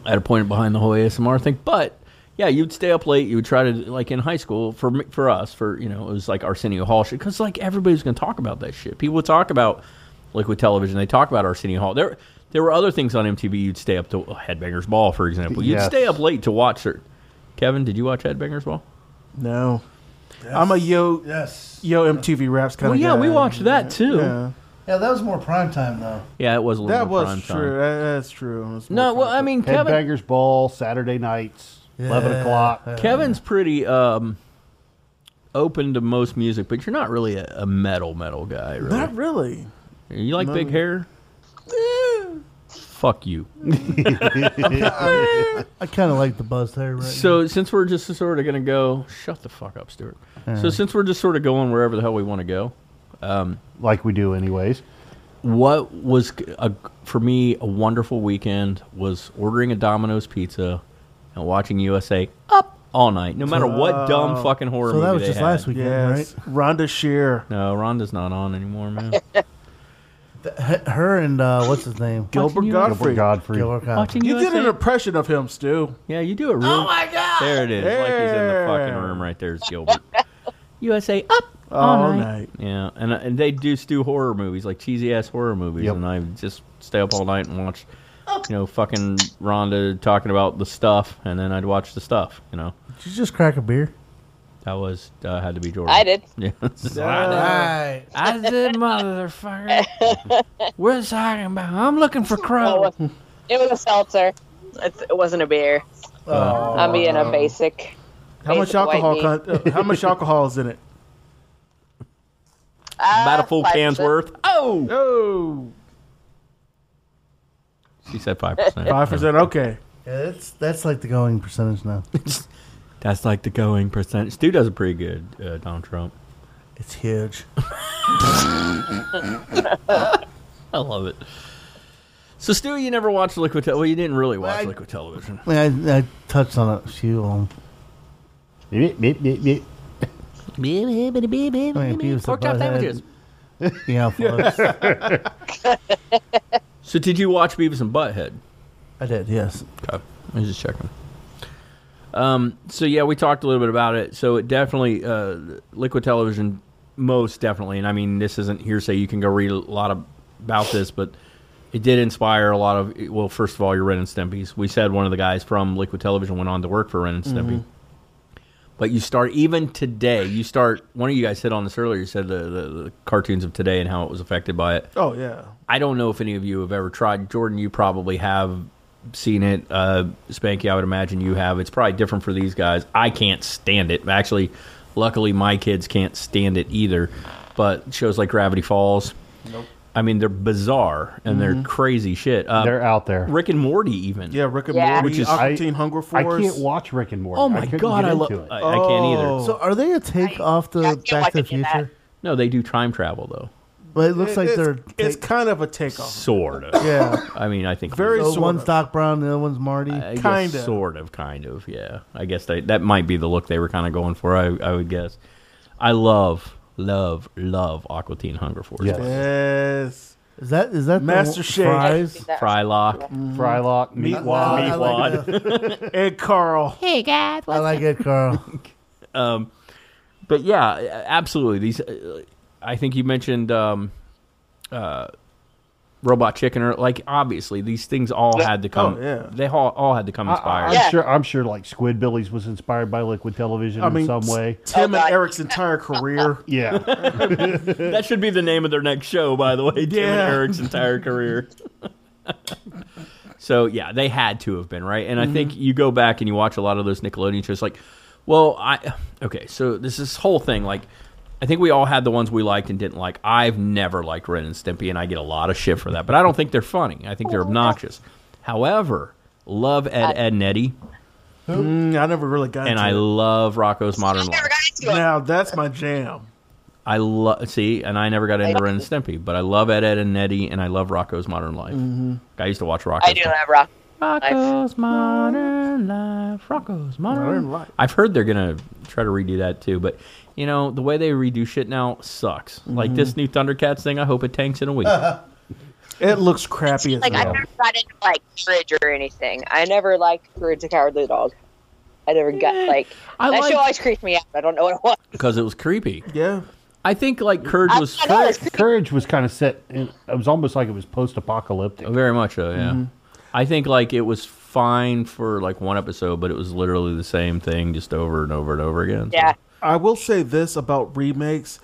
S1: I had a point behind the whole ASMR thing, but yeah, you'd stay up late. You would try to like in high school for me- for us for you know it was like Arsenio Hall shit because like everybody's going to talk about that shit. People would talk about liquid television. They talk about Arsenio Hall. There there were other things on MTV. You'd stay up to uh, Headbangers Ball, for example. You'd
S4: Yes.
S1: stay up late to watch certain. Kevin, did you watch Headbangers Ball?
S4: No, I'm a yo
S7: yes
S4: yo MTV raps kind
S1: Well,
S4: of guy.
S1: yeah, we watched that too.
S4: Yeah,
S7: Yeah, that was more prime time though.
S1: Yeah, it was a little
S4: that
S1: more
S4: was
S1: prime time.
S4: true. That- that's true. It was more
S1: No, well, I mean, Kevin,
S9: Headbangers Ball Saturday nights, eleven o'clock.
S1: Kevin's pretty um, open to most music, but you're not really a, a metal metal guy, really.
S4: Not really.
S1: you like
S4: No.
S1: big hair? Fuck you.
S7: I kind of like the buzz hair. Right now.
S1: so since we're just sort of gonna go, shut the fuck up, Stuart. So
S9: Alright.
S1: since we're just sort of going wherever the hell we want to go, um,
S9: like we do anyways.
S1: What was a, for me a wonderful weekend was ordering a Domino's pizza and watching USA up all night, no matter what dumb
S4: Oh.
S1: fucking horror movie they had.
S4: Yes. Rhonda Shear.
S1: No, Rhonda's not on anymore, [laughs] man.
S7: H- her and uh, what's his name?
S4: Gilbert Godfrey.
S7: Gilbert Godfrey.
S4: You did an impression of him, Stu.
S1: Yeah, you do it really. Oh my god! There it is. Like he's in the fucking
S4: Yeah.
S1: room right there. Is [laughs] Gilbert. USA up
S4: all night.
S1: Yeah, and uh, and they do do horror movies like cheesy ass horror movies, and I just stay up all night and watch, you know, fucking Rhonda talking about the stuff, and then I'd watch the stuff. You know,
S7: Did you just crack a beer?
S1: that was uh, had to be Jordan.
S5: I did.
S1: [laughs]
S5: Uh,
S1: Yeah.
S7: Right.
S19: I did, motherfucker. We're talking about. I'm looking for crow.
S5: It was a seltzer. It, it wasn't a beer.
S1: Oh,
S5: I'm being a basic.
S4: How much
S5: basic white
S4: alcohol?
S5: meat.
S4: Con- uh, how much alcohol is in it?
S1: About a full
S5: five
S1: can's
S5: percent.
S1: worth. Oh.
S4: [laughs] Oh.
S1: She said five percent.
S4: Five percent. Okay.
S7: Yeah, that's that's like the going percentage now.
S1: [laughs] That's like the going percent. Stu does a pretty good uh, Donald Trump.
S7: [laughs] It's huge.
S1: I love it. So, Stu, you never watched Liquid Television. Well, you didn't really watch
S7: I-
S1: Liquid Television.
S7: I, mean, I, I touched on a few of them.
S1: Pork chop sandwiches. [laughs]
S7: Yeah, folks.
S1: so, did you watch Beavis and Butthead?
S7: I did. Yes.
S1: Okay. I was just checking. Um, so yeah, we talked a little bit about it. So it definitely uh, liquid television, most definitely. And I mean, this isn't hearsay. You can go read a lot of, about this, but it did inspire a lot of. Well, first of all, your Ren and Stimpy's. We said one of the guys from Liquid Television went on to work for Ren and Stimpy.
S20: Mhm.
S1: But you start even today. You start. One of you guys hit on this earlier. You said the, the, the cartoons of today and how it was affected by it.
S4: Oh yeah.
S1: I don't know if any of you have ever tried. Jordan, you probably have seen it. Uh, Spanky, I would imagine you have. It's probably different for these guys. I can't stand it. Actually, luckily, my kids can't stand it either. But shows like Gravity Falls,
S4: Nope.
S1: I mean, they're bizarre and they're
S4: Mhm.
S1: crazy shit. Uh,
S9: They're out there.
S1: Rick and Morty, even.
S4: Yeah, Rick and Yeah. Morty, Aqua Teen Hunger
S9: I
S4: Force.
S9: can't watch Rick and Morty.
S1: Oh my
S9: couldn't
S1: God,
S9: get
S1: I lo-
S9: into it.
S4: uh,
S1: I- I can't either. Oh.
S7: So are they a take off the Back to the Future?
S1: No, they do time travel, though.
S7: But it looks like
S4: it's,
S7: they're
S4: it's kind of a takeoff.
S1: [laughs] Sort of.
S7: Yeah.
S1: I mean, I think
S7: so oh, one's Doc Brown, the other one's Marty.
S1: I guess sort of, kind of, yeah. I guess they, that might be the look they were kind of going for. I, I would guess. I love, love, love Aqua Teen Hunger Force.
S9: Yes.
S4: Yes.
S7: Is that is that the
S4: Master
S7: one-
S4: Shake.
S7: Fries?
S1: Frylock,
S4: Mhm.
S9: Frylock, Meatwad.
S4: I like that. and
S5: [laughs]
S4: Carl.
S1: Hey guys,
S7: I like it,
S1: [laughs]
S7: Carl.
S1: um, [laughs] but yeah, absolutely. These, uh, I think you mentioned um, uh, Robot Chicken, or like obviously these things all had to come.
S9: Oh, yeah.
S1: They all, all had to come
S9: I,
S1: inspired.
S9: am sure. I'm sure. Like Squidbillies was inspired by Liquid Television
S4: I mean,
S9: in some
S4: s-
S9: way.
S4: Tim and Eric's entire career. [laughs]
S5: [laughs]
S9: Yeah.
S1: that should be the name of their next show, by the way. Tim and
S4: Yeah.
S1: Eric's entire career. so yeah, they had to have been right. And I
S4: Mm-hmm.
S1: think you go back and you watch a lot of those Nickelodeon shows. Like, well, I okay. So this this whole thing, like, I think we all had the ones we liked and didn't like. I've never liked Ren and Stimpy, and I get a lot of shit for that. But I don't think they're funny. I think they're obnoxious. However, love Ed, Ed, and Eddie,
S4: Mm, I never really got
S1: and
S4: into
S1: I
S4: it.
S1: love Rocco's Modern Life.
S4: Now that's my jam.
S1: I love see, and I never got into Ren and Stimpy, but I love Ed, Ed, and Nettie, and I love Rocco's Modern Life.
S4: Mhm.
S1: I used to watch Rocco's.
S5: Mm-hmm. I do love rock.
S1: Rocco's Modern Life. Rocco's Modern Life. I've heard they're gonna try to redo that too, but you know the way they redo shit now sucks. Like
S4: Mhm.
S5: Mm-hmm.
S1: this new Thundercats thing, I hope it tanks in a
S5: [laughs]
S1: week.
S4: it looks crappy as
S5: Like I
S4: hell.
S5: never got into like courage or anything. I never liked Courage the Cowardly Dog. I never got like
S1: I
S5: that
S1: liked-
S5: show always creeped me out. I don't know what it was.
S1: because it was creepy.
S4: Yeah,
S1: I think like Courage
S5: I-
S1: was
S5: I know, it's
S9: [laughs] Courage was kind of set. In, it was almost like it was post-apocalyptic.
S1: very much so. Yeah,
S5: Mm-hmm.
S9: Mhm.
S1: I think like it was fine for like one episode, but it was literally the same thing just over and over and over again.
S5: Yeah.
S4: I will say this about remakes.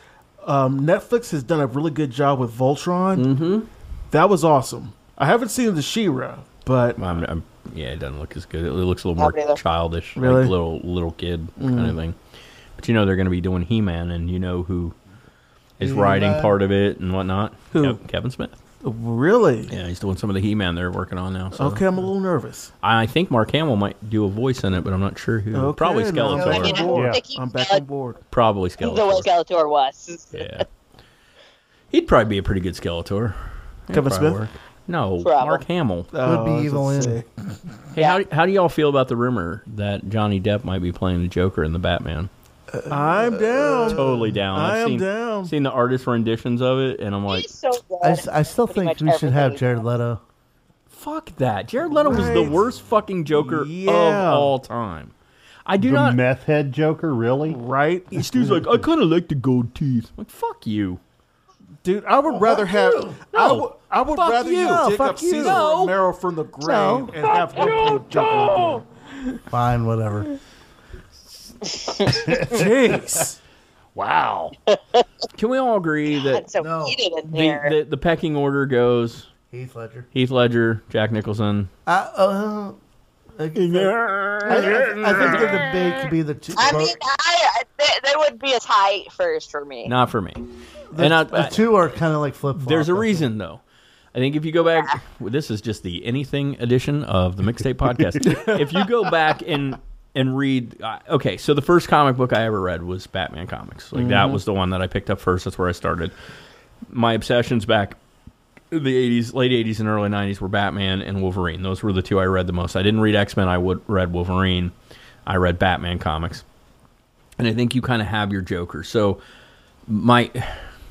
S4: Um, Netflix has done a really good job with Voltron.
S1: Mm-hmm.
S4: That was awesome. I haven't seen the She-Ra, but
S1: I'm, I'm, yeah, it doesn't look as good. It looks a little more
S4: Not really.
S1: childish,
S4: Really?
S1: like little little kid kind
S4: Mhm.
S1: of thing. But you know they're going to be doing He-Man, and you know who is
S4: He-Man.
S1: writing part of it and whatnot.
S4: uh, Who?
S1: Yep, Kevin Smith.
S4: Really?
S1: Yeah, he's doing some of the He-Man they're working on now. So.
S4: okay, I'm a little nervous.
S1: I think Mark Hamill might do a voice in it, but I'm not sure who.
S4: Okay,
S1: Probably
S4: now I'm back on
S1: Skeletor.
S4: board.
S5: I think he-
S4: I'm back on board.
S1: Probably
S5: He's the way
S1: Skeletor.
S5: Skeletor was.
S1: Yeah. He'd probably be a pretty good Skeletor. He'd
S4: Kevin
S1: probably
S4: Smith?
S1: No,
S5: Probably.
S1: Mark Hamill.
S4: Oh, Would be I was evil gonna in- say.
S1: Hey, how, do, how do y'all feel about the rumor that Johnny Depp might be playing the Joker in the Batman?
S4: I'm down.
S1: totally down.
S4: I
S1: I've
S4: am
S1: seen,
S4: down.
S1: Seen the artist renditions of it, and I'm like,
S7: I, s- I still think we should have Jared Leto.
S1: fuck that. Jared Leto was the
S4: Right.
S1: worst fucking Joker
S4: Yeah.
S1: of all time. I do
S9: the
S1: not. [laughs]
S9: meth head Joker, really?
S4: Right?
S1: This dude's like, I kind of like the gold teeth. like, fuck you.
S4: Dude, I would rather have. I would, I would
S1: Oh, Fuck
S4: rather you,
S1: you. No,
S4: dig
S1: fuck
S4: up
S1: you.
S4: Cesar
S1: No.
S4: Romero from the grave
S1: No.
S4: and have him play Joker.
S7: Fine, whatever.
S4: Jeez.
S9: Wow.
S1: Can we all agree that
S5: So heated in
S1: the,
S5: there.
S1: the, the pecking order goes
S7: Heath Ledger.
S1: Heath Ledger, Jack Nicholson.
S7: I, uh, I, I, I think they're the big could be the two.
S5: I mean, I, I, they, they would be a tie first for me.
S1: Not for me.
S7: The,
S1: and I,
S7: the two are kind of like flip flop.
S1: There's a reason though. I think if you go back, well, [laughs] this is just the anything edition of the mixtape podcast. if you go back and and read, uh, okay, so the first comic book I ever read was Batman comics. Like that
S20: Mhm.
S1: was the one that I picked up first. That's where I started. My obsessions back in the 80s, late 80s and early 90s were Batman and Wolverine. Those were the two I read the most. I didn't read X Men. I would read Wolverine. I read Batman comics, and I think you kind of have your Joker. So my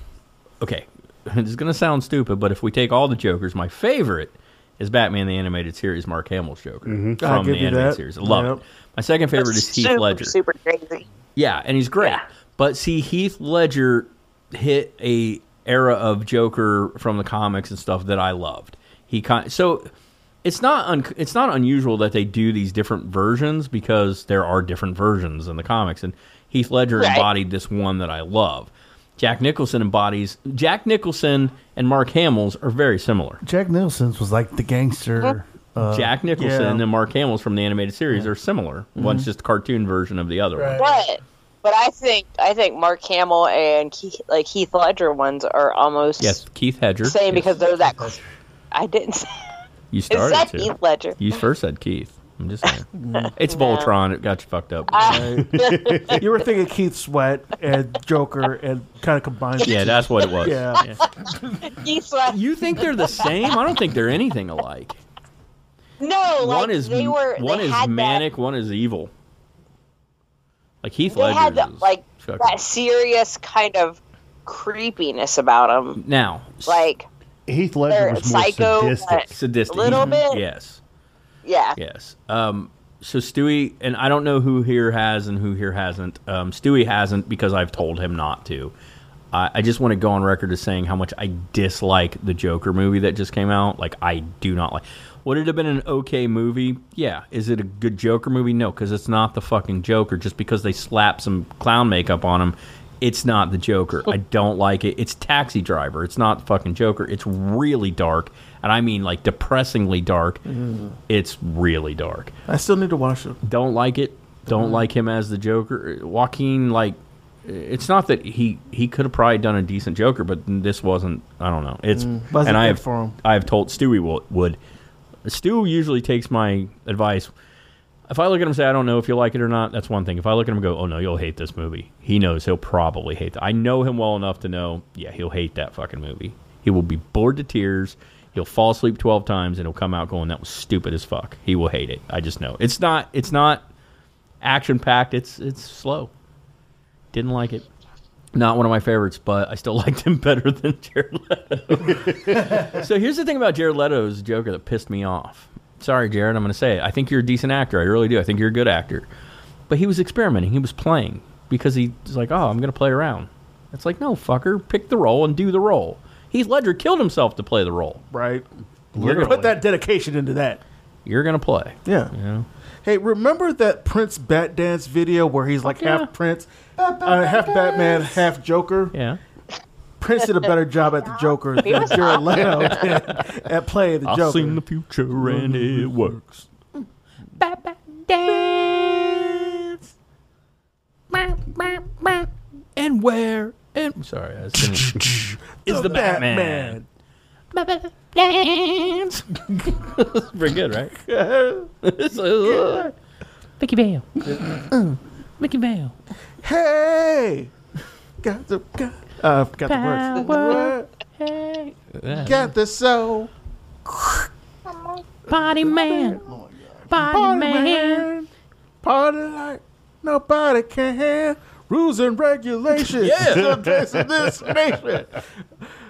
S1: [laughs] okay, this is gonna sound stupid, but if we take all the Jokers, my favorite is Batman the Animated Series Mark Hamill's Joker
S4: Mhm. I'll
S1: from the
S4: give you
S1: animated
S4: that.
S1: series. I love
S4: Yep.
S1: it. My second favorite is Heath
S5: super,
S1: Ledger.
S5: super crazy.
S1: Yeah, and he's great. But see, Heath Ledger hit a era of Joker from the comics and stuff that I loved. He kind so it's not un, it's not unusual that they do these different versions because there are different versions in the comics, and Heath Ledger
S20: Right.
S1: embodied this one that I love. Jack Nicholson embodies Jack Nicholson and Mark Hamill's are very similar.
S7: Jack Nicholson's was like the gangster. Uh,
S1: Jack Nicholson
S7: yeah.
S1: and Mark Hamill's from the animated series are similar. One's
S7: Mhm.
S1: just a cartoon version of the other one.
S5: But but I think I think Mark Hamill and Keith, like Heath Ledger ones are almost
S1: Yes, Keith Hedger.
S5: the same
S1: Yes.
S5: because they're that. I didn't. Say,
S1: You
S5: is
S1: started
S5: that
S1: to.
S5: Heath Ledger?
S1: You first said Keith. I'm just
S5: [laughs]
S1: saying. it's
S5: No.
S1: Voltron. It got you fucked [laughs] up.
S4: Right. you were thinking Keith Sweat and Joker and kind of combined. the
S1: Yeah,
S4: two.
S1: that's what it was.
S4: Yeah.
S5: Heath Ledger.
S1: You think they're the same? I don't think they're anything alike.
S5: No, like
S1: one is
S5: they were.
S1: one
S5: they
S1: is
S5: had that
S1: manic, one is evil. Like Heath
S5: they
S1: Ledger.
S5: had that,
S1: is
S5: like
S1: fucking-
S5: that serious kind of creepiness about him.
S1: now,
S5: Like
S9: Heath
S5: Ledger was more psycho, sadistic. but
S1: Sadistic.
S5: a little bit.
S1: Mm-hmm. Yes.
S5: yeah,
S1: Yes. Um, so Stewie, and I don't know who here has and who here hasn't. Um, Stewie hasn't because I've told him not to. I, I just want to go on record as saying how much I dislike the Joker movie that just came out. Like, I do not like. Would it have been an okay movie? Yeah. Is it a good Joker movie? No, because it's not the fucking Joker. Just because they slap some clown makeup on him, it's not the Joker. I don't like it. It's Taxi Driver. It's not the fucking Joker. It's really dark, and I mean like depressingly dark.
S4: Mm.
S1: It's really dark.
S4: I still need to watch it.
S1: Don't like it. Don't
S4: Mm-hmm.
S1: like him as the Joker. Joaquin, like, it's not that he he could have probably done a decent Joker, but this wasn't. I don't know. It's
S4: Mm, wasn't
S1: and I
S4: good
S1: have
S4: for him.
S1: I have told Stewie will, would. Stu usually takes my advice. If I look at him and say I don't know if you'll like it or not, that's one thing. If I look at him and go, oh no, you'll hate this movie. He knows he'll probably hate that. I know him well enough to know, yeah, he'll hate that fucking movie. He will be bored to tears. He'll fall asleep twelve times and he'll come out going, that was stupid as fuck. He will hate it. I just know. It's not. It's not action packed. It's it's slow. Didn't like it. Not one of my favorites, but I still [laughs] liked him better than Jared Leto. so here's the thing about Jared Leto's Joker that pissed me off. Sorry, Jared, I'm going to say it. I think you're a decent actor. I really do. I think you're a good actor. But he was experimenting. He was playing because he was like, oh, I'm going to play around. It's like, no, fucker, pick the role and do the role. Heath Ledger killed himself to play the role.
S4: Right.
S1: You're gonna
S4: Put that dedication into that.
S1: You're going to play.
S4: Yeah.
S1: You know?
S4: Hey, remember that Prince Bat Dance video where he's like
S1: yeah.
S4: half Prince, uh, half Batman, half Joker?
S1: Yeah.
S4: Prince did a better job at the Joker
S1: He
S4: than
S1: was
S4: Jared
S1: hot.
S4: Leto did at playing the
S1: I've
S4: Joker.
S1: seen the future and it works.
S19: Dance.
S1: And where? And sorry, I was [laughs] singing. is the Batman.
S19: Dance.
S1: [laughs] Pretty good, right? [laughs] It's-
S19: Mickey Bale.
S1: Mickey Bale.
S4: Hey, got the got, uh, got the words.
S19: Hey.
S4: Got the soul. Oh
S19: Body man. Body man.
S4: Party like nobody can. Rules and regulations. [laughs]
S19: Yeah.
S4: The best of this nation.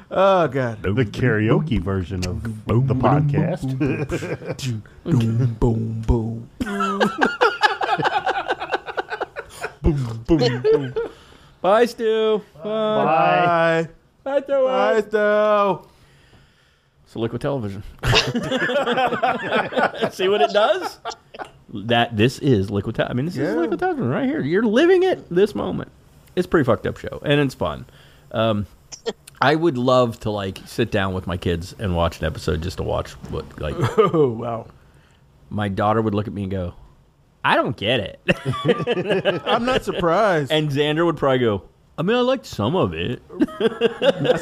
S4: Oh god.
S9: The karaoke version of the podcast.
S4: boom, boom, boom.
S1: boom, boom, boom. Bye, Stu.
S4: Bye.
S1: Bye, Stu.
S4: Bye, Stu.
S1: So liquid television. [laughs] See what it does? That this is liquid. Te- I mean, this is
S20: Yeah.
S1: liquid television right here. You're living it this moment. It's a pretty fucked up show, and it's fun. Um, I would love to like sit down with my kids and watch an episode just to watch what like.
S4: [laughs] Oh wow.
S1: My daughter would look at me and go, "I don't get it."
S4: I'm not surprised.
S1: And Xander would probably go, I mean, I liked some of it.
S4: Not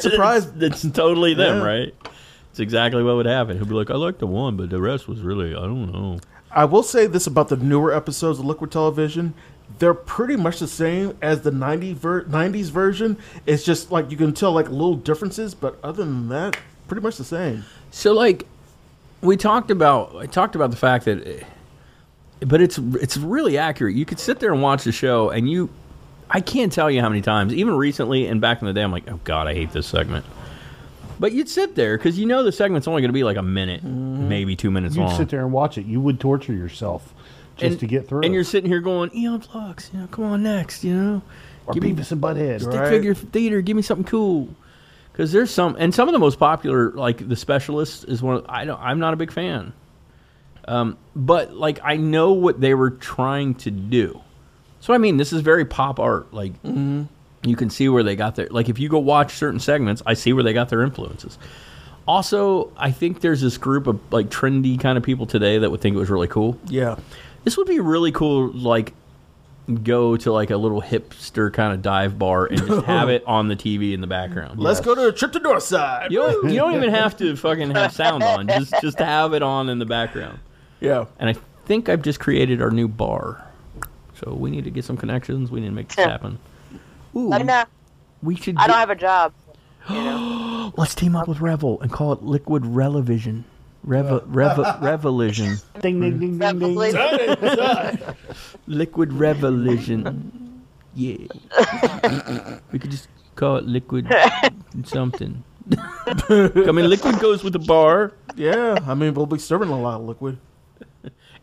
S1: [laughs]
S4: surprised.
S1: it's, it's totally them,
S4: Yeah.
S1: right? It's exactly what would happen. He'd be like, I liked the one, but the rest was really, I don't know.
S4: I will say this about the newer episodes of Liquid Television. They're pretty much the same as the 90 ver- 90s version. It's just like you can tell like little differences, but other than that, pretty much the same.
S1: So, like, we talked about, I talked about the fact that, eh, but it's it's really accurate. You could sit there and watch the show, and you, I can't tell you how many times, even recently and back in the day, I'm like, oh God, I hate this segment. But you'd sit there because you know the segment's only going to be like a minute, maybe two minutes
S9: [laughs] Mm-hmm. You'd
S1: long.
S9: sit there and watch it. You would torture yourself just
S1: And-
S9: to get through.
S1: And you're sitting here going, Eon Flux, you know, come on next, you know.
S9: Or
S1: me
S9: Beavis and Butthead,
S1: Stick
S9: right?
S1: figure theater, give me something cool. Because there's some, and some of the most popular, like the specialist is one. Of, I don't, I'm not a big fan. Um, but like I know what they were trying to do. So I mean, this is very pop art. Like you can see where they got their like if you go watch certain segments i see where they got their influences also i think there's this group of like trendy kind of people today that would think it was really cool
S4: Yeah.
S1: this would be really cool like go to like a little hipster kind of dive bar and [laughs] just have it on the tv in the background
S4: Let's go to a trip to Northside.
S1: you don't, you don't even have to fucking have sound on just just have it on in the background
S4: yeah
S1: and i think i've just created our new bar so we need to get some connections we need to make this happen
S5: Let me know.
S1: we should
S5: I
S1: get-
S5: don't have a job.
S1: Let's team up with Revel and call it Liquid Relevision. Rev
S5: [laughs]
S1: Rev Revolution.
S9: Ding ding ding ding ding.
S1: [laughs] Liquid Revolution. [laughs] Yeah. we could just call it Liquid something. I mean, liquid goes with the bar.
S4: Yeah, I mean, we'll be serving a lot of liquid.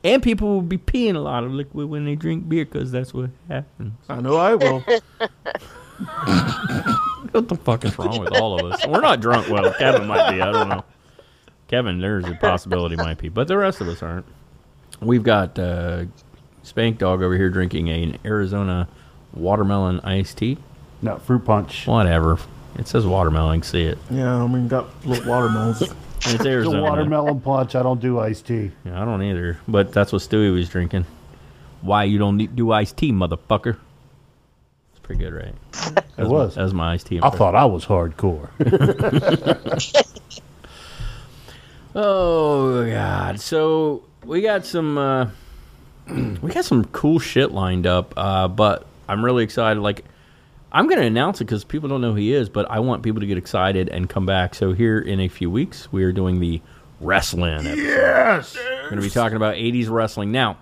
S1: And people will be peeing a lot of liquid when they drink beer because that's what happens.
S4: I know I will.
S1: what the fuck is wrong with all of us? We're not drunk. Well, Kevin might be. I don't know. Kevin, there's a possibility might be, but the rest of us aren't. We've got uh, Spank Dog over here drinking an Arizona watermelon iced tea.
S9: No, fruit punch.
S1: Whatever. It says watermelon. I can see it.
S4: Yeah, I mean, got little watermelons.
S9: [laughs]
S1: It's
S9: It's
S1: Arizona.
S9: a watermelon punch. I don't do iced tea.
S1: Yeah, I don't either, but that's what Stewie was drinking. Why you don't need, do iced tea, motherfucker? It's pretty good, right? That
S9: It
S1: my-
S9: was.
S1: that was my iced tea.
S9: I thought I was hardcore.
S1: Oh God! So we got some uh, [clears throat] we got some cool shit lined up, uh, but I'm really excited. Like I'm going to announce it because people don't know who he is, but I want people to get excited and come back. So here in a few weeks, we are doing the wrestling.
S9: yes.
S1: We're going to be talking about 80s wrestling now.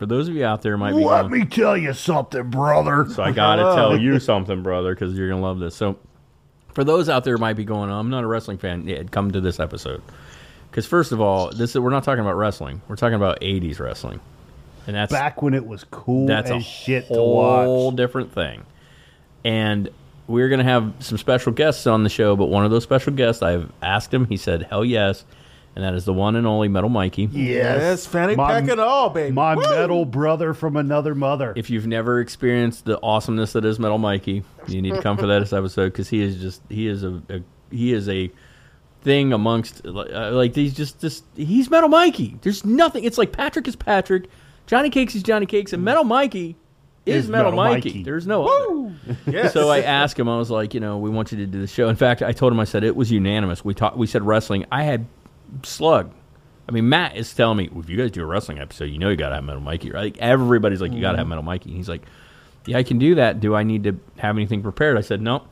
S1: For those of you out there, might be
S9: Let
S1: going,
S9: me tell you something, brother.
S1: so I
S9: [laughs]
S1: gotta tell you something, brother, because you're gonna love this. So, for those out there who might be going, "Oh, I'm not a wrestling fan. Yeah, come to this episode because first of all, this we're not talking about wrestling. We're talking about '80s wrestling, and that's
S9: back when it was cool
S1: that's
S9: as
S1: a
S9: shit to watch.
S1: whole different thing. And we're gonna have some special guests on the show, but one of those special guests, I've asked him. He said, "Hell yes," and that is the one and only Metal Mikey.
S4: Yes, fanny pack and all, baby.
S9: My metal brother from another mother.
S1: If you've never experienced the awesomeness that is Metal Mikey, you need to come for that episode because he is just he is a, a he is a thing amongst like, uh, like he's just this he's Metal Mikey. There's nothing. It's like Patrick is Patrick, Johnny Cakes is Johnny Cakes, and Metal Mikey is,
S9: Is
S1: Metal,
S9: Metal
S1: Mikey.
S9: Mikey.
S1: There's no other.
S9: Yes.
S1: So I asked him. I was like, you know, we want you to do the show. In fact, I told him. I said it was unanimous. We talked. We said wrestling. I had Slug. I mean, Matt is telling me, well, if you guys do a wrestling episode, you know you got to have Metal Mikey, right? Like, everybody's like, you got to
S9: Mm-hmm.
S1: have Metal Mikey. And he's like, yeah, I can do that. Do I need to have anything prepared? I said, no,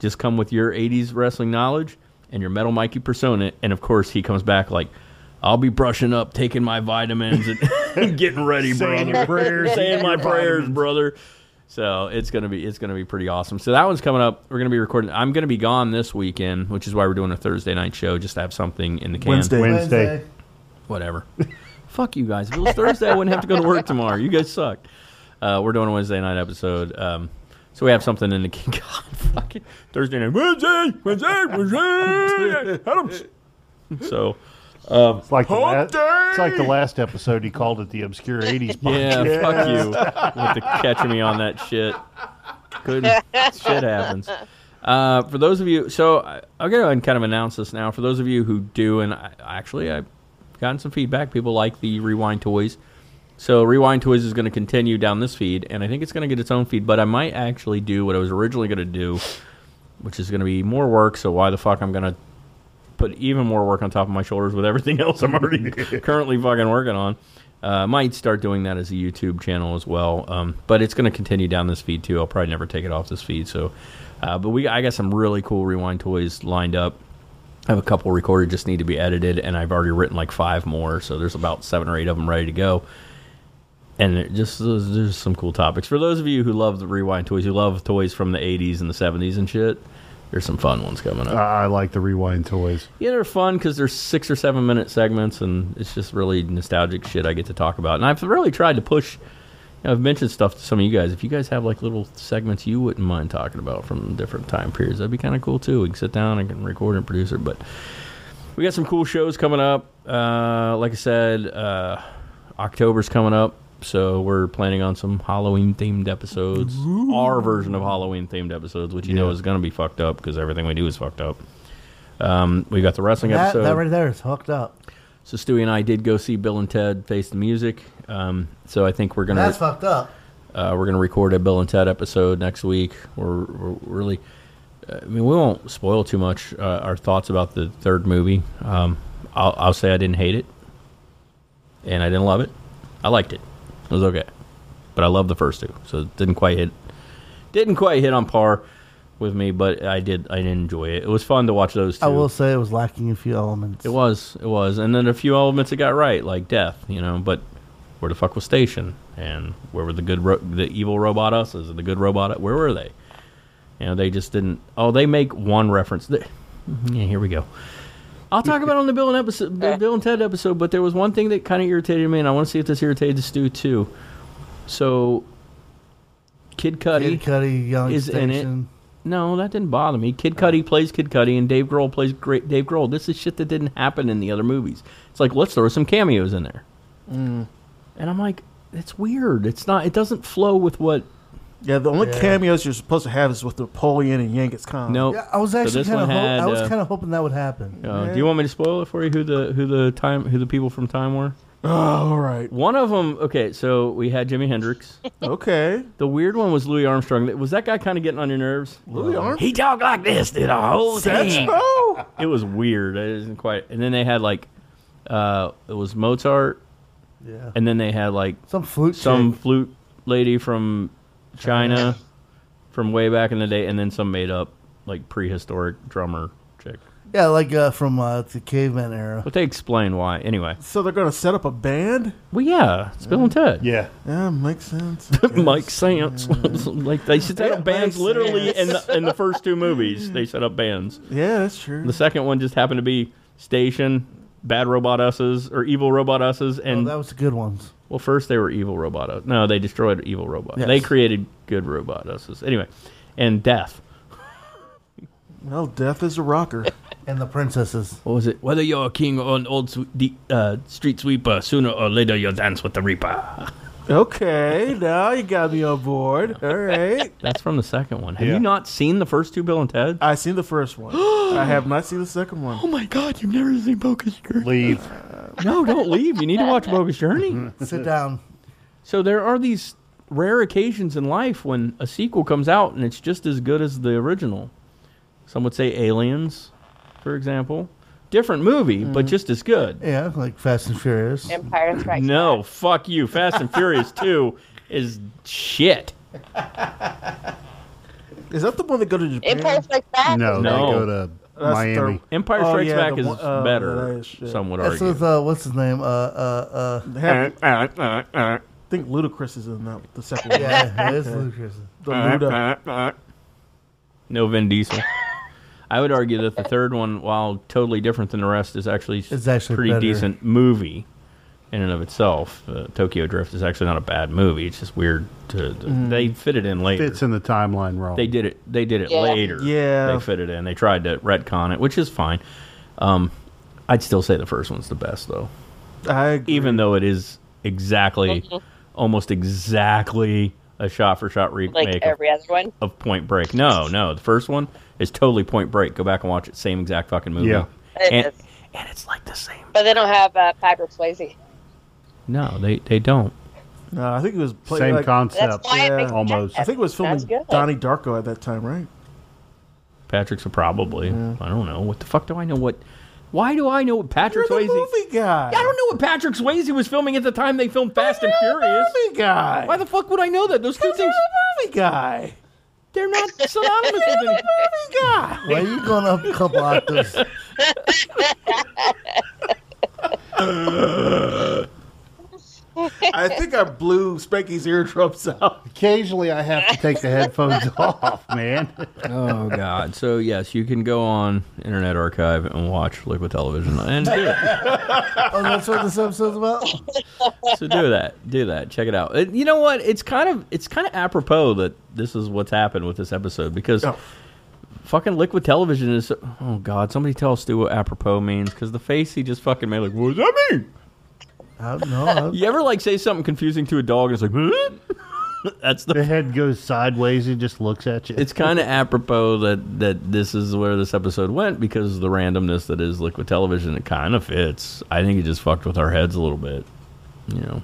S1: just come with your 80s wrestling knowledge and your Metal Mikey persona. And of course, he comes back like, I'll be brushing up, taking my vitamins,
S9: [laughs]
S1: and [laughs] getting ready,
S9: Saying
S1: brother.
S9: your
S1: [laughs]
S9: prayers,
S1: saying
S9: eating
S1: my
S9: your
S1: prayers,
S9: vitamins.
S1: brother. So it's gonna be it's gonna be pretty awesome. So that one's coming up. We're gonna be recording. I'm gonna be gone this weekend, which is why we're doing a Thursday night show just to have something in the can.
S9: Wednesday. Wednesday.
S1: Whatever. [laughs] Fuck you guys. If it was Thursday, I wouldn't have to go to work tomorrow. You guys suck. Uh, we're doing a Wednesday night episode. Um, so we have something in the can. [laughs] God, fucking Thursday night. Wednesday, Wednesday, Wednesday. Adams. So um,
S9: It's like, the la-
S1: Hump day!
S9: it's like the last episode. He called it the obscure '80s.
S1: Yeah,
S9: podcast.
S1: fuck you with the catching me on that shit. Good shit happens. Uh, for those of you, so I, I'll go ahead and kind of announce this now. For those of you who do, and I, actually I've gotten some feedback. People like the Rewind Toys. So Rewind Toys is going to continue down this feed, and I think it's going to get its own feed. But I might actually do what I was originally going to do, which is going to be more work. So why the fuck I'm going to put even more work on top of my shoulders with everything [laughs] else I'm already currently fucking working on. Uh, might start doing that as a YouTube channel as well, um, but it's going to continue down this feed too. I'll probably never take it off this feed. So, uh, but we I got some really cool rewind toys lined up. I have a couple recorded, just need to be edited, and I've already written like five more. So there's about seven or eight of them ready to go and it just there's, there's some cool topics for those of you who love the rewind toys who love toys from the 80s and the 70s and shit There's some fun ones coming up.
S9: I, I like the rewind toys.
S1: Yeah, they're fun because they're six or seven minute segments, and it's just really nostalgic shit I get to talk about. And I've really tried to push. you know, I've mentioned stuff to some of you guys. If you guys have like little segments you wouldn't mind talking about from different time periods, that'd be kind of cool too. We can sit down and can record and produce it. But we got some cool shows coming up. Uh, like I said, uh, October's coming up, so we're planning on some Halloween themed episodes. Our version of Halloween themed episodes, which you know is going to be fucked up because everything we do is fucked up. Um, we got the wrestling
S7: That,
S1: episode.
S7: that right there is hooked up.
S1: So Stewie and I did go see Bill and Ted Face the Music. Um, so I think we're gonna
S7: That's fucked up.
S1: Uh, we're gonna record a Bill and Ted episode next week. We're, we're really, I mean, we won't spoil too much uh, our thoughts about the third movie. Um, I'll, I'll say I didn't hate it, and I didn't love it. I liked it. It was okay, but I loved the first two, so it didn't quite hit. Didn't quite hit on par with me, but I did. I did enjoy it. It was fun to watch those. two.
S7: I will say it was lacking a few elements.
S1: It was, it was, and then a few elements it got right, like death, you know. But where the fuck was Station, and where were the good, ro- the evil robot us's and the good robot? Where were they? You know, they just didn't. Oh, they make one reference. They, yeah, here we go. I'll talk about it on the Bill and episode, the Bill and Ted episode, but there was one thing that kind of irritated me, and I want to see if this irritated Stu too. So, Kid Cudi,
S7: Kid Cudi, Young
S1: is in
S7: Station. Oh.
S1: it. No, that didn't bother me. Kid Cudi plays Kid Cudi, and Dave Grohl plays great Dave Grohl. This is shit that didn't happen in the other movies. It's like let's throw some cameos in there,
S7: Mm.
S1: and I'm like, it's weird. It's not. It doesn't flow with what.
S4: Yeah, the only
S1: Yeah.
S4: cameos you're supposed to have is with Napoleon and Yankees Khan.
S1: No,
S7: Yeah, I was
S1: So
S7: actually
S1: this
S7: kind of
S1: one had,
S7: I was
S1: uh,
S7: kind of hoping that would happen.
S1: Uh, Do you want me to spoil it for you? Who the who the time who the people from Time were?
S4: Oh, all right.
S1: One of them. Okay, so we had Jimi Hendrix.
S4: okay.
S1: The weird one was Louis Armstrong. Was that guy kind of getting on your nerves? Louis Armstrong.
S19: He talked like this through the whole thing.
S1: It was weird. It isn't quite. And then they had like, uh, it was Mozart.
S7: Yeah.
S1: And then they had like
S7: some flute,
S1: some flute lady from China, from way back in the day, and then some made up like prehistoric drummer chick.
S7: Yeah, like uh, from uh, the caveman era.
S1: But they explain why anyway.
S4: So they're going to set up a band?
S1: Well, yeah, it's Bill and Ted.
S9: Yeah.
S4: Yeah, makes sense.
S1: Mike Sance, [laughs] like they set up bands
S4: Mike
S1: literally in
S4: Sance.
S1: the in the first two movies. They set up bands.
S4: Yeah, that's true.
S1: The second one just happened to be Station, Bad Robot Us's, or Evil Robot Us's, and
S7: that was the good ones.
S1: Well, first they were Evil Robot Us. No, they destroyed Evil Robot.
S7: Yes.
S1: They created Good Robot Us's. Anyway, and Death.
S4: Well, death is a rocker.
S7: and the princesses.
S1: What was it? Whether you're a king or an old swe- de- uh, street sweeper, sooner or later you'll dance with the Reaper.
S4: Okay, now you got me on board. All right.
S1: That's from the second one. Have
S4: Yeah.
S1: you not seen the first two Bill and Ted?
S4: I seen the first one. I have not seen the second one.
S1: Oh my god, you've never seen Bogus Journey. Mm-hmm.
S9: Leave.
S1: No, don't leave. You need to watch Bogus Journey.
S7: Sit down.
S1: So there are these rare occasions in life when a sequel comes out and it's just as good as the original. Some would say Aliens, for example. Different movie, but just as good.
S7: Yeah, like Fast and Furious.
S5: Empire Strikes.
S1: No, fuck you. Fast and Furious
S4: [laughs]
S1: 2 is shit.
S4: Is that the one that go to Japan?
S5: Empire Strikes Back.
S1: No, they No. go to
S4: That's
S1: Miami.
S4: the-
S1: Empire
S4: oh,
S1: Strikes
S4: yeah,
S1: Back
S4: the
S1: is
S4: one- oh,
S1: better,
S4: that is shit.
S1: some would
S7: That's with uh, what's his name? Uh, uh,
S4: [laughs]
S7: uh.
S4: I think Ludacris is in that the second one.
S7: Yeah, it is Ludacris.
S4: The Luda.
S1: No Vin
S4: [laughs]
S1: Diesel. I would argue that the third one, while totally different than the rest, is actually
S7: It's actually
S1: pretty
S7: better.
S1: decent movie in and of itself. Uh, Tokyo Drift is actually not a bad movie. It's just weird to, to-
S7: Mm-hmm.
S9: Mm.
S1: they fit it in later.
S9: Fits in the timeline wrong.
S1: They did it. They did it
S9: Yeah.
S1: later.
S9: Yeah.
S1: they fit it in. They tried to retcon it, which is fine. Um, I'd still say the first one's the best though.
S4: I
S5: Mm-hmm.
S1: even though it is exactly,
S5: Mhm.
S1: almost exactly a shot for shot remake.
S5: Like
S1: of-
S5: every other one.
S1: of Point Break. No, no, the first one is totally Point Break. Go back and watch it. Same exact fucking movie.
S9: Yeah.
S5: It
S1: And,
S5: is.
S1: and it's like the same.
S5: But they don't have uh, Patrick Swayze.
S1: no, they they don't.
S4: No, I think it was play,
S9: Same
S4: like-
S9: concept,
S5: That's why it makes
S9: almost.
S4: I think it was filming
S5: That's good.
S4: Donnie Darko at that time, right?
S1: Patrick's a probably. I don't know. What the fuck do I know? What? Why do I know what Patrick Swayze?
S4: movie guy.
S1: I don't know what Patrick Swayze was filming at the time they filmed Fast and Furious.
S4: Movie guy.
S1: Why the fuck would I know that? Those two things.
S4: Movie guy.
S1: They're
S4: [laughs]
S1: not synonymous with each other.
S4: Movie guy.
S7: Why are you going up a couple octaves?
S4: I think I blew Spanky's eardrums [laughs] out.
S9: Occasionally, I have to take the headphones off, man.
S1: oh God! So yes, you can go on Internet Archive and watch Liquid Television, and do it.
S7: oh, that's what this episode's about.
S1: so do that, do that, check it out. Uh, you know what? It's kind of it's kind of apropos that this is what's happened with this episode because fucking Liquid Television is. Oh God! Somebody tell Stu what apropos means because the face he just fucking made, like, what does that mean?
S7: I don't know.
S1: You ever like say something confusing to a dog and it's like, "Huh?" [laughs] that's the,
S9: head goes sideways and just looks at you.
S1: it's kind of apropos that that this is where this episode went because the randomness that is liquid television, it kind of fits. I think it just fucked with our heads a little bit. You know,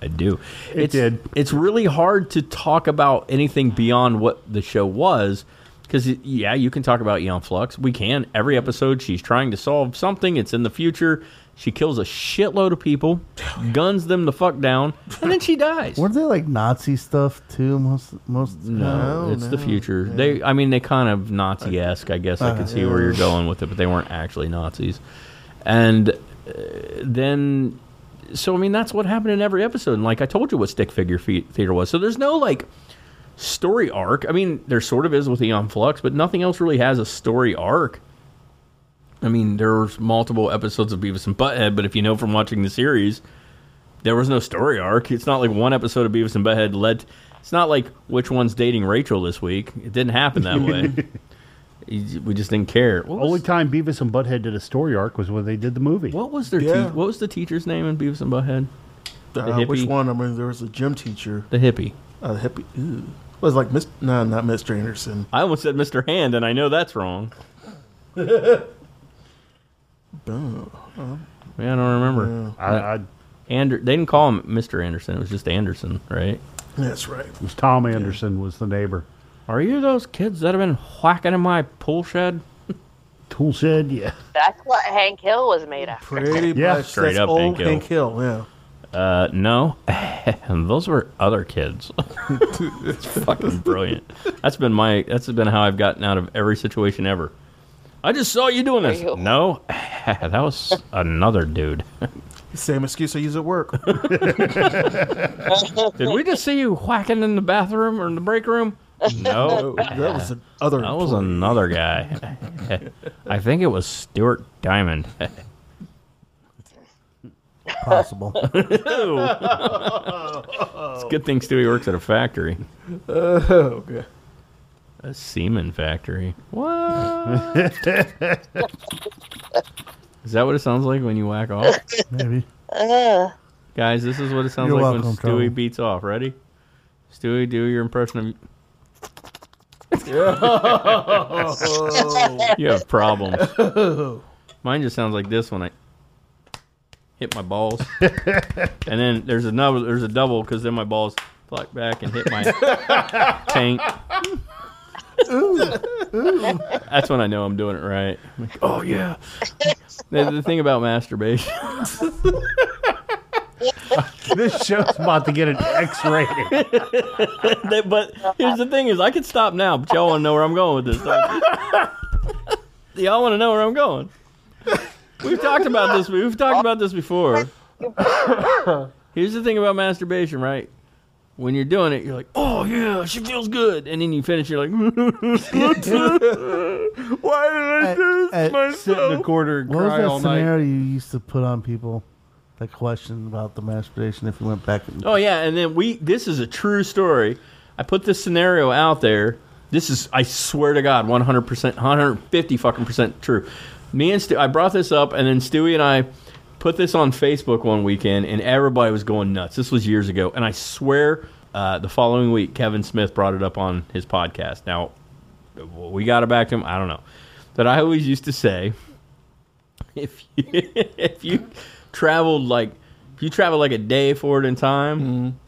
S1: I do.
S9: It
S1: it's,
S9: did.
S1: It's really hard to talk about anything beyond what the show was. Because yeah, you can talk about Eon Flux. We can every episode. She's trying to solve something. It's in the future. She kills a shitload of people,
S9: [laughs]
S1: guns them the fuck down, and then she dies.
S7: Weren't they like Nazi stuff too? Most most uh,
S1: No, it's the future. They, I mean, they kind of Nazi esque. I guess I
S7: Uh,
S1: could see where you're
S7: yeah.
S1: going with it, but they weren't actually Nazis. And uh, then, so I mean, that's what happened in every episode. And like I told you, what stick figure fe- theater was. So there's no like story arc. I mean, there sort of is with Eon Flux, but nothing else really has a story arc. I mean, there was multiple episodes of Beavis and Butthead, but if you know from watching the series, there was no story arc. It's not like one episode of Beavis and Butthead led. It's not like which one's dating Rachel this week. It didn't happen that way.
S4: [laughs]
S1: You- we just didn't care.
S4: Oh,
S1: What
S9: Only
S1: was,
S9: time Beavis and Butthead did a story arc was when they did the movie.
S1: What was their
S9: Yeah.
S1: te- what was the teacher's name in Beavis and Butthead? The
S4: Uh, which
S1: hippie?
S4: one? I mean, there was a gym teacher.
S1: The hippie.
S4: Uh, the hippie. Ooh. Was like Miss? No, not Mr. Anderson.
S1: I almost said Mr. Hand, and I know that's wrong.
S4: Boom.
S1: Yeah, I don't remember.
S9: Yeah. I-
S1: Ander- they didn't call him Mr. Anderson. It was just Anderson, right?
S4: That's right.
S9: It was Tom Anderson was the neighbor.
S1: Are you those kids that have been whacking in my pool shed?
S9: Tool shed, yeah.
S5: That's what Hank Hill was made of.
S4: Pretty
S1: Yeah,
S4: much.
S1: straight
S4: that's
S1: up
S4: old
S1: Hank Hill.
S4: Hank Hill. Yeah.
S1: Uh, no, [laughs] those were other kids. [laughs] it's fucking brilliant. That's been my. That's been how I've gotten out of every situation ever. I just saw you doing this. No, [laughs] that was another dude.
S4: Same excuse I use at
S1: [laughs]
S4: work.
S1: Did we just see you whacking in the bathroom or in the break room? No,
S4: [laughs] No, that was another
S1: That was another guy. [laughs] I think it was Stuart [laughs] Diamond.
S7: Possible.
S1: It's a good thing Stewie works at a factory,
S4: Oh, [laughs] okay.
S1: a semen factory.
S4: What?
S1: [laughs] Is that what it sounds like when you whack off?
S7: [laughs] Maybe.
S1: Guys, this is what it sounds
S7: You're
S1: like when
S7: welcome,
S1: Stewie
S7: Trouble.
S1: beats off. Ready? Stewie, do your impression of. You have problems. Mine just sounds like this when I hit my balls, and then there's another, there's a double because then my balls fly back and hit my tank. That's when I know I'm doing it right. I'm like, oh yeah. the, the thing about masturbation.
S9: this show's about to get an X rating.
S1: They- but here's the thing: is I could stop now, but y'all want to know where I'm going with this. don't you? y'all want to know where I'm going. We've talked about this. We've talked about this before. Here's the thing about masturbation, right? When you're doing it, you're like, "Oh yeah, she feels good," and then you finish, you're like, [laughs] "Why did I do this
S9: Sit in the corner and
S7: What was
S9: cry all
S7: that
S9: night.
S7: scenario you used to put on people? That question about the masturbation if you went back and
S1: Oh yeah, and then we. This is a true story. I put this scenario out there. This is, I swear to God, one hundred percent, one hundred fifty fucking percent true. Me and Stu, I brought this up, and then Stewie and I put this on Facebook one weekend, and everybody was going nuts. This was years ago, and I swear, uh, the following week, Kevin Smith brought it up on his podcast. Now, we got it back to him. I don't know, but I always used to say [laughs] if you if you traveled like if you traveled like a day forward in time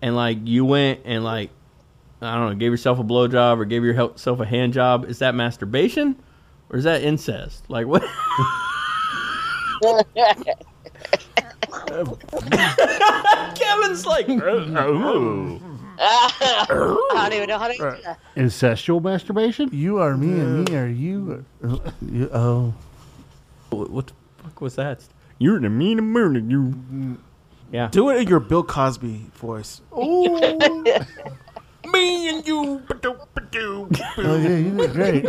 S1: and like you went and like I don't know, gave yourself a blowjob or gave yourself a hand job, is that masturbation or is that incest? Like what? [laughs] Kevin's like,
S5: I don't even know how to do that. [laughs]
S9: Incestual masturbation?
S7: You are me and me are you. are- you oh.
S1: What the fuck was that? You're the mean and you. Yeah.
S4: Do it in your Bill Cosby voice. [laughs]
S17: Ooh. Me and you. Oh,
S7: Oh, yeah, you did great.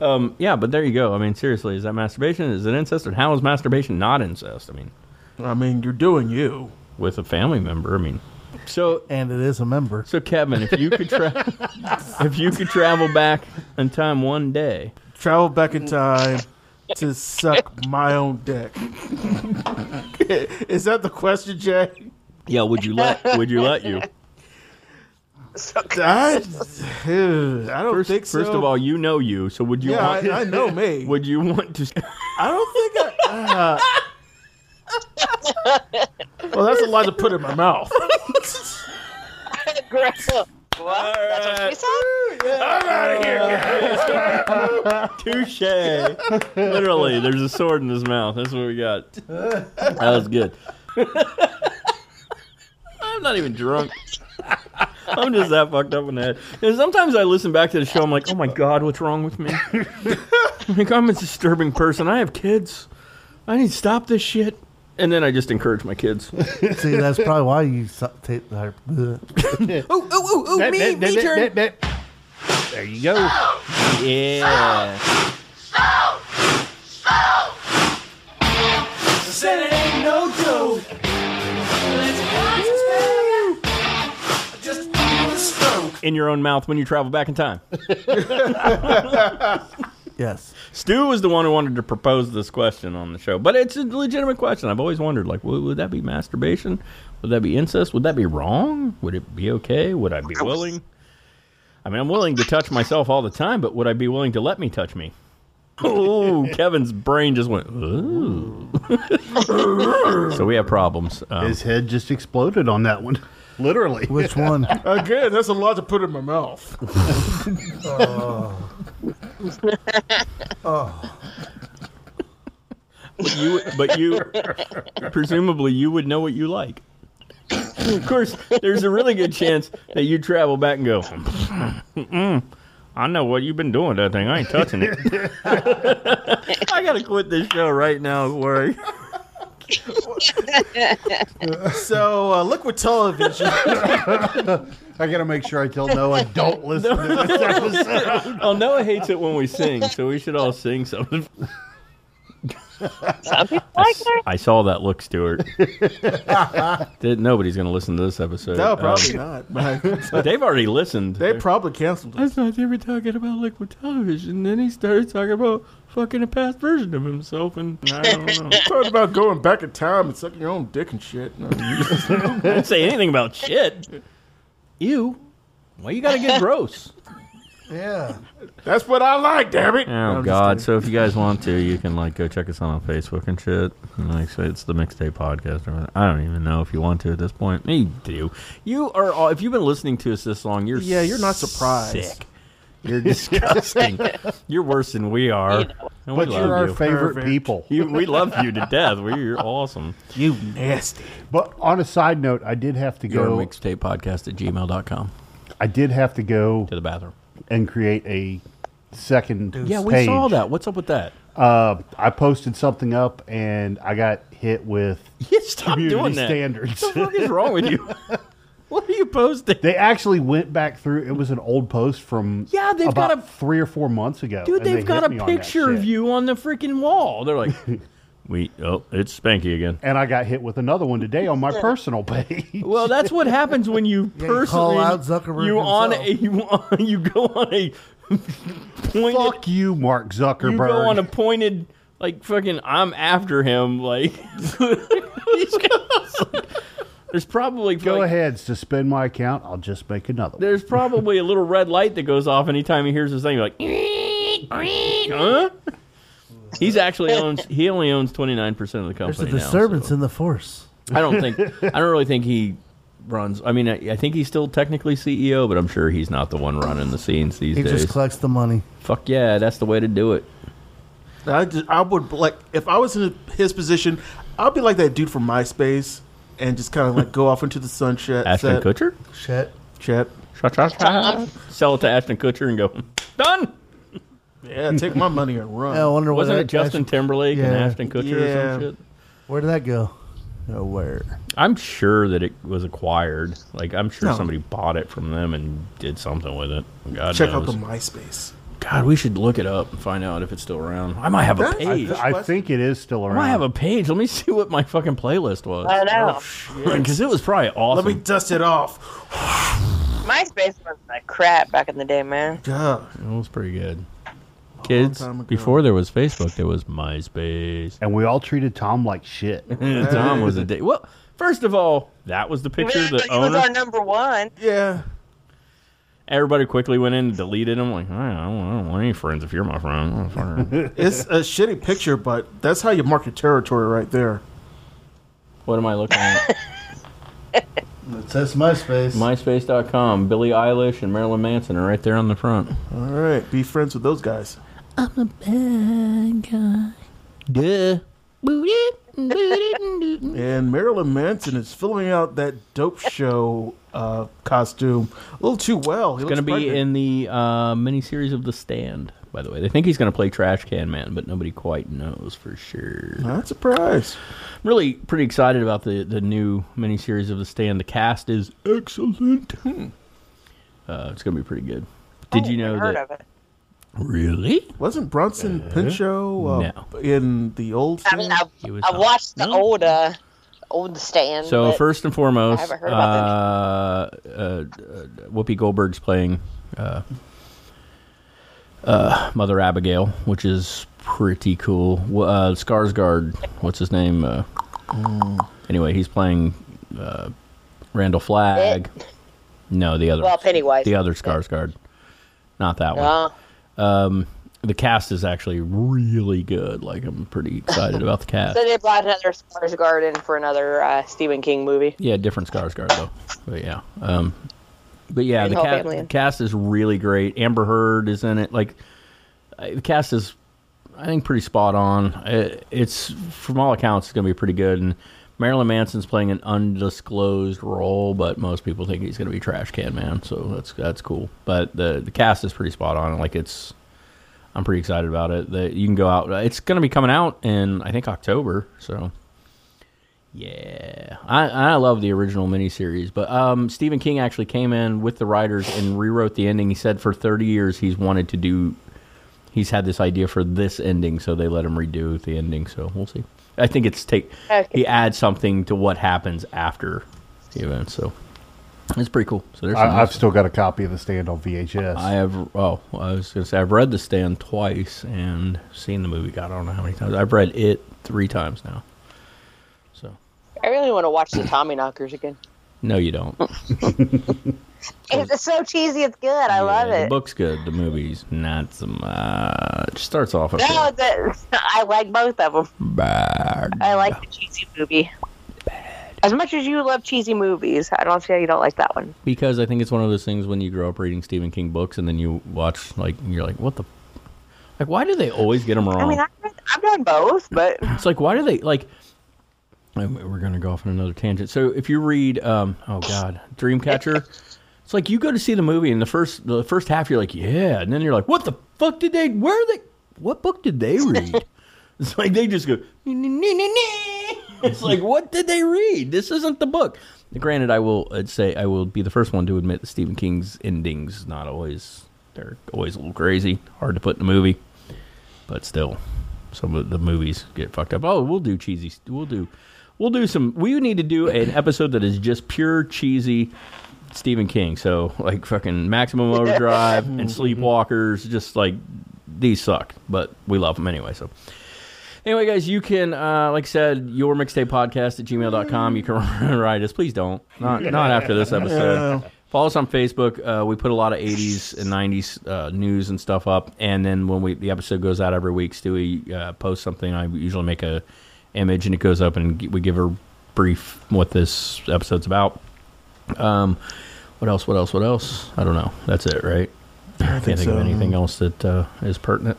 S1: Um, yeah, but there you go. I mean, seriously, is that masturbation? Is it incest? And how is masturbation not incest? I mean,
S4: I mean, you're doing you
S1: with a family member. I mean, so
S7: [laughs] and it is a member.
S1: So Kevin, if you could travel, if you could travel back in time one day,
S4: travel back in time to suck my own
S1: [laughs]
S4: dick. [laughs] Is that the question, Jay?
S1: Yeah, would you let? Would you let you?
S4: [laughs] I, [sighs] dude, I don't
S1: first,
S4: think
S1: First
S4: so.
S1: of all, you know you, so would you?
S4: Yeah,
S1: want,
S4: I- I know [laughs] me.
S1: Would you want to?
S4: I don't think [laughs] I. Uh, well, that's a lot to put in my mouth.
S5: Well, that's what she said.
S17: I'm out of here,
S1: Touche. [laughs] Literally, there's a sword in his mouth. That's what we got.
S17: guys.
S1: That was good. [laughs] I'm not even drunk. [laughs] I'm just that fucked up in the head. And sometimes I listen back to the show. I'm like, oh my god, what's wrong with [laughs] me? like I'm a disturbing person. I have kids. I need to stop this shit. And then I just encourage my kids.
S7: See, that's probably why you su- uh, tape her.
S1: oh, oh,
S17: oh, me, me turn.
S1: There you go. Yeah.
S17: Said it ain't no joke. Let's concentrate. Just feel the stroke.
S1: In your own mouth when you travel back in time.
S7: yes.
S1: Stu was the one who wanted to propose this question on the show, but it's a legitimate question. I've always wondered, like, would, would that be masturbation? Would that be incest? Would that be wrong? Would it be okay? Would I be willing? I mean, I'm willing to touch myself all the time, but would I be willing to let me touch me? Oh, Kevin's brain just went. Ooh. [laughs] so we have problems. Um,
S9: His head just exploded on that one. Literally.
S7: [laughs] Which one?
S4: Again, that's a lot to put in my mouth.
S7: Oh.
S1: But you, but you, presumably, you would know what you like. of course, there's a really good chance that you travel back and go. Mm-mm, I know what you've been doing to that thing. I ain't touching it. [laughs] I gotta quit this show right now. Worry.
S4: so, uh, liquid
S7: [laughs]
S4: television.
S9: I gotta make sure I tell Noah don't listen to this episode.
S1: [laughs] oh, Noah hates it when we sing, so we should all sing something.
S5: Some people like that.
S1: I saw that look, [laughs] Stuart. Did- Nobody's gonna listen to this episode.
S4: No, probably [laughs]
S1: Um,
S4: not.
S1: but they've already listened.
S4: They probably canceled it.
S1: I thought they were talking about liquid television, and then he started talking about fucking a past version of himself, and [laughs] I don't know.
S4: Talking about going back in time and sucking your own dick and shit. No,
S1: I didn't say anything about shit. You? Why you gotta get [laughs] gross?
S7: Yeah.
S4: That's what I like, damn it.
S1: Oh
S4: No, I'm just
S1: God! So if you guys want to, you can like go check us out on Facebook and shit. And, like say it's the mixtape podcast or whatever. I don't even know if you want to at this point. You do. You are all. If you've been listening to us this long, you're
S4: Yeah, you're not surprised.
S1: Sick. You're [laughs] disgusting. you're worse than we are. And we
S9: But
S1: love
S9: you're our
S1: you.
S9: favorite Perfect. people.
S1: [laughs] You, we love you to death. We, you're awesome.
S4: You nasty.
S9: But on a side note, I did have to
S1: Your
S9: go.
S1: mixtape podcast at gmail.com.
S9: I did have to go to
S1: the bathroom
S9: and create a second.
S1: Yeah, we
S9: page.
S1: saw that. What's up with that?
S9: Uh, I posted something up and I got hit with
S1: [laughs] stop
S9: community
S1: doing that.
S9: standards. [laughs]
S1: What the fuck is wrong with you? [laughs] what are you posting?
S9: They actually went back through. It was an old post from
S1: Yeah, they've
S9: about
S1: got a-
S9: three or four months ago.
S1: Dude,
S9: and they
S1: they've got
S9: hit
S1: a
S9: me on that
S1: picture of
S9: shit.
S1: you on the freaking wall. They're
S9: [laughs]
S1: like, we oh, it's Spanky again.
S9: And I got hit with another one today on my personal page.
S1: Well, that's what happens when you
S9: [laughs] Yeah,
S1: personally
S9: you call out Zuckerberg
S1: You on a [laughs] you on, you go on
S9: [laughs]
S1: a pointed,
S9: fuck you, Mark Zuckerberg.
S1: you go on a pointed like fucking I'm after him like. [laughs] These guys, like, there's probably
S9: Go
S1: like,
S9: ahead, suspend my account. I'll just make another one.
S1: There's probably a little red light that goes off anytime he hears this thing. You're like, huh? He's actually owns. He only owns 29 percent of the
S7: There's a
S1: company now.
S7: disturbance in the force.
S1: I don't think. I don't really think he runs. I mean, I, I think he's still technically CEO, but I'm sure he's not the one running the scenes these
S7: he
S1: days.
S7: just collects the money.
S1: Fuck yeah, that's the way to do it.
S4: I, just, I would like if I was in his position, I'd be like that dude from MySpace and just kind of like go off into the sunset.
S1: Ashton
S4: set.
S1: Kutcher.
S7: Shit.
S4: Chet.
S1: Shut, shut, shut. Sell it to Ashton Kutcher and go. Done.
S4: Yeah, take my money and run.
S7: I wonder what
S1: Wasn't
S7: I-
S1: it Justin
S7: Ashton-
S1: Timberlake and
S7: Yeah.
S1: Ashton Kutcher or some shit?
S7: Where did that go? Nowhere.
S1: I'm sure that it was acquired. Like I'm sure
S7: No.
S1: somebody bought it from them and did something with it. God
S4: Check out
S1: knows.
S4: the MySpace.
S1: God, we should look it up and find out if it's still around. I might have a
S4: That's-
S1: page.
S4: I- I think
S9: it is still
S1: I might have a page. Let me see what my fucking playlist was.
S5: I know.
S1: Because it was probably awesome.
S4: Let me dust it off.
S5: MySpace was like crap back in the day, man.
S4: God.
S1: It was pretty good. Kids,
S5: time ago.
S1: before there was Facebook, there was MySpace. [laughs]
S9: And we all treated Tom like shit.
S1: Tom was a dick. Well, first of all, that was the picture of the
S5: He was
S1: owner.
S5: our number one.
S4: Yeah.
S1: Everybody quickly went in and deleted them. Like, I don't, I don't want any friends if you're my friend. [laughs] Fucker.
S4: it's a shitty picture, but that's how you mark your territory right there.
S1: What am I looking at? [laughs]
S7: It says MySpace.
S1: MySpace.com. Billie Eilish and Marilyn Manson are right there on the front.
S4: All right, be friends with those guys.
S17: I'm a bad guy.
S1: Duh.
S17: Booty, booty, booty.
S4: And Marilyn Manson is filling out that dope show uh, costume a little too well. He
S1: It's going to
S4: looks
S1: be
S4: pregnant.
S1: in the uh, miniseries of The Stand, by the way. They think he's going to play Trash Can Man, but nobody quite knows for sure.
S4: Not surprised.
S1: Really pretty excited about the, the new miniseries of The Stand. The cast is excellent.
S5: Hmm.
S1: Uh, it's going to be pretty good. Did you know
S5: Oh, Heard
S1: that?
S5: of it.
S1: Really?
S4: Wasn't Bronson
S1: Uh-huh.
S4: Pinchot uh, in the old?
S5: I mean, I,
S1: He was
S5: I
S1: not-
S5: watched the old, uh, old stand.
S1: So
S5: but
S1: first and foremost,
S5: I haven't heard
S1: uh,
S5: about that.
S1: uh, uh, Whoopi Goldberg's playing uh, uh, Mother Abigail, which is pretty cool. Wh- Uh, Skarsgård, what's his name? Uh,
S5: Mm.
S1: anyway, he's playing uh, Randall Flagg. No, the other.
S5: Well, Pennywise.
S1: The other Skarsgård, not that one.
S5: Uh,
S1: Um, the cast is actually really good. Like I'm pretty excited
S5: [laughs]
S1: about the cast.
S5: so they brought another Skarsgård Garden for another uh, Stephen King movie.
S1: Yeah, different Skarsgård though. But yeah, um, but yeah,
S5: And
S1: the
S5: whole
S1: ca-
S5: family.
S1: the cast is really great. Amber Heard is in it. Like uh, the cast is, I think, pretty spot on. It, it's from all accounts, it's going to be pretty good. And Marilyn Manson's playing an undisclosed role, but most people think he's going to be Trash Can Man, so that's that's cool. But the the cast is pretty spot on. Like it's. I'm pretty excited about it. That you can go out. It's going to be coming out in I think October. So yeah, I, I love the original miniseries, but um, Stephen King actually came in with the writers and rewrote the ending. He said for 30 years he's wanted to do, he's had this idea for this ending, so they let him redo the ending. So we'll see. I think it's take he adds something to what happens after the event, so it's pretty cool. So there's some
S9: I, I've
S1: nice-
S9: still got a copy of the stand on VHS.
S1: I have. Oh, I was gonna say I've read The Stand twice and seen the movie. God, I don't know how many times. I've read it three times now.
S5: I really want to watch the Tommy Knockers again.
S1: No, you don't.
S5: [laughs] It's, it's so cheesy. It's good. I love
S1: Yeah,
S5: it.
S1: The book's good. The movie's not so much. Starts off okay.
S5: No, the, [laughs] I like both of them.
S1: bad.
S5: I like the cheesy movie. As much as you love cheesy movies, I don't see how you don't like that one.
S1: Because I think it's one of those things when you grow up reading Stephen King books and then you watch like and you're like, what the, like why do they always get them wrong?
S5: I mean, I've, read, I've done both, but
S1: [laughs] it's like why do they like? I- Oh, We're gonna go off on another tangent. So if you read, um, oh god, Dreamcatcher, it's like you go to see the movie and the first the first half you're like, yeah, and then you're like, what the fuck did they? Where are they? What book did [laughs] they read? it's like they just go. It's like what did they read? This isn't the book. Granted, I will I'd say I will be the first one to admit that Stephen King's endings not always they're always a little crazy, hard to put in a movie, but still, some of the movies get fucked up. Oh, we'll do cheesy. We'll do we'll do some. We need to do an episode that is just pure cheesy Stephen King. So like fucking Maximum Overdrive and Sleepwalkers, just like these suck, but we love them anyway. So. Anyway, guys, you can, uh, like I said, your mixtape podcast at gmail.com. You can [laughs] write us. Please don't. Not, not after this episode. Follow us on Facebook. Uh, we put a lot of 80s and 90s uh, news and stuff up. And then when we the episode goes out every week, Stewie uh, posts something. I usually make a image and it goes up and g- we give a brief what this episode's about. Um, what else? What else? What else? I don't know. That's it, right? I can't think
S4: think
S1: of
S4: so.
S1: anything else that uh, is pertinent.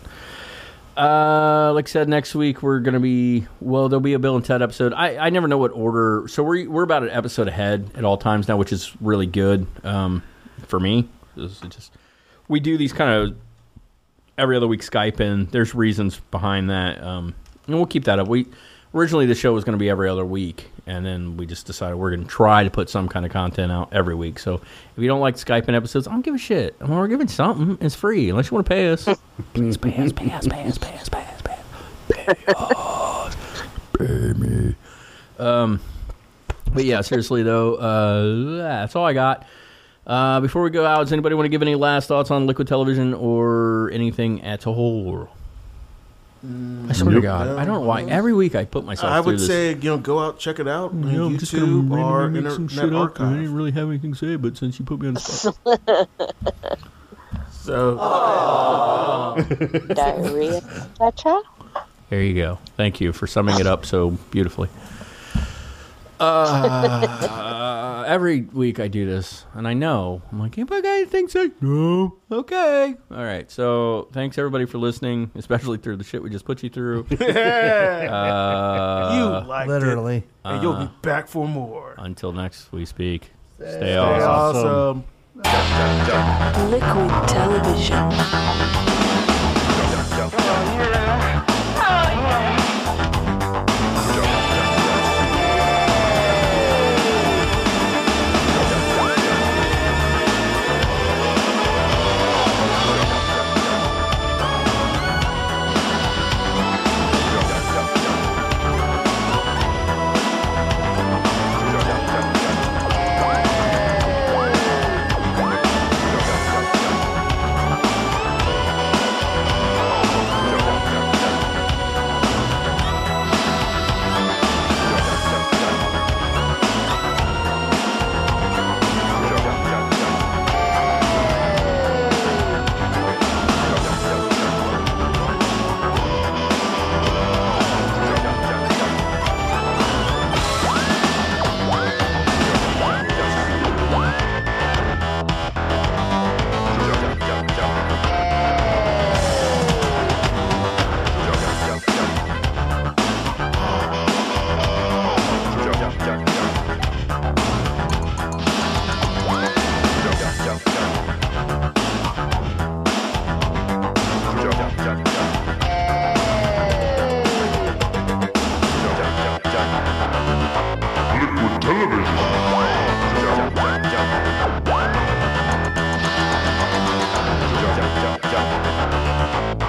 S1: Uh, like I said, next week we're gonna be well. There'll be a Bill and Ted episode. I, I never know what order, so we're we're about an episode ahead at all times now, which is really good um, for me. This is just we do these kind of every other week Skype, and there's reasons behind that. Um, and we'll keep that up. We originally the show was going to be every other week, and then we just decided we're going to try to put some kind of content out every week. So if you don't like Skyping episodes, I don't give a shit. I mean, we're giving something. It's free unless you want to pay us.
S19: Please pay
S1: [laughs]
S19: us, pay us, pay us, pay us, pay us, pay us. Pay us.
S1: pay me. Um, but yeah, seriously though, uh, that's all I got. Uh, before we go out, does anybody want to give any last thoughts on Liquid Television or anything at all? I swear to God, I don't know why. Every week I put myself.
S4: I
S1: through
S4: would
S1: this.
S4: say, you know, go out check it out on
S1: Yeah, I'm just gonna
S4: YouTube
S1: randomly
S4: or
S1: make some
S4: Internet
S1: shit up, and I
S4: Archive.
S1: didn't really have anything to say, but since you put me on the spot,
S4: So
S5: Diarrhea, etc.
S1: there you go. Thank you for summing it up so beautifully. Uh, [laughs] every week I do this, and I know I'm like, anybody got anything to say? No. Okay. All right. So thanks everybody for listening, especially through the shit we just put you [laughs] through. Uh,
S4: you liked it,
S7: literally.
S4: and you'll
S1: Uh,
S4: be back for more.
S1: until next we speak. Stay,
S4: Stay
S1: awesome.
S4: awesome.
S20: Liquid television.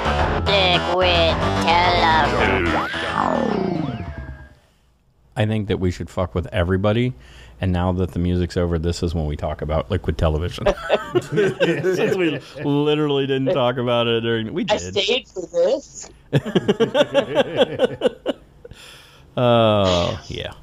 S3: Liquid television.
S1: I think that we should fuck with everybody. And now that the music's over, this is when we talk about liquid television. [laughs] Since we literally didn't talk about it during, we
S5: I
S1: did.
S5: stayed for this.
S1: Oh yeah.